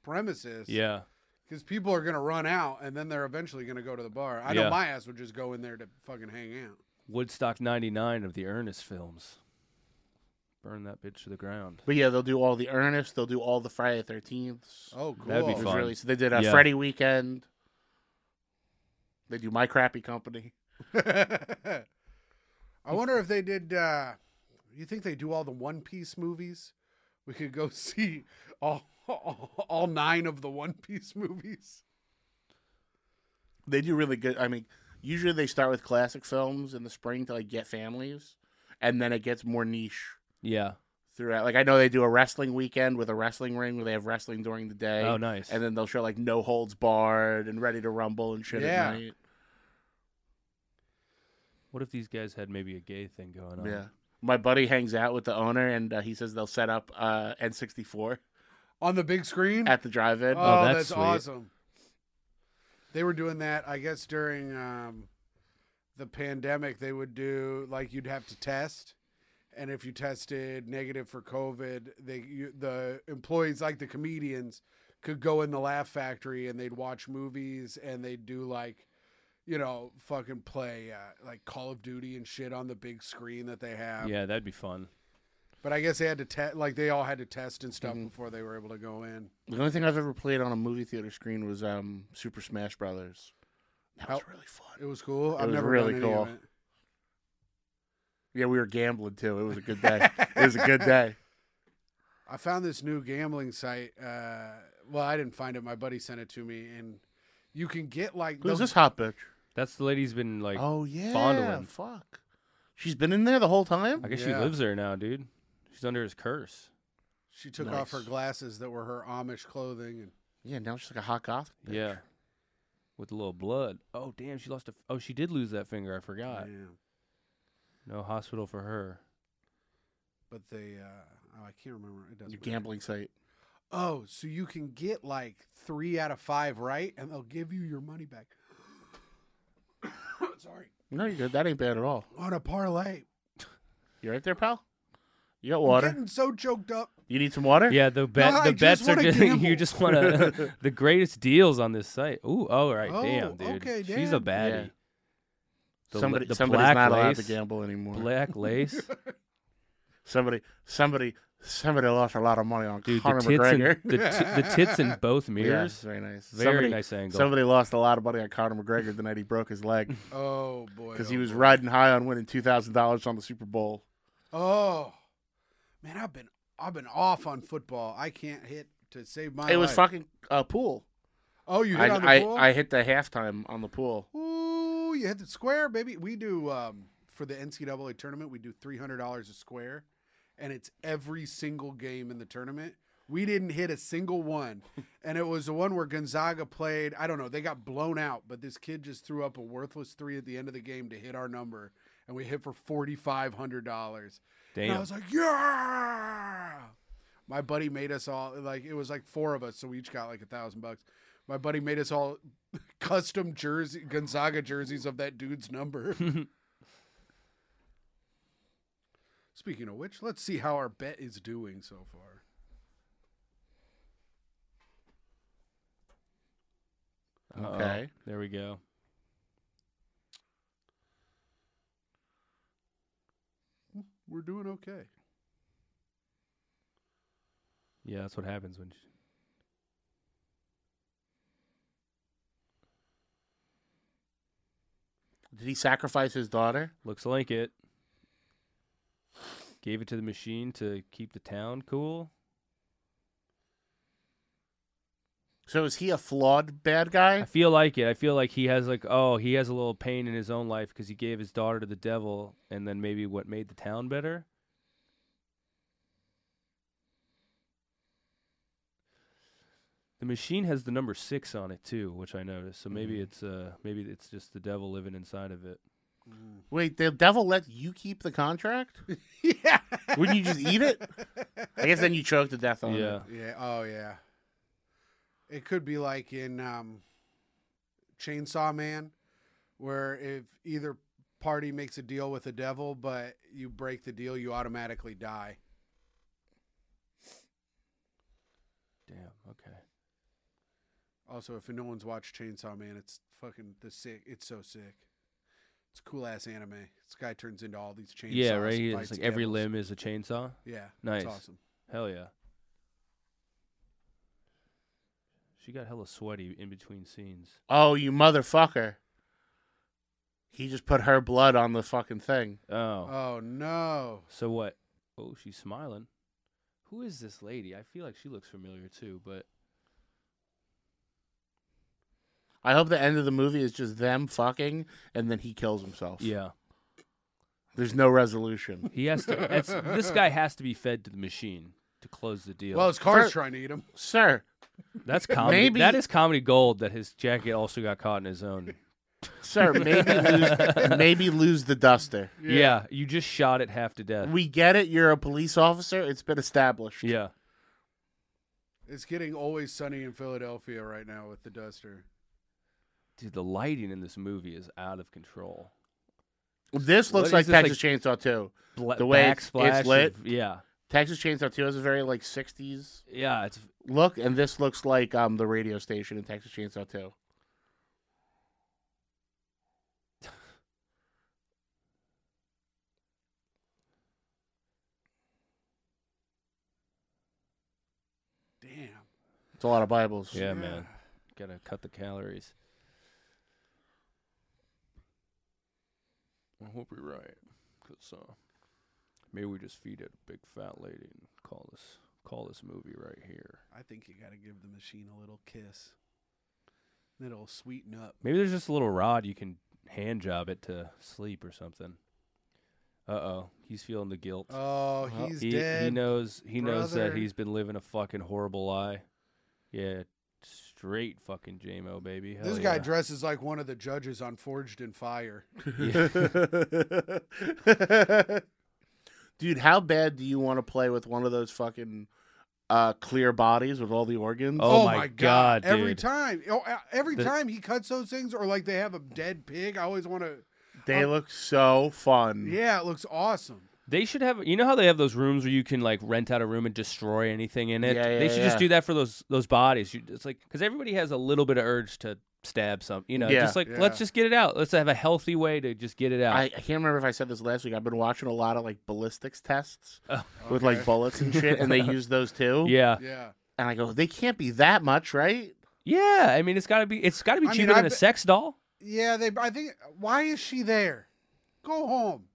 Speaker 6: premises.
Speaker 2: Yeah,
Speaker 6: because people are gonna run out, and then they're eventually gonna go to the bar. I know
Speaker 2: Yeah.
Speaker 6: my ass would just go in there to fucking hang out.
Speaker 2: Woodstock '99 of the Ernest films. Burn that bitch to the ground.
Speaker 5: But yeah, they'll do all the Ernest. They'll do all the Friday the 13th.
Speaker 6: Oh, cool.
Speaker 2: That'd be
Speaker 5: It was
Speaker 2: fun.
Speaker 5: really- so they did a
Speaker 2: Yeah.
Speaker 5: Freddy weekend. They do My Crappy Company.
Speaker 6: I wonder if they did. Uh, you think they do all the One Piece movies? We could go see all all, all nine of the One Piece movies.
Speaker 5: They do really good. I mean, usually they start with classic films in the spring to like get families, and then it gets more niche
Speaker 2: Yeah.
Speaker 5: throughout. Like I know they do a wrestling weekend with a wrestling ring where they have wrestling during the day.
Speaker 2: Oh, nice.
Speaker 5: And then they'll show like No Holds Barred and Ready to Rumble and shit
Speaker 6: Yeah.
Speaker 5: at night.
Speaker 2: What if these guys had maybe a gay thing going on?
Speaker 5: Yeah. My buddy hangs out with the owner, and uh, he says they'll set up uh, N64
Speaker 6: On the big screen?
Speaker 5: at the drive-in.
Speaker 6: oh,
Speaker 2: Oh,
Speaker 6: that's,
Speaker 2: that's sweet.
Speaker 6: awesome. They were doing that, I guess, during um, the pandemic. They would do like you'd have to test, and if you tested negative for COVID, they you, the employees, like the comedians, could go in the Laugh Factory and they'd watch movies and they'd do like. You know, fucking play uh, like Call of Duty and shit on the big screen that they have.
Speaker 2: Yeah, that'd be fun.
Speaker 6: But I guess they had to test, like they all had to test and stuff before they were able to go in.
Speaker 5: The only thing I've ever played on a movie theater screen was um, Super Smash Brothers. That was
Speaker 6: How-
Speaker 5: really fun.
Speaker 6: It was cool. I've
Speaker 5: was
Speaker 6: never
Speaker 5: really
Speaker 6: done any of
Speaker 5: cool.
Speaker 6: it.
Speaker 5: Yeah, we were gambling too. It was a good day. it was a good day.
Speaker 6: I found this new gambling site. Uh, well, I didn't find it. My buddy sent it to me, and you can get like
Speaker 5: Who's
Speaker 6: they'll-
Speaker 5: this hot bitch?
Speaker 2: That's the lady's been like.
Speaker 5: Oh yeah,
Speaker 2: fondling.
Speaker 5: Fuck. She's been in there the whole time.
Speaker 2: I guess
Speaker 6: yeah.
Speaker 2: she lives there now, dude. She's under his curse.
Speaker 6: She took off her
Speaker 5: Nice.
Speaker 6: glasses that were her Amish clothing, and
Speaker 5: Yeah, now she's like a hot goth. bitch.
Speaker 2: Yeah. With a little blood. Oh damn, she lost a. F- oh, she did lose that finger. I forgot.
Speaker 6: Yeah.
Speaker 2: No hospital for her.
Speaker 6: but they uh, oh, I can't remember. It doesn't.
Speaker 5: Your
Speaker 6: matter.
Speaker 5: gambling site.
Speaker 6: Oh, so you can get like three out of five right, and they'll give you your money back. Sorry,
Speaker 5: No, you're good. That ain't bad at all.
Speaker 6: on a parlay.
Speaker 5: You right there, pal? You got
Speaker 6: I'm
Speaker 5: water?
Speaker 6: getting so choked up.
Speaker 5: You need some water?
Speaker 2: Yeah, the bet.
Speaker 6: I
Speaker 2: the
Speaker 6: just
Speaker 2: bets are
Speaker 6: wanna
Speaker 2: just.
Speaker 6: gamble.
Speaker 2: you just want to. the greatest deals on this site. Ooh. Oh right.
Speaker 6: Oh,
Speaker 2: damn, dude.
Speaker 6: okay,
Speaker 2: She's a
Speaker 6: damn.
Speaker 2: baddie.
Speaker 5: Yeah.
Speaker 2: The, la-
Speaker 5: somebody,
Speaker 2: the
Speaker 5: somebody's
Speaker 2: black
Speaker 5: not allowed
Speaker 2: lace.
Speaker 5: to gamble anymore.
Speaker 2: Black lace.
Speaker 5: Somebody, somebody, somebody lost a lot of money on
Speaker 2: Dude,
Speaker 5: Conor
Speaker 2: the tits and
Speaker 5: McGregor.
Speaker 2: the, t- the tits in both
Speaker 5: yeah,
Speaker 2: mirrors.
Speaker 5: very nice.
Speaker 2: Very
Speaker 5: somebody,
Speaker 2: nice angle.
Speaker 5: Somebody lost a lot of money on Conor McGregor the night he broke his leg
Speaker 6: Oh boy,
Speaker 5: because
Speaker 6: oh,
Speaker 5: he was
Speaker 6: boy.
Speaker 5: riding high on winning two thousand dollars on the Super Bowl.
Speaker 6: Oh man, I've been I've been off on football. I can't hit to save my.
Speaker 5: It was
Speaker 6: life.
Speaker 5: fucking uh, pool.
Speaker 6: Oh, you hit on the
Speaker 5: I,
Speaker 6: pool.
Speaker 5: I, I hit the halftime on the pool.
Speaker 6: Ooh, you hit the square, baby. We do um, for the NCAA tournament. We do three hundred dollars a square, and it's every single game in the tournament. We didn't hit a single one, and it was the one where Gonzaga played. I don't know. They got blown out, but this kid just threw up a worthless three at the end of the game to hit our number, and we hit for forty five hundred dollars. And I
Speaker 2: Damn.
Speaker 6: was like, yeah. My buddy made us all like it was like four of us, so we each got like a thousand bucks. My buddy made us all custom jersey Gonzaga jerseys of that dude's number. Speaking of which, let's see how our bet is doing so far.
Speaker 2: Uh-oh.
Speaker 5: Okay.
Speaker 2: There we go.
Speaker 6: We're doing okay.
Speaker 2: Yeah, that's what happens when. sh-
Speaker 5: Did he sacrifice his daughter?
Speaker 2: Looks like it. Gave it to the machine to keep the town cool.
Speaker 5: So is he a flawed bad guy?
Speaker 2: I feel like it. I feel like he has like oh he has a little pain in his own life because he gave his daughter to the devil and then maybe what made the town better. The machine has the number six on it too, which I noticed. So maybe it's uh maybe it's just the devil living inside of it.
Speaker 5: Wait, the devil let you keep the contract?
Speaker 6: yeah.
Speaker 5: Wouldn't you just eat it? I guess then you choke to death on it.
Speaker 2: yeah,
Speaker 6: Yeah. Oh yeah. It could be like in um, Chainsaw Man, where if either party makes a deal with the devil, but you break the deal, you automatically die.
Speaker 2: damn. Okay,
Speaker 6: Also, if no one's watched Chainsaw Man, it's fucking the sick. It's so sick. It's cool ass anime. This guy turns into all these chainsaws.
Speaker 2: yeah,
Speaker 6: and
Speaker 2: right. It's like
Speaker 6: fights
Speaker 2: every
Speaker 6: devils.
Speaker 2: limb is a chainsaw.
Speaker 6: Yeah,
Speaker 2: Nice.
Speaker 6: It's awesome.
Speaker 2: Hell yeah. She got hella sweaty in between scenes.
Speaker 5: Oh, you motherfucker. He just put her blood on the fucking thing.
Speaker 2: Oh.
Speaker 6: Oh no!
Speaker 2: So what? Oh, she's smiling. Who is this lady? I feel like she looks familiar too, but
Speaker 5: I hope the end of the movie is just them fucking and then he kills himself.
Speaker 2: yeah,
Speaker 5: There's no resolution.
Speaker 2: he has to. That's, this guy has to be fed to the machine to close the deal.
Speaker 6: Well, his car's
Speaker 5: Fir-
Speaker 6: trying to eat him.
Speaker 5: Sir,
Speaker 2: that's comedy.
Speaker 5: maybe-
Speaker 2: That is comedy gold. That his jacket also got caught in his own.
Speaker 5: sir, maybe lose, maybe lose the duster.
Speaker 2: Yeah, you just shot it half to death.
Speaker 5: We get it. You're a police officer. It's been established.
Speaker 2: yeah,
Speaker 6: It's getting always sunny in Philadelphia right now with the duster.
Speaker 2: dude, the lighting in this movie is out of control.
Speaker 5: This looks
Speaker 2: What
Speaker 5: like
Speaker 2: is this,
Speaker 5: Texas Chainsaw 2.
Speaker 2: Bla-
Speaker 5: The way it's- it's
Speaker 2: backsplash of-
Speaker 5: lit.
Speaker 2: yeah,
Speaker 5: Texas Chainsaw 2 has a very like 60s
Speaker 2: yeah, it's
Speaker 5: look, and this looks like um the radio station in Texas Chainsaw 2.
Speaker 6: Damn.
Speaker 5: It's a lot of Bibles.
Speaker 2: yeah, man. Gotta cut the calories. I hope you're right, cause uh, maybe we just feed it a big fat lady and call this call this movie right here.
Speaker 6: I think you got to give the machine a little kiss. And It'll sweeten up.
Speaker 2: Maybe there's just a little rod you can hand job it to sleep or something. Uh oh, he's feeling the guilt.
Speaker 6: Oh, he's
Speaker 2: Uh, he,
Speaker 6: dead.
Speaker 2: He knows. He knows that
Speaker 6: brother.
Speaker 2: he's been living a fucking horrible lie. Yeah, straight fucking JMO baby. Hell
Speaker 6: this guy
Speaker 2: yeah.
Speaker 6: dresses like one of the judges on Forged in Fire.
Speaker 5: Dude, how bad do you want to play with one of those fucking uh, clear bodies with all the organs?
Speaker 2: Oh my God,
Speaker 6: Every
Speaker 2: dude.
Speaker 6: time, oh, uh, every
Speaker 2: The-
Speaker 6: time he cuts those things, or like they have a dead pig. I always want to.
Speaker 5: they
Speaker 2: um,
Speaker 5: look so
Speaker 2: Mm.
Speaker 5: fun.
Speaker 6: Yeah, it looks awesome.
Speaker 2: They should have. You know how they have those rooms where you can like rent out a room and destroy anything in it.
Speaker 5: Yeah, yeah,
Speaker 2: they should
Speaker 5: yeah.
Speaker 2: just do that for those those bodies. You, it's like because everybody has a little bit of urge to stab some. You know,
Speaker 5: Yeah.
Speaker 2: just like
Speaker 6: Yeah.
Speaker 2: let's just get it out. Let's have a healthy way to just get it out.
Speaker 5: I, I can't remember if I said this last week. I've been watching a lot of like ballistics tests
Speaker 2: Oh.
Speaker 5: with like bullets and shit, and they use those too.
Speaker 2: yeah,
Speaker 6: Yeah,
Speaker 5: And I go, they can't be that much, right?
Speaker 2: yeah. I mean, it's got to be. It's got to be
Speaker 6: I mean,
Speaker 2: cheaper
Speaker 6: I
Speaker 2: than a
Speaker 6: be-
Speaker 2: sex doll.
Speaker 6: yeah. They. I think. Why is she there? Go home.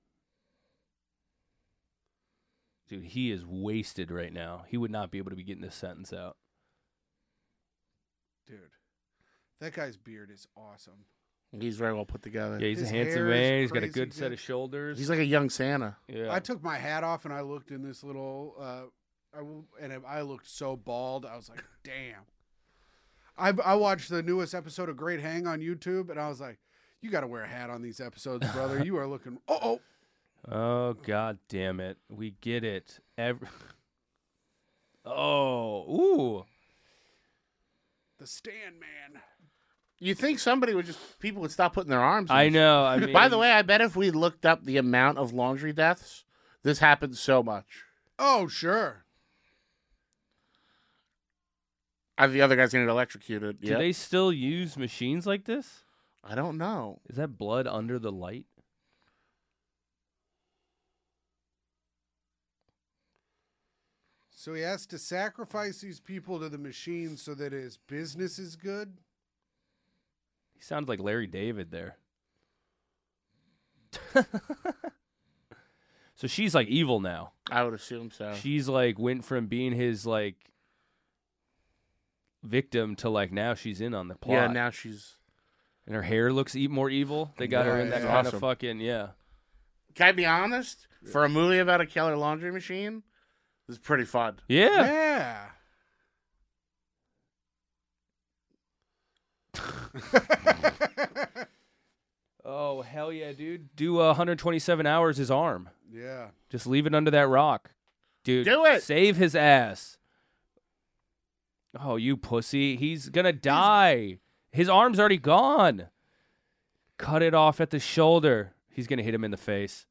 Speaker 2: Dude, he is wasted right now. He would not be able to be getting this sentence out.
Speaker 6: dude. That guy's beard is awesome.
Speaker 5: He's very well put together.
Speaker 2: Yeah, he's
Speaker 6: His
Speaker 2: a handsome
Speaker 6: hair is
Speaker 2: man. He's got a
Speaker 6: crazy
Speaker 2: good, set
Speaker 6: good.
Speaker 2: of shoulders.
Speaker 5: He's like a young Santa.
Speaker 2: yeah.
Speaker 6: I took my hat off and I looked in this little, uh, I w- and I looked so bald. I was like, damn. I I watched the newest episode of Great Hang on YouTube and I was like, you got to wear a hat on these episodes, brother. You are looking. Oh, oh.
Speaker 2: Oh god damn it. We get it. Every Oh, ooh.
Speaker 6: The stand man.
Speaker 5: You think somebody would just people would stop putting their arms? in
Speaker 2: I
Speaker 5: this.
Speaker 2: know. I mean,
Speaker 5: By the way, I bet if we looked up the amount of laundry deaths, this happens so much.
Speaker 6: Oh, sure.
Speaker 5: I, Uh, the other guy's getting electrocuted.
Speaker 2: do
Speaker 5: Yeah,
Speaker 2: they still use machines like this?
Speaker 5: I don't know.
Speaker 2: Is that blood under the light?
Speaker 6: So he has to sacrifice these people to the machine so that his business is good.
Speaker 2: He sounds like Larry David there. so she's like evil now.
Speaker 5: I would assume so.
Speaker 2: She's like went from being his like victim to like now she's in on the plot.
Speaker 5: yeah, now she's.
Speaker 2: and her hair looks e- more evil. They got her in that
Speaker 5: Nice.
Speaker 2: kind
Speaker 5: Awesome.
Speaker 2: of fucking yeah.
Speaker 5: Can I be honest? For a movie about a killer laundry machine, this is pretty fun.
Speaker 2: Yeah.
Speaker 6: Yeah.
Speaker 2: Oh hell yeah, dude! Do uh, 127 hours his arm.
Speaker 6: Yeah.
Speaker 2: Just leave it under that rock, dude.
Speaker 5: Do it.
Speaker 2: Save his ass. Oh, you pussy! He's gonna die. His arm's already gone. Cut it off at the shoulder. He's gonna hit him in the face.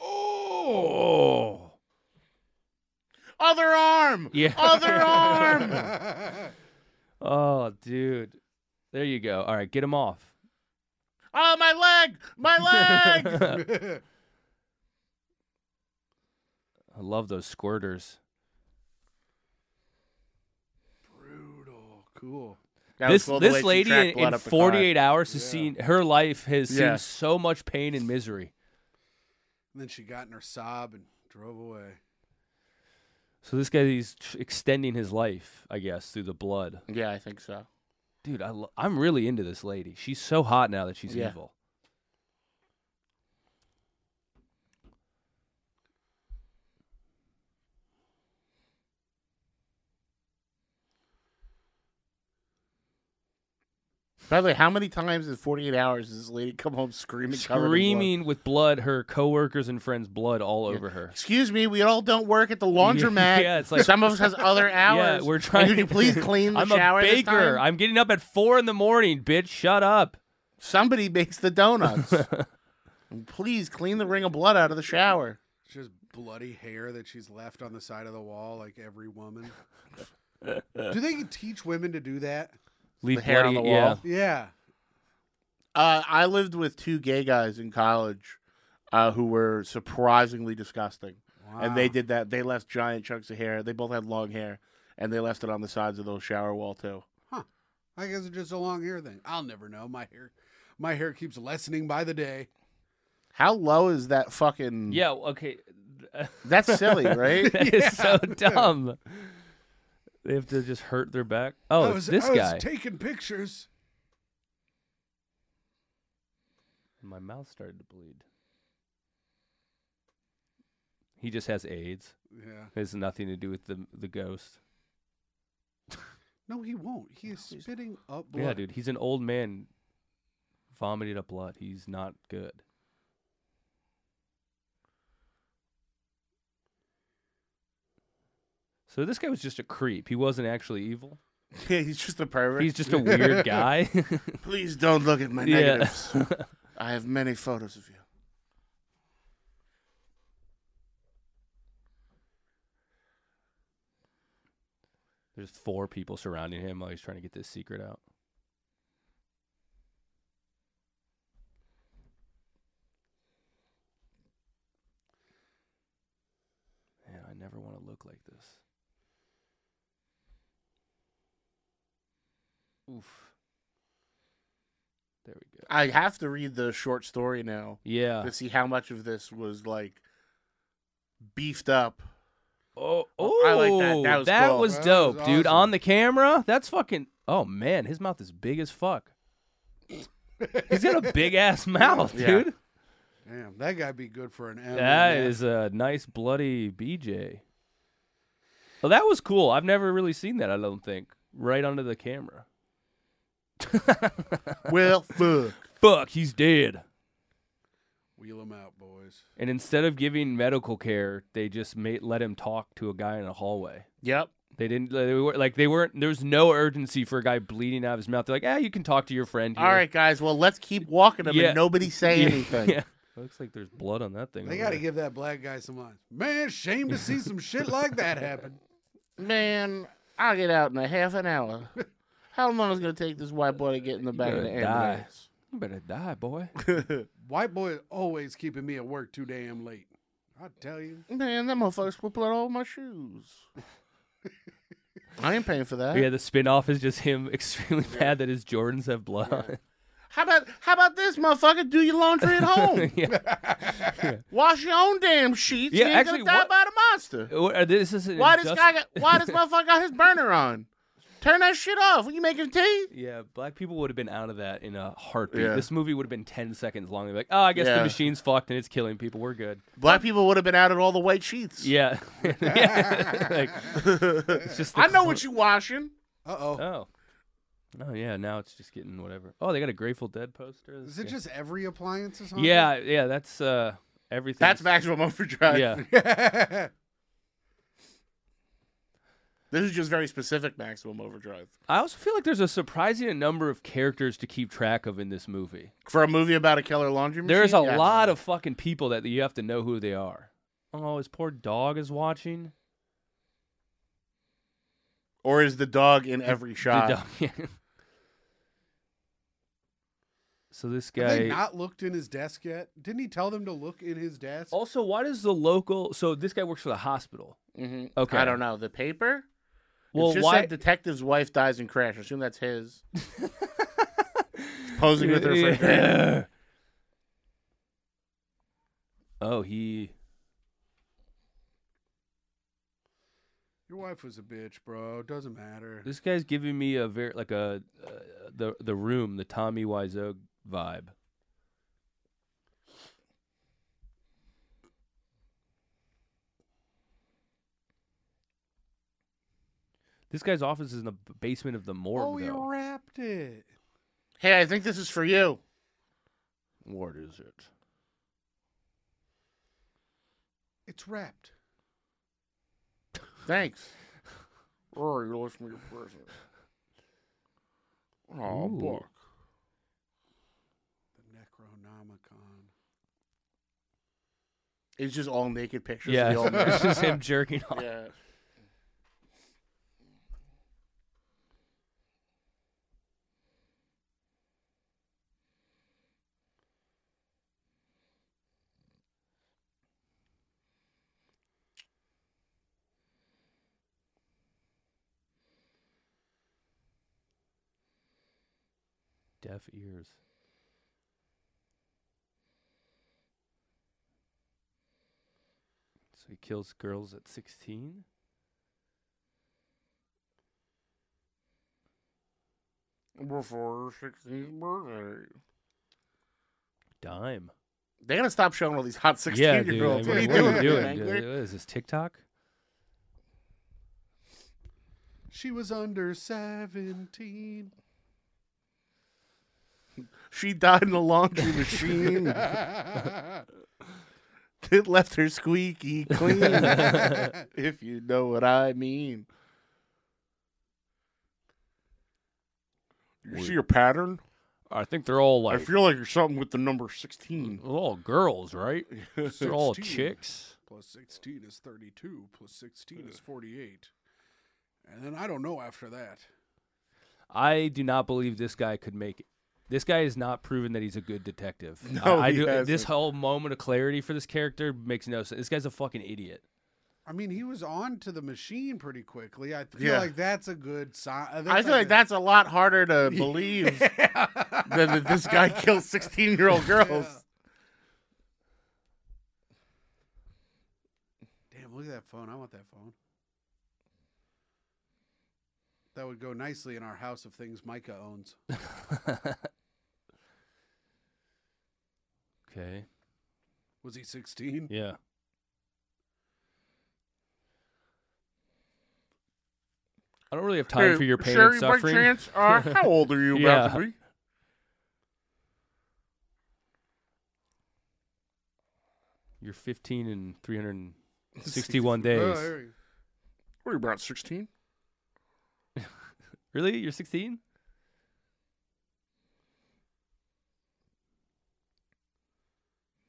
Speaker 2: Oh.
Speaker 5: Other arm.
Speaker 2: Yeah.
Speaker 5: Other arm.
Speaker 2: Oh, dude. There you go. All right, get him off.
Speaker 5: Oh, my leg. My leg.
Speaker 2: I love those squirters.
Speaker 6: Brutal. Cool.
Speaker 5: That was
Speaker 2: this
Speaker 5: cool, the way
Speaker 2: this
Speaker 5: she
Speaker 2: lady
Speaker 5: tracked
Speaker 2: in,
Speaker 5: blood
Speaker 2: in
Speaker 5: up the car.
Speaker 2: 48 hours has seen her life has
Speaker 5: Yeah.
Speaker 2: seen so much pain and misery.
Speaker 6: And then she got in her sob and drove away.
Speaker 2: So this guy he's tr- extending his life, I guess, through the blood.
Speaker 5: Yeah, I think so.
Speaker 2: Dude, I lo- I'm really into this lady. She's so hot now that she's
Speaker 5: Yeah.
Speaker 2: evil.
Speaker 5: By the way, how many times in 48 hours does this lady come home screaming? covered in blood?
Speaker 2: Screaming with blood, her coworkers and friends' blood all over her.
Speaker 5: Excuse me, we all don't work at the laundromat.
Speaker 2: yeah, it's like-
Speaker 5: some of us has other hours.
Speaker 2: Yeah, we're
Speaker 5: And
Speaker 2: trying.
Speaker 5: Could you please clean the
Speaker 2: I'm
Speaker 5: shower?
Speaker 2: a
Speaker 5: this
Speaker 2: baker.
Speaker 5: time?
Speaker 2: I'm getting up at four in the morning, bitch. Shut up.
Speaker 5: Somebody makes the donuts. And please clean the ring of blood out of the shower.
Speaker 6: She has bloody hair that she's left on the side of the wall, like every woman. do they teach women to do that?
Speaker 2: Leave
Speaker 5: The hair on
Speaker 2: bloody-
Speaker 5: the wall.
Speaker 2: yeah.
Speaker 6: Yeah.
Speaker 5: Uh, I lived with two gay guys in college uh, who were surprisingly disgusting. And they did that. They left giant chunks of hair. They both had long hair, and they left it on the sides of the shower wall too.
Speaker 6: I guess it's just a long hair thing. I'll never know. My hair, my hair keeps lessening by the day.
Speaker 5: How low is that fucking?
Speaker 2: Yeah, okay.
Speaker 5: that's silly, right?
Speaker 2: That is so dumb. They have to just hurt their back. Oh,
Speaker 6: I
Speaker 2: it's
Speaker 6: was,
Speaker 2: this
Speaker 6: I was
Speaker 2: guy.
Speaker 6: taking pictures.
Speaker 2: My mouth started to bleed. He just has AIDS.
Speaker 6: Yeah.
Speaker 2: It has nothing to do with the the ghost.
Speaker 6: No, he won't. He is spitting up blood.
Speaker 2: Yeah, dude, he's an old man vomited up blood. He's not good. So this guy was just a creep. He wasn't actually evil.
Speaker 5: Yeah, he's just a pervert.
Speaker 2: He's just a weird guy.
Speaker 5: Please don't look at my
Speaker 2: Yeah.
Speaker 5: negatives. I have many photos of you.
Speaker 2: There's four people surrounding him while he's trying to get this secret out. Man, I never want to look like this. Oof. There we go.
Speaker 5: I have to read the short story now
Speaker 2: Yeah.
Speaker 5: to see how much of this was like beefed up.
Speaker 2: Oh,
Speaker 5: Oh, I like that. That
Speaker 2: oh,
Speaker 5: was cool.
Speaker 6: That
Speaker 2: dope,
Speaker 6: was
Speaker 2: dude.
Speaker 6: awesome.
Speaker 2: On the camera, that's fucking. Oh man, his mouth is big as fuck. He's got a big ass mouth,
Speaker 5: Yeah.
Speaker 2: dude.
Speaker 6: Damn, that guy be good for an M.
Speaker 2: That
Speaker 6: yeah.
Speaker 2: is a nice bloody BJ. Well, that was cool. I've never really seen that. I don't think right onto the camera.
Speaker 5: Well, fuck.
Speaker 2: Fuck, he's dead.
Speaker 6: Wheel him out, boys.
Speaker 2: And instead of giving medical care, they just made, let him talk to a guy in a hallway.
Speaker 5: Yep.
Speaker 2: They didn't. They were like they weren't. There was no urgency for a guy bleeding out of his mouth. They're like, ah, you can talk to your friend. Here.
Speaker 5: All right, guys. Well, let's keep walking them
Speaker 2: Yeah.
Speaker 5: and nobody say
Speaker 2: Yeah,
Speaker 5: anything.
Speaker 2: yeah. Looks like there's blood on that thing.
Speaker 6: They
Speaker 2: over
Speaker 6: got to
Speaker 2: there.
Speaker 6: give that black guy some lines. Man, shame to see some shit like that happen.
Speaker 5: Man, I'll get out in a half an hour. How long is it going to take this white boy to get in the back of the
Speaker 2: better die.
Speaker 5: ambulance?
Speaker 2: You better die, boy.
Speaker 6: White boy is always keeping me at work too damn late. I tell you.
Speaker 5: Man, that motherfucker split blood all over my shoes. I ain't paying for that.
Speaker 2: yeah, the spin off is just him extremely mad that his Jordans have blood on it.
Speaker 5: How about how about this motherfucker? Do your laundry at home.
Speaker 2: Yeah.
Speaker 5: Wash your own damn sheets.
Speaker 2: Yeah,
Speaker 5: you ain't
Speaker 2: actually,
Speaker 5: gonna die
Speaker 2: what-
Speaker 5: by the monster.
Speaker 2: What- uh, This is an
Speaker 5: Why this
Speaker 2: injusti-
Speaker 5: guy? Got, why this motherfucker got his burner on? Turn that shit off. What you making tea?
Speaker 2: Yeah, black people would have been out of that in a heartbeat.
Speaker 5: Yeah.
Speaker 2: This movie would have been ten seconds long. They'd be like, oh, I guess
Speaker 5: Yeah.
Speaker 2: the machine's fucked and it's killing people. We're good.
Speaker 5: Black people would have been out at all the white sheets.
Speaker 2: Yeah. yeah. like, it's just the
Speaker 5: I know what you washing.
Speaker 6: Uh oh.
Speaker 2: Oh. Oh yeah, now it's just getting whatever. Oh, they got a Grateful Dead poster.
Speaker 6: Is it
Speaker 2: Yeah.
Speaker 6: just every appliance or something?
Speaker 2: Yeah, yeah, that's uh everything.
Speaker 5: That's maximum overdrive.
Speaker 2: Yeah.
Speaker 5: This is just very specific maximum overdrive
Speaker 2: I also feel like there's a surprising number of characters to keep track of in this movie.
Speaker 5: for a movie about a killer laundry machine.
Speaker 2: There's a
Speaker 5: yes.
Speaker 2: lot of fucking people that you have to know who they are. Oh, his poor dog is watching.
Speaker 5: Or is the dog in every
Speaker 2: The
Speaker 5: shot?
Speaker 2: dog- yeah. so this
Speaker 6: Have they
Speaker 2: guy
Speaker 6: not looked in his desk yet? Didn't he tell them to look in his desk?
Speaker 2: Also, why does the local so this guy works for the hospital?
Speaker 5: hmm
Speaker 2: Okay.
Speaker 5: I don't know the paper.
Speaker 2: Well,
Speaker 5: it's just
Speaker 2: why
Speaker 5: that detective's wife dies in crash. I assume that's his. posing with her refrigerator.
Speaker 2: Yeah. Oh, he
Speaker 6: Your wife was a bitch, bro. Doesn't matter.
Speaker 2: This guy's giving me a very like a uh, the the room the Tommy Wiseau vibe. This guy's office is in the b- basement of the morgue.
Speaker 6: oh, you
Speaker 2: though.
Speaker 6: wrapped it.
Speaker 5: Hey, I think this is for you.
Speaker 2: What is it?
Speaker 6: It's wrapped.
Speaker 5: Thanks. Oh, you lost me a present. Oh,
Speaker 2: Ooh.
Speaker 5: book.
Speaker 6: The Necronomicon.
Speaker 5: It's just all naked pictures
Speaker 2: yeah,
Speaker 5: of the old man.
Speaker 2: it's just him jerking off.
Speaker 5: yeah.
Speaker 2: Deaf ears. So he kills girls at sixteen.
Speaker 5: Before her 16th birthday.
Speaker 2: Dime.
Speaker 5: They gotta stop showing all these hot 16
Speaker 2: yeah, dude.
Speaker 5: year olds.
Speaker 2: I mean,
Speaker 5: what are you
Speaker 2: what
Speaker 5: doing? man?
Speaker 2: dude?
Speaker 5: You're-
Speaker 2: What is this TikTok?
Speaker 6: She was under 17.
Speaker 5: She died in the laundry machine. it left her squeaky clean. if you know what I mean. You see your pattern?
Speaker 2: I think they're all
Speaker 5: I feel like you're something with the number 16.
Speaker 2: all girls, right? They're all
Speaker 6: 16.
Speaker 2: chicks.
Speaker 6: Plus 16 is 32. Plus 16
Speaker 2: Uh.
Speaker 6: is 48. And then I don't know after that.
Speaker 2: I do not believe this guy could make it. This guy is not proven that he's a good detective.
Speaker 5: No,
Speaker 2: I, I
Speaker 5: he
Speaker 2: do. This
Speaker 5: hasn't.
Speaker 2: whole moment of clarity for this character makes no sense. This guy's a fucking idiot.
Speaker 6: I mean, he was on to the machine pretty quickly. I feel
Speaker 5: Yeah.
Speaker 6: like that's a good sign. uh,
Speaker 5: I
Speaker 6: that's
Speaker 5: feel like that's a lot harder to believe than that this guy kills 16 year old girls.
Speaker 6: a- Damn, look at that phone. I want that phone. That would go nicely in our house of things Micah owns.
Speaker 2: Okay.
Speaker 6: Was he 16?
Speaker 2: Yeah. I don't really have time
Speaker 5: Hey,
Speaker 2: for your pain
Speaker 5: Sherry,
Speaker 2: and suffering.
Speaker 5: By chance, uh, how old are you about to
Speaker 2: Yeah.
Speaker 5: be?
Speaker 2: You're 15 and 361 days.
Speaker 6: Oh, there we go.
Speaker 5: What are you about, 16?
Speaker 2: Really? You're 16?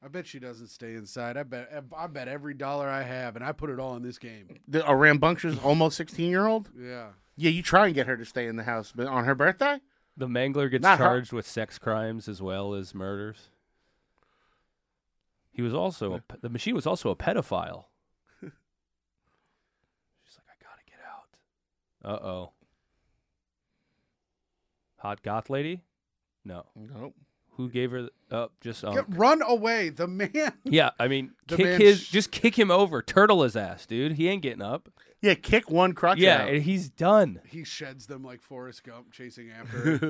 Speaker 6: I bet she doesn't stay inside. I bet I bet every dollar I have, and I put it all in this game.
Speaker 5: The, a rambunctious, almost 16 year old?
Speaker 6: Yeah.
Speaker 5: Yeah, you try and get her to stay in the house, but on her birthday?
Speaker 2: The Mangler gets
Speaker 5: Not her.
Speaker 2: charged with sex crimes as well as murders. He was also a, pe- the machine was also a pedophile. She's like, I gotta get out. Uh oh. Hot goth lady? No.
Speaker 5: Nope.
Speaker 2: Who gave her? The, oh, just um.
Speaker 6: Get, run away, the man.
Speaker 2: yeah, I mean,
Speaker 6: The
Speaker 2: kick
Speaker 6: man
Speaker 2: his,
Speaker 6: sh-
Speaker 2: just kick him over, turtle his ass, dude. He ain't getting up.
Speaker 5: Yeah, kick one crutch
Speaker 2: yeah,
Speaker 5: out.
Speaker 2: and he's done.
Speaker 6: He sheds them like Forrest Gump chasing after. her.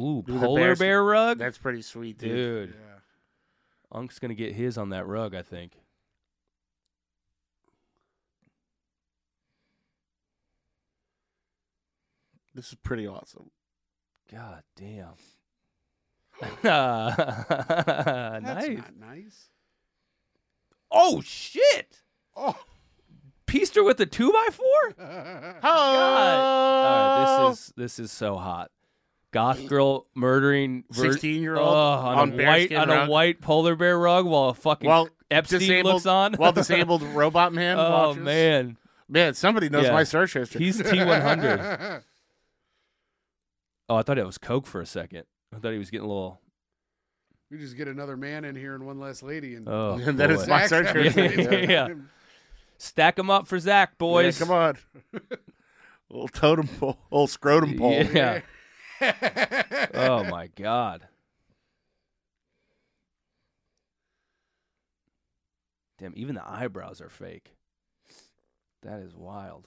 Speaker 2: Ooh,
Speaker 5: Do the
Speaker 2: polar
Speaker 5: bears-
Speaker 2: bear rug,
Speaker 5: That's pretty sweet, dude.
Speaker 2: dude.
Speaker 6: yeah.
Speaker 2: Unk's gonna get his on that rug, I think.
Speaker 5: This is pretty awesome.
Speaker 2: God damn. nice.
Speaker 6: That's not nice.
Speaker 2: Oh shit!
Speaker 6: Oh.
Speaker 2: Pieced her with a two by four. Oh. God. All right, this is this is so hot. Goth girl murdering vir-
Speaker 5: 16-year-old
Speaker 2: Ugh, on,
Speaker 5: on
Speaker 2: a white
Speaker 5: bearskin
Speaker 2: on
Speaker 5: rug.
Speaker 2: a white polar bear rug while a fucking
Speaker 5: While
Speaker 2: Epstein
Speaker 5: disabled,
Speaker 2: looks on.
Speaker 5: while disabled robot man
Speaker 2: oh
Speaker 5: watches.
Speaker 2: man,
Speaker 5: Man, somebody knows
Speaker 2: Yeah.
Speaker 5: my search history.
Speaker 2: he's T one hundred. Oh, I thought it was Coke for a second. I thought he was getting a little.
Speaker 6: we just get another man in here and one less lady, and
Speaker 2: Oh,
Speaker 5: And that is
Speaker 2: boy.
Speaker 5: my
Speaker 6: Zach's
Speaker 5: search
Speaker 6: having
Speaker 5: history.
Speaker 6: a great time.
Speaker 2: Yeah. stack them up for Zach, boys.
Speaker 5: Yeah, come on. little totem pole, little scrotum pole.
Speaker 2: Yeah. oh my god. Damn, even the eyebrows are fake. That is wild.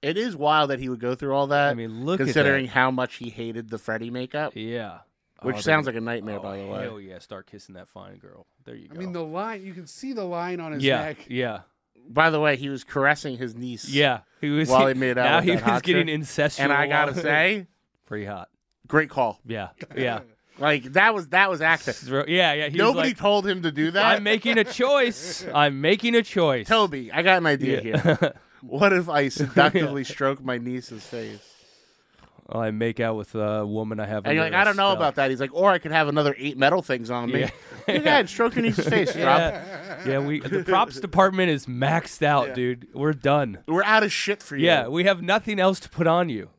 Speaker 5: It is wild that he would go through all that.
Speaker 2: I mean, look at
Speaker 5: considering
Speaker 2: that.
Speaker 5: how much he hated the Freddy makeup,
Speaker 2: Yeah.
Speaker 5: which
Speaker 2: Oh,
Speaker 5: sounds
Speaker 2: there-
Speaker 5: like a nightmare,
Speaker 2: oh,
Speaker 5: by the way.
Speaker 2: Hell yeah, start kissing that fine girl. There you
Speaker 6: I
Speaker 2: go.
Speaker 6: mean the line. You can see the line on his
Speaker 2: yeah,
Speaker 6: neck.
Speaker 2: yeah,
Speaker 5: By the way, he was caressing his niece.
Speaker 2: yeah. He was
Speaker 5: While he made out
Speaker 2: Now
Speaker 5: with
Speaker 2: he
Speaker 5: that
Speaker 2: was
Speaker 5: hot
Speaker 2: getting
Speaker 5: chick.
Speaker 2: incestual.
Speaker 5: and I gotta say,
Speaker 2: pretty hot.
Speaker 5: great call.
Speaker 2: Yeah, yeah,
Speaker 5: Like that was that was acting.
Speaker 2: Throw- yeah, yeah. He was
Speaker 5: Nobody
Speaker 2: like,
Speaker 5: told him to do that.
Speaker 2: I'm making a choice. I'm making a choice.
Speaker 5: Toby, I got an idea here.
Speaker 2: Yeah.
Speaker 5: What if I seductively stroke my niece's face?
Speaker 2: I make out with a woman I have.
Speaker 5: And you're like,
Speaker 2: under
Speaker 5: I
Speaker 2: a
Speaker 5: don't know
Speaker 2: spell."
Speaker 5: about that. He's like, or I could have another eight metal things on me.
Speaker 2: Yeah.
Speaker 5: Good guy, stroke your niece's face, drop.
Speaker 2: Yeah, yeah. We the props department is maxed out, dude. We're done.
Speaker 5: We're out of shit for you.
Speaker 2: Yeah, we have nothing else to put on you.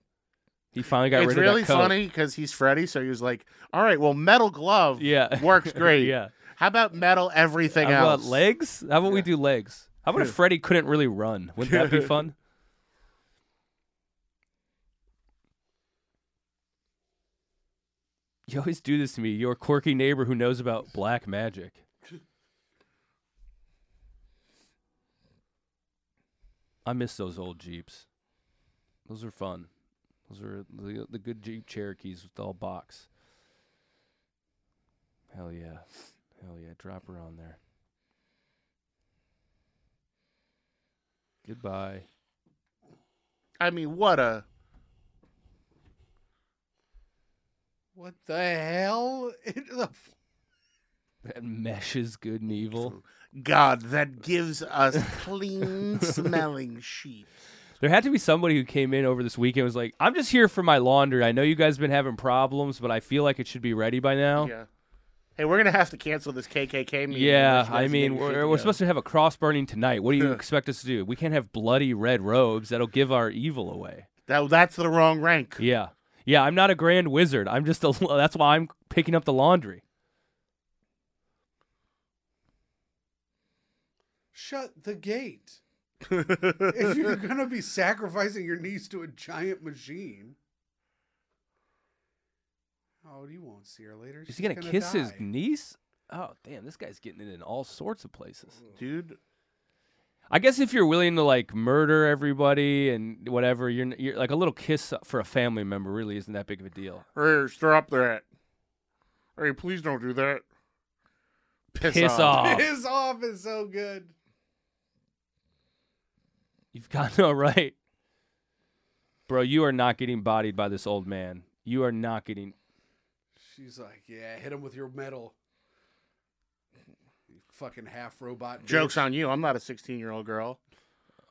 Speaker 2: He finally got
Speaker 5: it's
Speaker 2: rid
Speaker 5: really
Speaker 2: of that coat.
Speaker 5: funny because he's Freddy, so he was like, "All right, well, metal glove,
Speaker 2: Yeah.
Speaker 5: works great.
Speaker 2: Yeah.
Speaker 5: how about metal everything
Speaker 2: How
Speaker 5: else?
Speaker 2: about legs? How about we do legs? How about if Freddy couldn't really run? Wouldn't that be fun? You always do this to me. Your quirky neighbor who knows about black magic. I miss those old Jeeps. Those are fun. Those are the, the good Jeep Cherokees with all box. Hell yeah. Hell yeah. Drop her on there. Goodbye.
Speaker 5: I mean, what a
Speaker 6: What the hell? It- the f-
Speaker 2: That meshes good and evil.
Speaker 5: god that gives us clean smelling sheep.
Speaker 2: There had to be somebody who came in over this weekend and was like, I'm just here for my laundry. I know you guys been having problems, but I feel like it should be ready by now.
Speaker 5: Yeah. Hey, we're gonna have to cancel this KKK meeting.
Speaker 2: Yeah,
Speaker 5: unless you guys
Speaker 2: I
Speaker 5: get
Speaker 2: mean,
Speaker 5: your
Speaker 2: we're,
Speaker 5: shit
Speaker 2: we're
Speaker 5: together.
Speaker 2: supposed to have a cross burning tonight. What do you expect us to do? We can't have bloody red robes. That'll give our evil away.
Speaker 5: That, that's the wrong rank.
Speaker 2: Yeah. Yeah, I'm not a grand wizard. I'm just a that's why I'm picking up the laundry.
Speaker 6: Shut the gate. if you're gonna be sacrificing your niece to a giant machine. Oh, you won't see her later.
Speaker 2: Is
Speaker 6: She's
Speaker 2: he gonna, kiss his
Speaker 6: die.
Speaker 2: niece? Oh, damn, this guy's getting it in all sorts of places.
Speaker 5: Dude,
Speaker 2: I guess if you're willing to like murder everybody and whatever, you're, you're like a little kiss for a family member really isn't that big of a deal.
Speaker 5: hey, stop that. Hey, please don't do that. Piss,
Speaker 2: Piss off.
Speaker 6: His off is so good.
Speaker 2: You've got no right. Bro, you are not getting bodied by this old man. You are not getting
Speaker 6: She's like, yeah, hit him with your metal. You fucking half robot.
Speaker 5: Joke's
Speaker 6: bitch.
Speaker 5: on you. I'm not a 16 year old girl.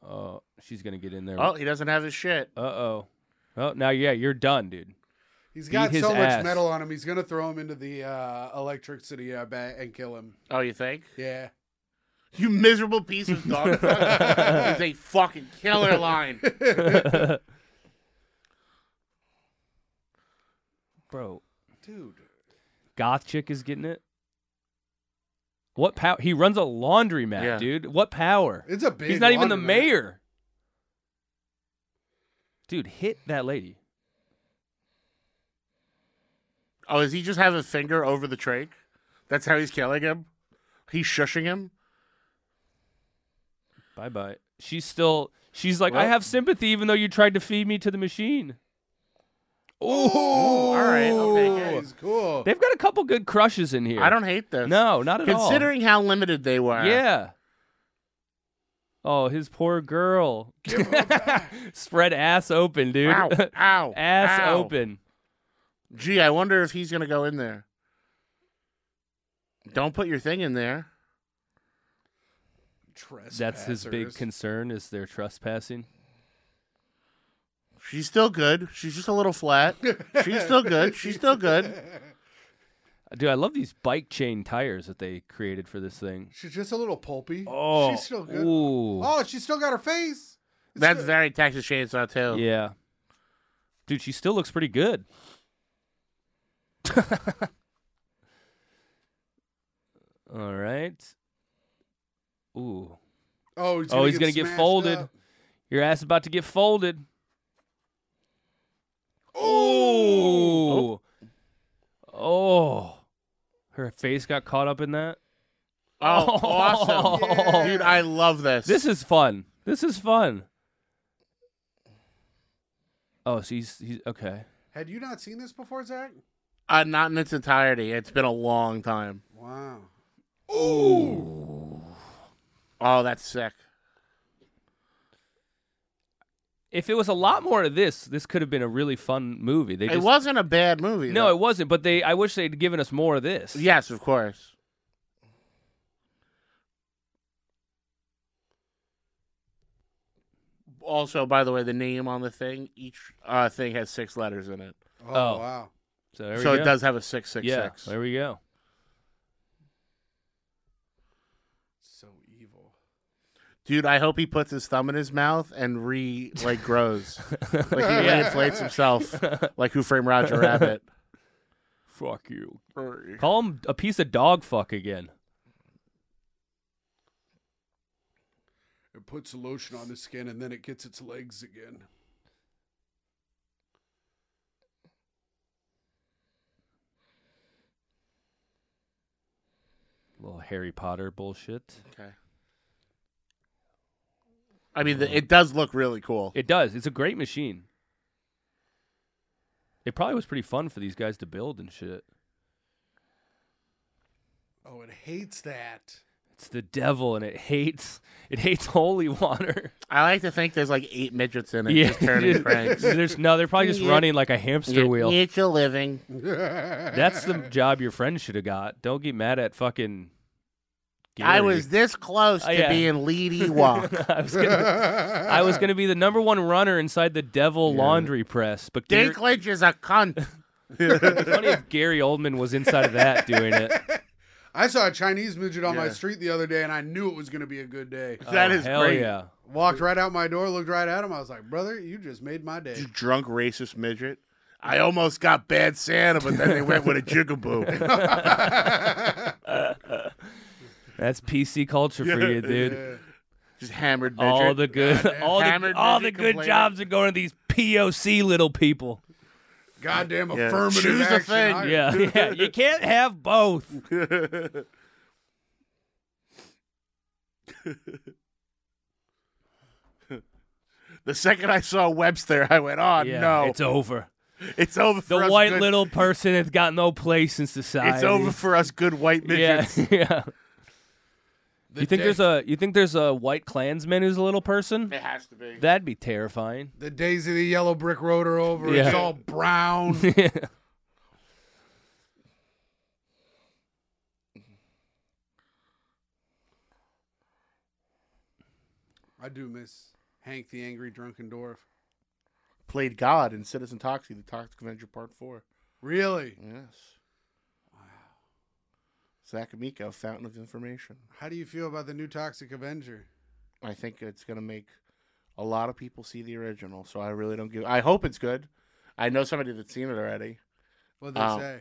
Speaker 2: Oh, she's gonna get in there.
Speaker 5: Oh, he doesn't have his shit.
Speaker 2: Uh oh. Oh, now yeah, you're done, dude.
Speaker 6: He's
Speaker 2: Beat
Speaker 6: got
Speaker 2: his
Speaker 6: so
Speaker 2: ass.
Speaker 6: much metal on him. He's gonna throw him into the uh, electricity uh, ba- and kill him.
Speaker 5: Oh, you think?
Speaker 6: Yeah.
Speaker 5: You miserable piece of dog. fuck. is a fucking killer line.
Speaker 2: Bro,
Speaker 6: Dude.
Speaker 2: goth chick is getting it. What power? He runs a laundromat,
Speaker 5: Yeah.
Speaker 2: dude. What power?
Speaker 6: It's a big
Speaker 2: He's not even the
Speaker 6: laundromat.
Speaker 2: mayor. Dude, hit that lady.
Speaker 5: Oh, does he just have his finger over the trach? That's how he's killing him? He's shushing him?
Speaker 2: Bye bye. She's still. She's like, I
Speaker 5: Well-
Speaker 2: have sympathy, even though you tried to feed me to the machine. Oh,
Speaker 5: All right, I'll take it.
Speaker 6: Oh, he's cool.
Speaker 2: they've got a couple good crushes in here.
Speaker 5: I don't hate this.
Speaker 2: No, not at all.
Speaker 5: Considering how limited they were.
Speaker 2: Yeah. Oh, his poor girl. Spread ass open, dude.
Speaker 5: Ow, ow,
Speaker 2: ass
Speaker 5: ow.
Speaker 2: open.
Speaker 5: Gee, I wonder if he's gonna go in there. Don't put your thing in there.
Speaker 2: That's his big
Speaker 6: Trespassers.
Speaker 2: concern is they're trespassing.
Speaker 5: She's still good. She's just a little flat. She's still good. She's still good.
Speaker 2: Dude, I love these bike chain tires that they created for this thing.
Speaker 6: She's just a little pulpy.
Speaker 2: Oh,
Speaker 6: she's still good.
Speaker 2: Ooh.
Speaker 6: Oh, she's still got her face. It's
Speaker 5: That's
Speaker 6: good.
Speaker 5: very Texas Chainsaw too.
Speaker 2: Yeah. Dude, she still looks pretty good. All right. Ooh.
Speaker 6: Oh, he's
Speaker 2: Oh,
Speaker 6: gonna,
Speaker 2: he's
Speaker 6: get,
Speaker 2: gonna get
Speaker 6: smashed
Speaker 2: folded.
Speaker 6: up.
Speaker 2: Your ass about to get folded. Oh.
Speaker 6: Ooh.
Speaker 2: Oh. Her face got caught up in that.
Speaker 5: Oh, awesome,
Speaker 6: Yeah.
Speaker 5: dude! I love this.
Speaker 2: This is fun. This is fun. Oh, so he's, he's okay.
Speaker 6: Had you not seen this before, Zach?
Speaker 5: uh, not in its entirety. It's been a long time.
Speaker 6: Wow.
Speaker 5: Oh, that's sick.
Speaker 2: If it was a lot more of this, this could have been a really fun movie. They just,
Speaker 5: it wasn't a bad movie.
Speaker 2: No,
Speaker 5: though.
Speaker 2: it wasn't. But they, I wish they'd given us more of this.
Speaker 5: Yes, of course. Also, by the way, the name on the thing, each uh, thing has six letters in it.
Speaker 6: Oh,
Speaker 2: Oh.
Speaker 6: wow.
Speaker 2: So, there we
Speaker 5: so it
Speaker 2: go.
Speaker 5: does have a six six six.
Speaker 2: Yeah. There we go.
Speaker 6: So evil.
Speaker 5: Dude, I hope he puts his thumb in his mouth and re like grows. like he reinflates himself. Like who framed Roger Rabbit.
Speaker 2: Fuck you. Call him a piece of dog fuck again.
Speaker 6: It puts lotion on the skin and then it gets its legs again.
Speaker 2: Little Harry Potter bullshit.
Speaker 5: Okay. I mean, the, it does look really cool.
Speaker 2: It does. It's a great machine. It probably was pretty fun for these guys to build and shit.
Speaker 6: Oh, it hates that.
Speaker 2: It's the devil and it hates it hates holy water.
Speaker 5: I like to think there's like eight midgets in it just turning
Speaker 2: dude.
Speaker 5: cranks.
Speaker 2: There's no they're probably just
Speaker 5: Yeah.
Speaker 2: running like a hamster wheel.
Speaker 5: It's a living.
Speaker 2: That's the job your friend should have got. Don't get mad at fucking
Speaker 5: I
Speaker 2: Gary.
Speaker 5: was this close
Speaker 2: Oh,
Speaker 5: to
Speaker 2: yeah.
Speaker 5: being leady walk.
Speaker 2: I was gonna I was gonna be the number one runner inside the devil laundry press, but Gary,
Speaker 5: Dinklage is a cunt.
Speaker 2: funny if Gary Oldman was inside of that doing it.
Speaker 6: I saw a Chinese midget on my
Speaker 5: Yeah.
Speaker 6: street the other day and I knew it was going to be a good day.
Speaker 5: That
Speaker 2: Oh,
Speaker 5: is
Speaker 2: hell
Speaker 5: great.
Speaker 2: yeah.
Speaker 6: Walked right out my door, looked right at him. I was like, brother, you just made my day.
Speaker 5: You drunk racist midget. I almost got bad Santa, but then they went with a jigaboo.
Speaker 2: That's PC culture for you, dude.
Speaker 5: Just hammered midget.
Speaker 2: all the good, all the,
Speaker 5: Hammered
Speaker 2: all the
Speaker 5: midget
Speaker 2: good
Speaker 5: complainer.
Speaker 2: jobs are going to these POC little people.
Speaker 6: Goddamn
Speaker 5: Yeah.
Speaker 6: affirmative
Speaker 5: Choose a
Speaker 6: action.
Speaker 5: thing.
Speaker 6: I-
Speaker 2: Yeah, yeah. You can't have both.
Speaker 5: The second I saw Webster, I went, "Oh
Speaker 2: yeah,
Speaker 5: no,
Speaker 2: it's over.
Speaker 5: It's over for
Speaker 2: The
Speaker 5: us
Speaker 2: white
Speaker 5: good-
Speaker 2: little person has got no place in society.
Speaker 5: It's over for us good white
Speaker 2: Yeah,
Speaker 5: midgets.
Speaker 2: yeah.
Speaker 6: The
Speaker 2: You think
Speaker 6: day,
Speaker 2: there's a you think there's a white Klansman who's a little person?
Speaker 5: It has to be.
Speaker 2: That'd be terrifying.
Speaker 6: the days of the yellow brick road are over.
Speaker 2: Yeah.
Speaker 6: It's all brown. I do miss Hank the Angry Drunken Dwarf.
Speaker 5: Played God in Citizen Toxie, The Toxic Avenger Part 4.
Speaker 6: Really?
Speaker 5: Yes. Wow. Zach Amico, Fountain of Information.
Speaker 6: How do you feel about the new Toxic Avenger?
Speaker 5: I think it's going to make a lot of people see the original, so I really don't give. I hope it's good. I know somebody that's seen it already.
Speaker 6: What they
Speaker 5: Um,
Speaker 6: say?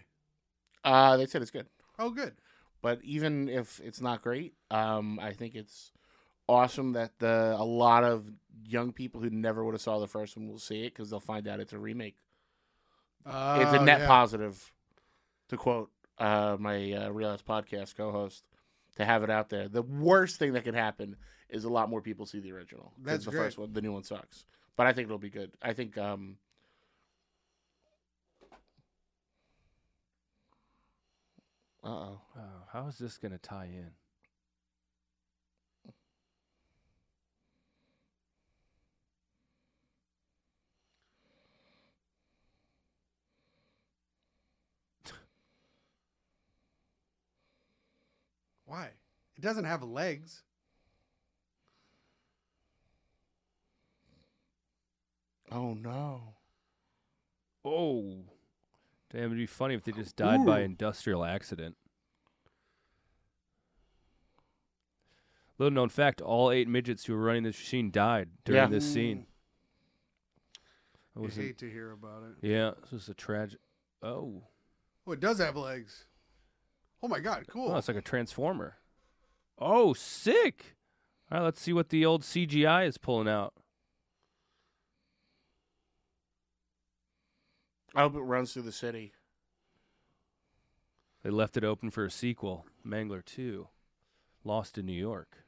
Speaker 5: Uh, they said it's good.
Speaker 6: Oh, good.
Speaker 5: But even if it's not great, um, I think it's awesome that the a lot of young people who never would have saw the first one will see it because they'll find out it's a remake. it's a
Speaker 6: Oh,
Speaker 5: net
Speaker 6: yeah.
Speaker 5: positive, to quote uh, my uh, Real Ass Podcast co-host. To have it out there, the worst thing that could happen is a lot more people see the original. 'Cause
Speaker 6: That's
Speaker 5: the
Speaker 6: great.
Speaker 5: first one. The new one sucks, but I think it'll be good. I think um, Uh oh.
Speaker 2: Oh, how is this going to tie in?
Speaker 6: Why? It doesn't have legs.
Speaker 5: Oh no.
Speaker 2: Oh, damn! It'd be funny if they just died by industrial accident. Little known fact: all eight midgets who were running this machine died during
Speaker 5: Yeah.
Speaker 2: this scene. It
Speaker 6: I
Speaker 2: was a-
Speaker 6: hate to hear about it.
Speaker 2: yeah, this was a tragic. Oh.
Speaker 6: Oh, it does have legs. Oh my god, cool.
Speaker 2: oh, it's like a transformer. Oh, sick! All right, let's see what the old CGI is pulling out.
Speaker 5: I hope it runs through the city.
Speaker 2: They left it open for a sequel, Mangler Two, Lost in New York.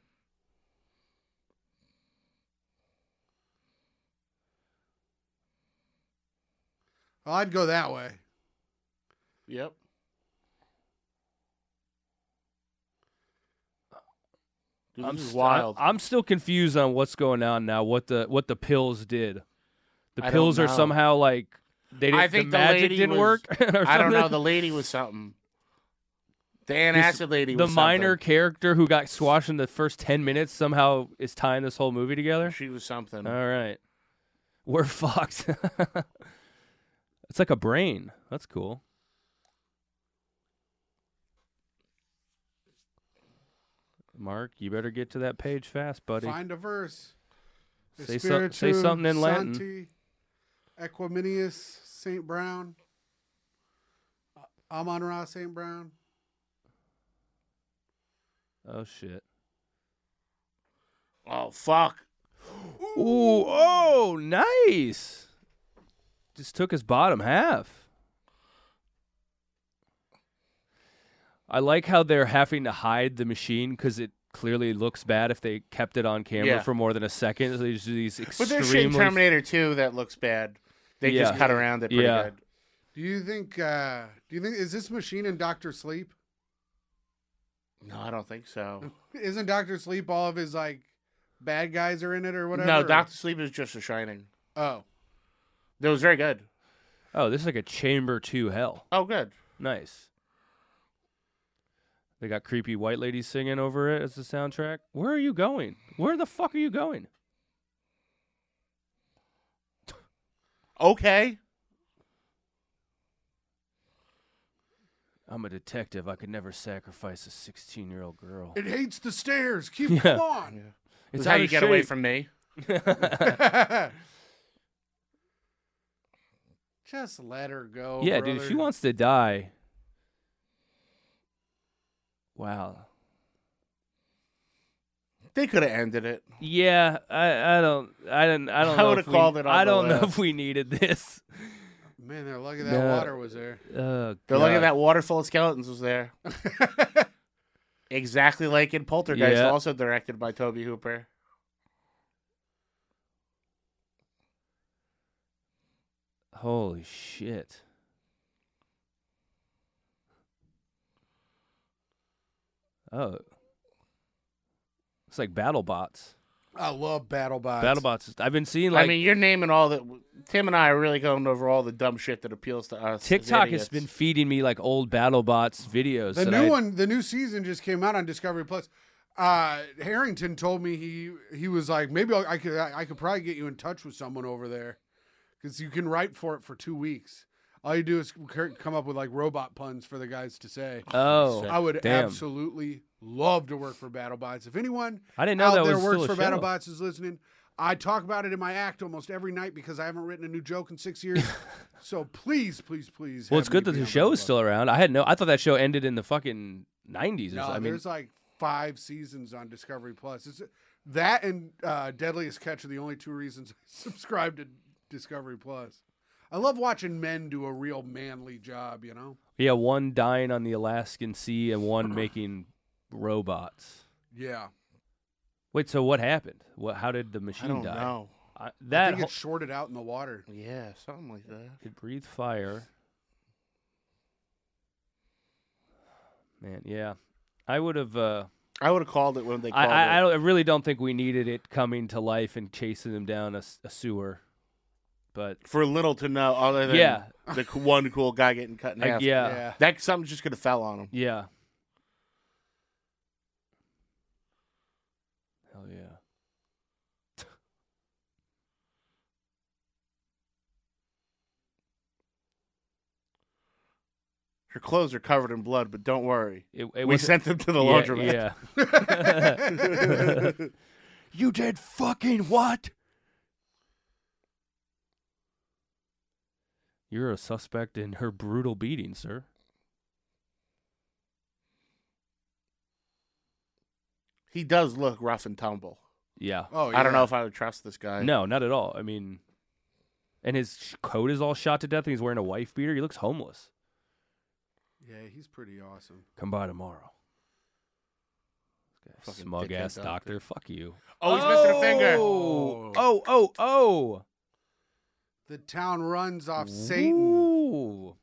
Speaker 6: Well, I'd go that way.
Speaker 5: Yep. Dude, this is
Speaker 2: st-
Speaker 5: wild.
Speaker 2: I'm still confused on what's going on now. What the what the pills did? The
Speaker 5: I don't
Speaker 2: pills are
Speaker 5: know.
Speaker 2: somehow like they didn't.
Speaker 5: I think
Speaker 2: the
Speaker 5: the
Speaker 2: magic
Speaker 5: lady
Speaker 2: didn't
Speaker 5: was-
Speaker 2: work. or
Speaker 5: I don't know.
Speaker 2: something.
Speaker 5: The lady was something. The antacid lady
Speaker 2: the
Speaker 5: was
Speaker 2: minor
Speaker 5: something.
Speaker 2: character who got squashed in the first ten minutes somehow is tying this whole movie together.
Speaker 5: She was something.
Speaker 2: All right, we're fucked. it's like a brain. That's cool. Mark, you better get to that page fast, buddy.
Speaker 6: Find a verse.
Speaker 2: Say so- say
Speaker 6: Espiritu
Speaker 2: something in Latin.
Speaker 6: Sancti, Equiminius St. Brown. Amon Ra St. Brown.
Speaker 2: Oh shit.
Speaker 5: oh fuck!
Speaker 2: Ooh, oh, nice. Just took his bottom half. I like how they're having to hide the machine because it clearly looks bad if they kept it on camera
Speaker 5: Yeah.
Speaker 2: for more than a second. So they just do these
Speaker 5: But there's
Speaker 2: extremely.
Speaker 5: shit in Terminator 2 that looks bad. They just
Speaker 2: Yeah.
Speaker 5: cut around it pretty
Speaker 2: Yeah.
Speaker 5: good.
Speaker 6: Do you think uh do you think is this machine in Doctor Sleep?
Speaker 5: No, I don't think so.
Speaker 6: Isn't Doctor Sleep all of his like bad guys are in it or whatever?
Speaker 5: No, Doctor Sleep is just a Shining.
Speaker 6: Oh.
Speaker 5: That was very good.
Speaker 2: oh, this is like a chamber two hell.
Speaker 5: Oh, good.
Speaker 2: Nice. They got creepy white ladies singing over it as the soundtrack. Where are you going? Where the fuck are you going?
Speaker 5: Okay.
Speaker 2: I'm a detective. I could never sacrifice a 16 year old girl.
Speaker 6: It hates the stairs. Keep
Speaker 2: Yeah.
Speaker 6: come on.
Speaker 5: That's how
Speaker 2: out
Speaker 5: you
Speaker 2: of
Speaker 5: get away
Speaker 2: shape.
Speaker 5: from me.
Speaker 6: Just let her
Speaker 5: Oh,
Speaker 6: go.
Speaker 2: yeah, dude. If she
Speaker 6: brother.
Speaker 2: wants to die. Wow.
Speaker 5: They could have ended it.
Speaker 2: Yeah, I, I don't, I don't, I don't.
Speaker 5: I
Speaker 2: know
Speaker 5: would've
Speaker 2: if we-
Speaker 5: called it on
Speaker 2: I
Speaker 5: the
Speaker 2: don't know
Speaker 5: list.
Speaker 2: if we needed this.
Speaker 6: Man, they're lucky that
Speaker 2: No.
Speaker 6: water was there.
Speaker 2: Uh,
Speaker 5: They're looking at that water full of skeletons was there. exactly like in Poltergeist,
Speaker 2: Yeah.
Speaker 5: also directed by Toby Hooper.
Speaker 2: Holy shit. Oh, it's like BattleBots.
Speaker 6: I love BattleBots.
Speaker 2: BattleBots. is- I've been seeing like
Speaker 5: I mean, you're naming all that. Tim and I are really going over all the dumb shit that appeals to us. as
Speaker 2: TikTok has
Speaker 5: idiots.
Speaker 2: been feeding me like old BattleBots videos.
Speaker 6: The
Speaker 2: that
Speaker 6: new
Speaker 2: I-
Speaker 6: one, the new season just came out on Discovery Plus. uh, Harrington told me he he was like maybe I'll, I could I, I could probably get you in touch with someone over there because you can write for it for two weeks. All you do is cur- come up with like robot puns for the guys to say.
Speaker 2: Oh,
Speaker 6: I would
Speaker 2: damn.
Speaker 6: absolutely love to work for BattleBots. If anyone
Speaker 2: I didn't know
Speaker 6: out
Speaker 2: that
Speaker 6: there
Speaker 2: was
Speaker 6: works
Speaker 2: still a
Speaker 6: for
Speaker 2: show.
Speaker 6: BattleBots is listening, I talk about it in my act almost every night because I haven't written a new joke in six years. so please, please, please.
Speaker 2: Well,
Speaker 6: have
Speaker 2: it's good that
Speaker 6: me be
Speaker 2: the
Speaker 6: on
Speaker 2: show is
Speaker 6: BattleBots.
Speaker 2: still around. I had no. I thought that show ended in the fucking nineties.
Speaker 6: No,
Speaker 2: or something. I mean,
Speaker 6: Um, there's like five seasons on Discovery Plus. It's, that and uh, Deadliest Catch are the only two reasons I subscribe to Discovery Plus. I love watching men do a real manly job, you know?
Speaker 2: yeah, one dying on the Alaskan Sea and one making robots.
Speaker 6: Yeah.
Speaker 2: Wait, so what happened? What? How did the
Speaker 5: I
Speaker 2: machine
Speaker 5: don't
Speaker 2: die?
Speaker 5: know.
Speaker 2: I,
Speaker 6: I
Speaker 2: that
Speaker 6: think it's
Speaker 2: ho-
Speaker 6: shorted out in the water.
Speaker 5: Yeah, something like that.
Speaker 2: could breathe fire. Man, yeah, I would have. Uh,
Speaker 5: I would have called it when they
Speaker 2: I,
Speaker 5: called
Speaker 2: I, I
Speaker 5: it.
Speaker 2: don't- I really don't think we needed it coming to life and chasing them down a, s- a sewer, but
Speaker 5: for little to no other than
Speaker 2: Yeah.
Speaker 5: the c- one cool guy getting cut in
Speaker 2: I-
Speaker 5: half.
Speaker 2: yeah.
Speaker 6: Yeah.
Speaker 5: That something just could have fell on him.
Speaker 2: Yeah. Hell yeah.
Speaker 5: Her clothes are covered in blood, but don't worry.
Speaker 2: It, it
Speaker 5: we
Speaker 2: wasn't-
Speaker 5: sent them to the
Speaker 2: yeah,
Speaker 5: laundromat.
Speaker 2: Yeah.
Speaker 6: Oh,
Speaker 2: you did fucking what? You're a suspect in her brutal beating, sir.
Speaker 5: He does look rough and tumble.
Speaker 2: Yeah.
Speaker 6: Oh,
Speaker 5: I don't
Speaker 6: yeah.
Speaker 5: know if I would trust this guy.
Speaker 2: No, not at all. I mean, and his sh- coat is all shot to death, and he's wearing a wife beater. He looks homeless.
Speaker 6: Yeah, he's pretty awesome.
Speaker 2: Come by tomorrow. This guy,
Speaker 5: Fucking
Speaker 2: Smug ass
Speaker 5: dickhead
Speaker 2: doctor. Fuck you.
Speaker 5: Oh, he's missing a finger.
Speaker 2: Oh, oh, oh. oh.
Speaker 6: The town runs off Satan.
Speaker 2: Ooh.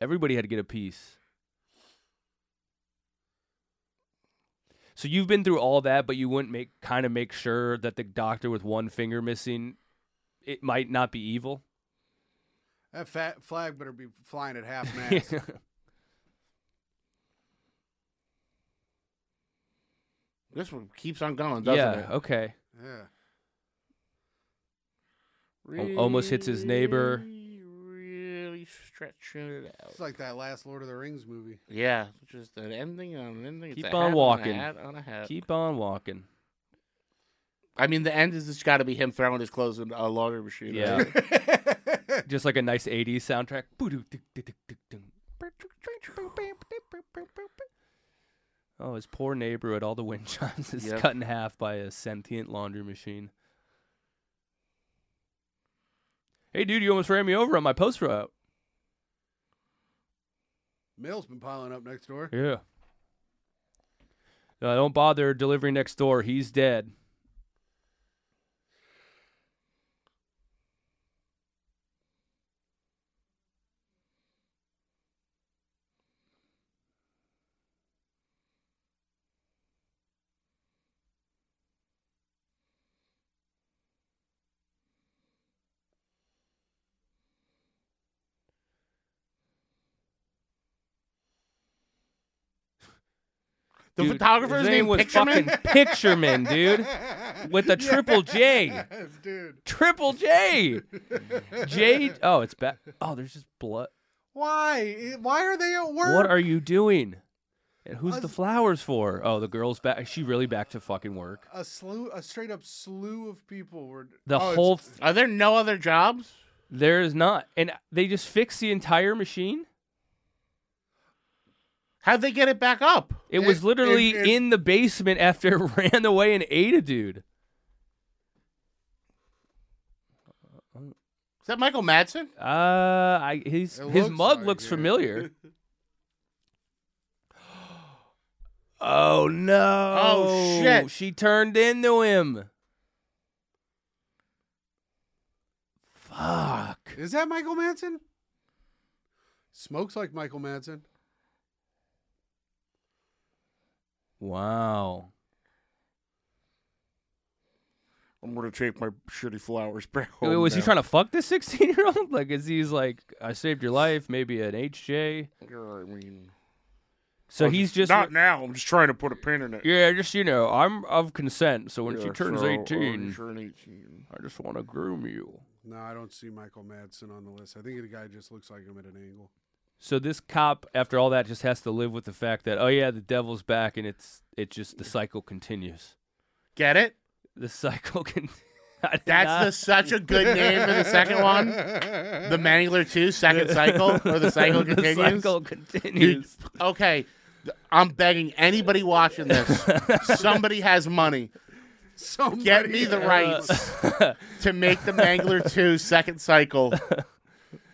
Speaker 2: Everybody had to get a piece. So you've been through all that, but you wouldn't make kind of make sure that the doctor with one finger missing, it might not be evil.
Speaker 6: That fat flag better be flying at half mast.
Speaker 5: This one keeps on going, doesn't
Speaker 2: yeah.
Speaker 5: it?
Speaker 2: Okay.
Speaker 6: yeah.
Speaker 2: Al- almost hits his neighbor.
Speaker 5: Really, really stretching it out.
Speaker 6: It's like that last Lord of the Rings movie.
Speaker 5: Yeah, just an ending on an ending. It's
Speaker 2: Keep
Speaker 5: a
Speaker 2: on
Speaker 5: hat a
Speaker 2: walking.
Speaker 5: hat on a hat.
Speaker 2: Keep on walking.
Speaker 5: I mean, the end is just got to be him throwing his clothes in a laundry machine.
Speaker 2: Yeah.
Speaker 5: right?
Speaker 2: Just like a nice '80s soundtrack. Oh, his poor neighbor at all the wind chimes is
Speaker 5: Yep.
Speaker 2: cut in half by a sentient laundry machine. Hey, dude, you almost ran me over on my post route.
Speaker 6: Mail's been piling up next door.
Speaker 2: Yeah. No, don't bother delivering next door. He's dead.
Speaker 5: The
Speaker 2: Dude,
Speaker 5: photographer's
Speaker 2: his
Speaker 5: name,
Speaker 2: was
Speaker 5: Pictureman.
Speaker 2: fucking Pictureman, dude, with a triple J.
Speaker 6: Yes, dude.
Speaker 2: Triple J. J. Oh, it's back. Oh, there's just blood.
Speaker 6: Why? Why are they at work?
Speaker 2: What are you doing? And who's the
Speaker 6: Us-
Speaker 2: flowers for? Oh, the girl's back. Is she really back to fucking work?
Speaker 6: a slew, a straight up slew of people were
Speaker 2: The
Speaker 6: Oh, it's-
Speaker 2: whole f-
Speaker 5: Are there no other jobs?
Speaker 2: there is not, and they just fixed the entire machine.
Speaker 5: How'd they get it back up?
Speaker 2: It
Speaker 6: It-
Speaker 2: was literally
Speaker 6: it- it-
Speaker 2: in the basement after it ran away and ate a dude.
Speaker 5: Is that Michael Madsen?
Speaker 2: Uh, I his
Speaker 6: It
Speaker 2: his
Speaker 6: looks
Speaker 2: mug
Speaker 6: like
Speaker 2: looks
Speaker 6: it.
Speaker 2: familiar. oh no!
Speaker 5: Oh, shit.
Speaker 2: She turned into him. Fuck.
Speaker 6: Is that Michael Manson? Smokes like Michael Manson.
Speaker 2: Wow.
Speaker 5: I'm gonna take my shitty flowers back
Speaker 2: Wait,
Speaker 5: home.
Speaker 2: was he
Speaker 5: now.
Speaker 2: trying to fuck this 16 year old? Like, is he's like, I saved your life, maybe an HJ?
Speaker 5: I mean,
Speaker 2: So he's just
Speaker 5: Not now. I'm Oh, just trying to put a pin in it.
Speaker 2: yeah, just you know, I'm of consent. So when she
Speaker 5: Yeah,
Speaker 2: turns
Speaker 5: so, uh,
Speaker 2: eighteen,
Speaker 5: turn 18.
Speaker 2: I just want to groom you.
Speaker 6: No, I don't see Michael Madsen on the list. I think the guy just looks like him at an angle.
Speaker 2: So this cop, after all that, just has to live with the fact that oh yeah, the devil's back, and it's it just the cycle continues.
Speaker 5: Get it?
Speaker 2: The cycle can. I did
Speaker 5: That's
Speaker 2: not-
Speaker 5: the, such a good name for the second one. The Mangler 2 second cycle or oh, the cycle
Speaker 2: the
Speaker 5: continues.
Speaker 2: cycle
Speaker 5: Dude,
Speaker 2: continues.
Speaker 5: okay. th- I'm begging anybody watching this. somebody has money.
Speaker 6: Somebody
Speaker 5: Get me the
Speaker 6: else.
Speaker 5: rights to make the Mangler 2 second cycle.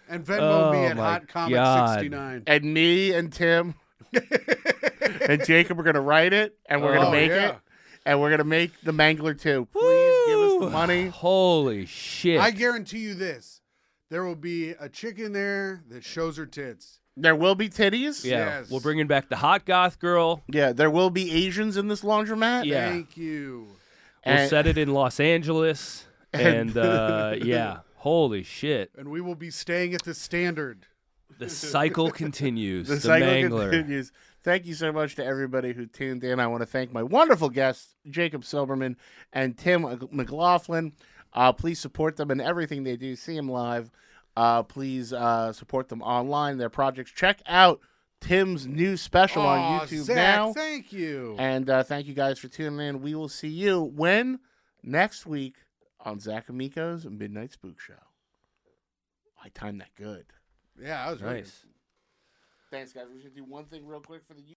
Speaker 6: And Venmo me
Speaker 2: Oh
Speaker 6: at
Speaker 2: my
Speaker 6: Hot Comic
Speaker 2: God.
Speaker 6: 69.
Speaker 5: And me and Tim and Jacob are going to write it and we're going to
Speaker 6: Oh,
Speaker 5: make
Speaker 6: yeah.
Speaker 5: it. And we're going to make the Mangler 2. Please give us the
Speaker 2: Woo!
Speaker 5: money.
Speaker 2: Holy shit!
Speaker 6: I guarantee you this. There will be a chick in there that shows her tits.
Speaker 5: There will be titties.
Speaker 2: yeah,
Speaker 6: yes.
Speaker 2: we're bringing back the hot goth girl.
Speaker 5: Yeah, there will be Asians in this laundromat.
Speaker 2: Yeah.
Speaker 6: Thank you.
Speaker 2: We'll
Speaker 5: And-
Speaker 2: set it in Los Angeles, and uh, yeah, holy shit!
Speaker 6: And we will be staying at the standard.
Speaker 2: The cycle continues. The,
Speaker 5: the cycle
Speaker 2: mangler.
Speaker 5: continues. Thank you so much to everybody who tuned in. I want to thank my wonderful guests, Jacob Silberman and Tim McLaughlin. Uh, please support them in everything they do. See them live. Uh, please uh, support them online, their projects. Check out Tim's new special on
Speaker 6: Aw,
Speaker 5: YouTube
Speaker 6: Zach,
Speaker 5: now.
Speaker 6: Thank you.
Speaker 5: And uh, thank you guys for tuning in. We will see you when next week on Zach Amico's Midnight Spook Show. I timed that good.
Speaker 6: yeah, I was right.
Speaker 2: Nice.
Speaker 5: Thanks, guys. We're going to do one thing real quick for the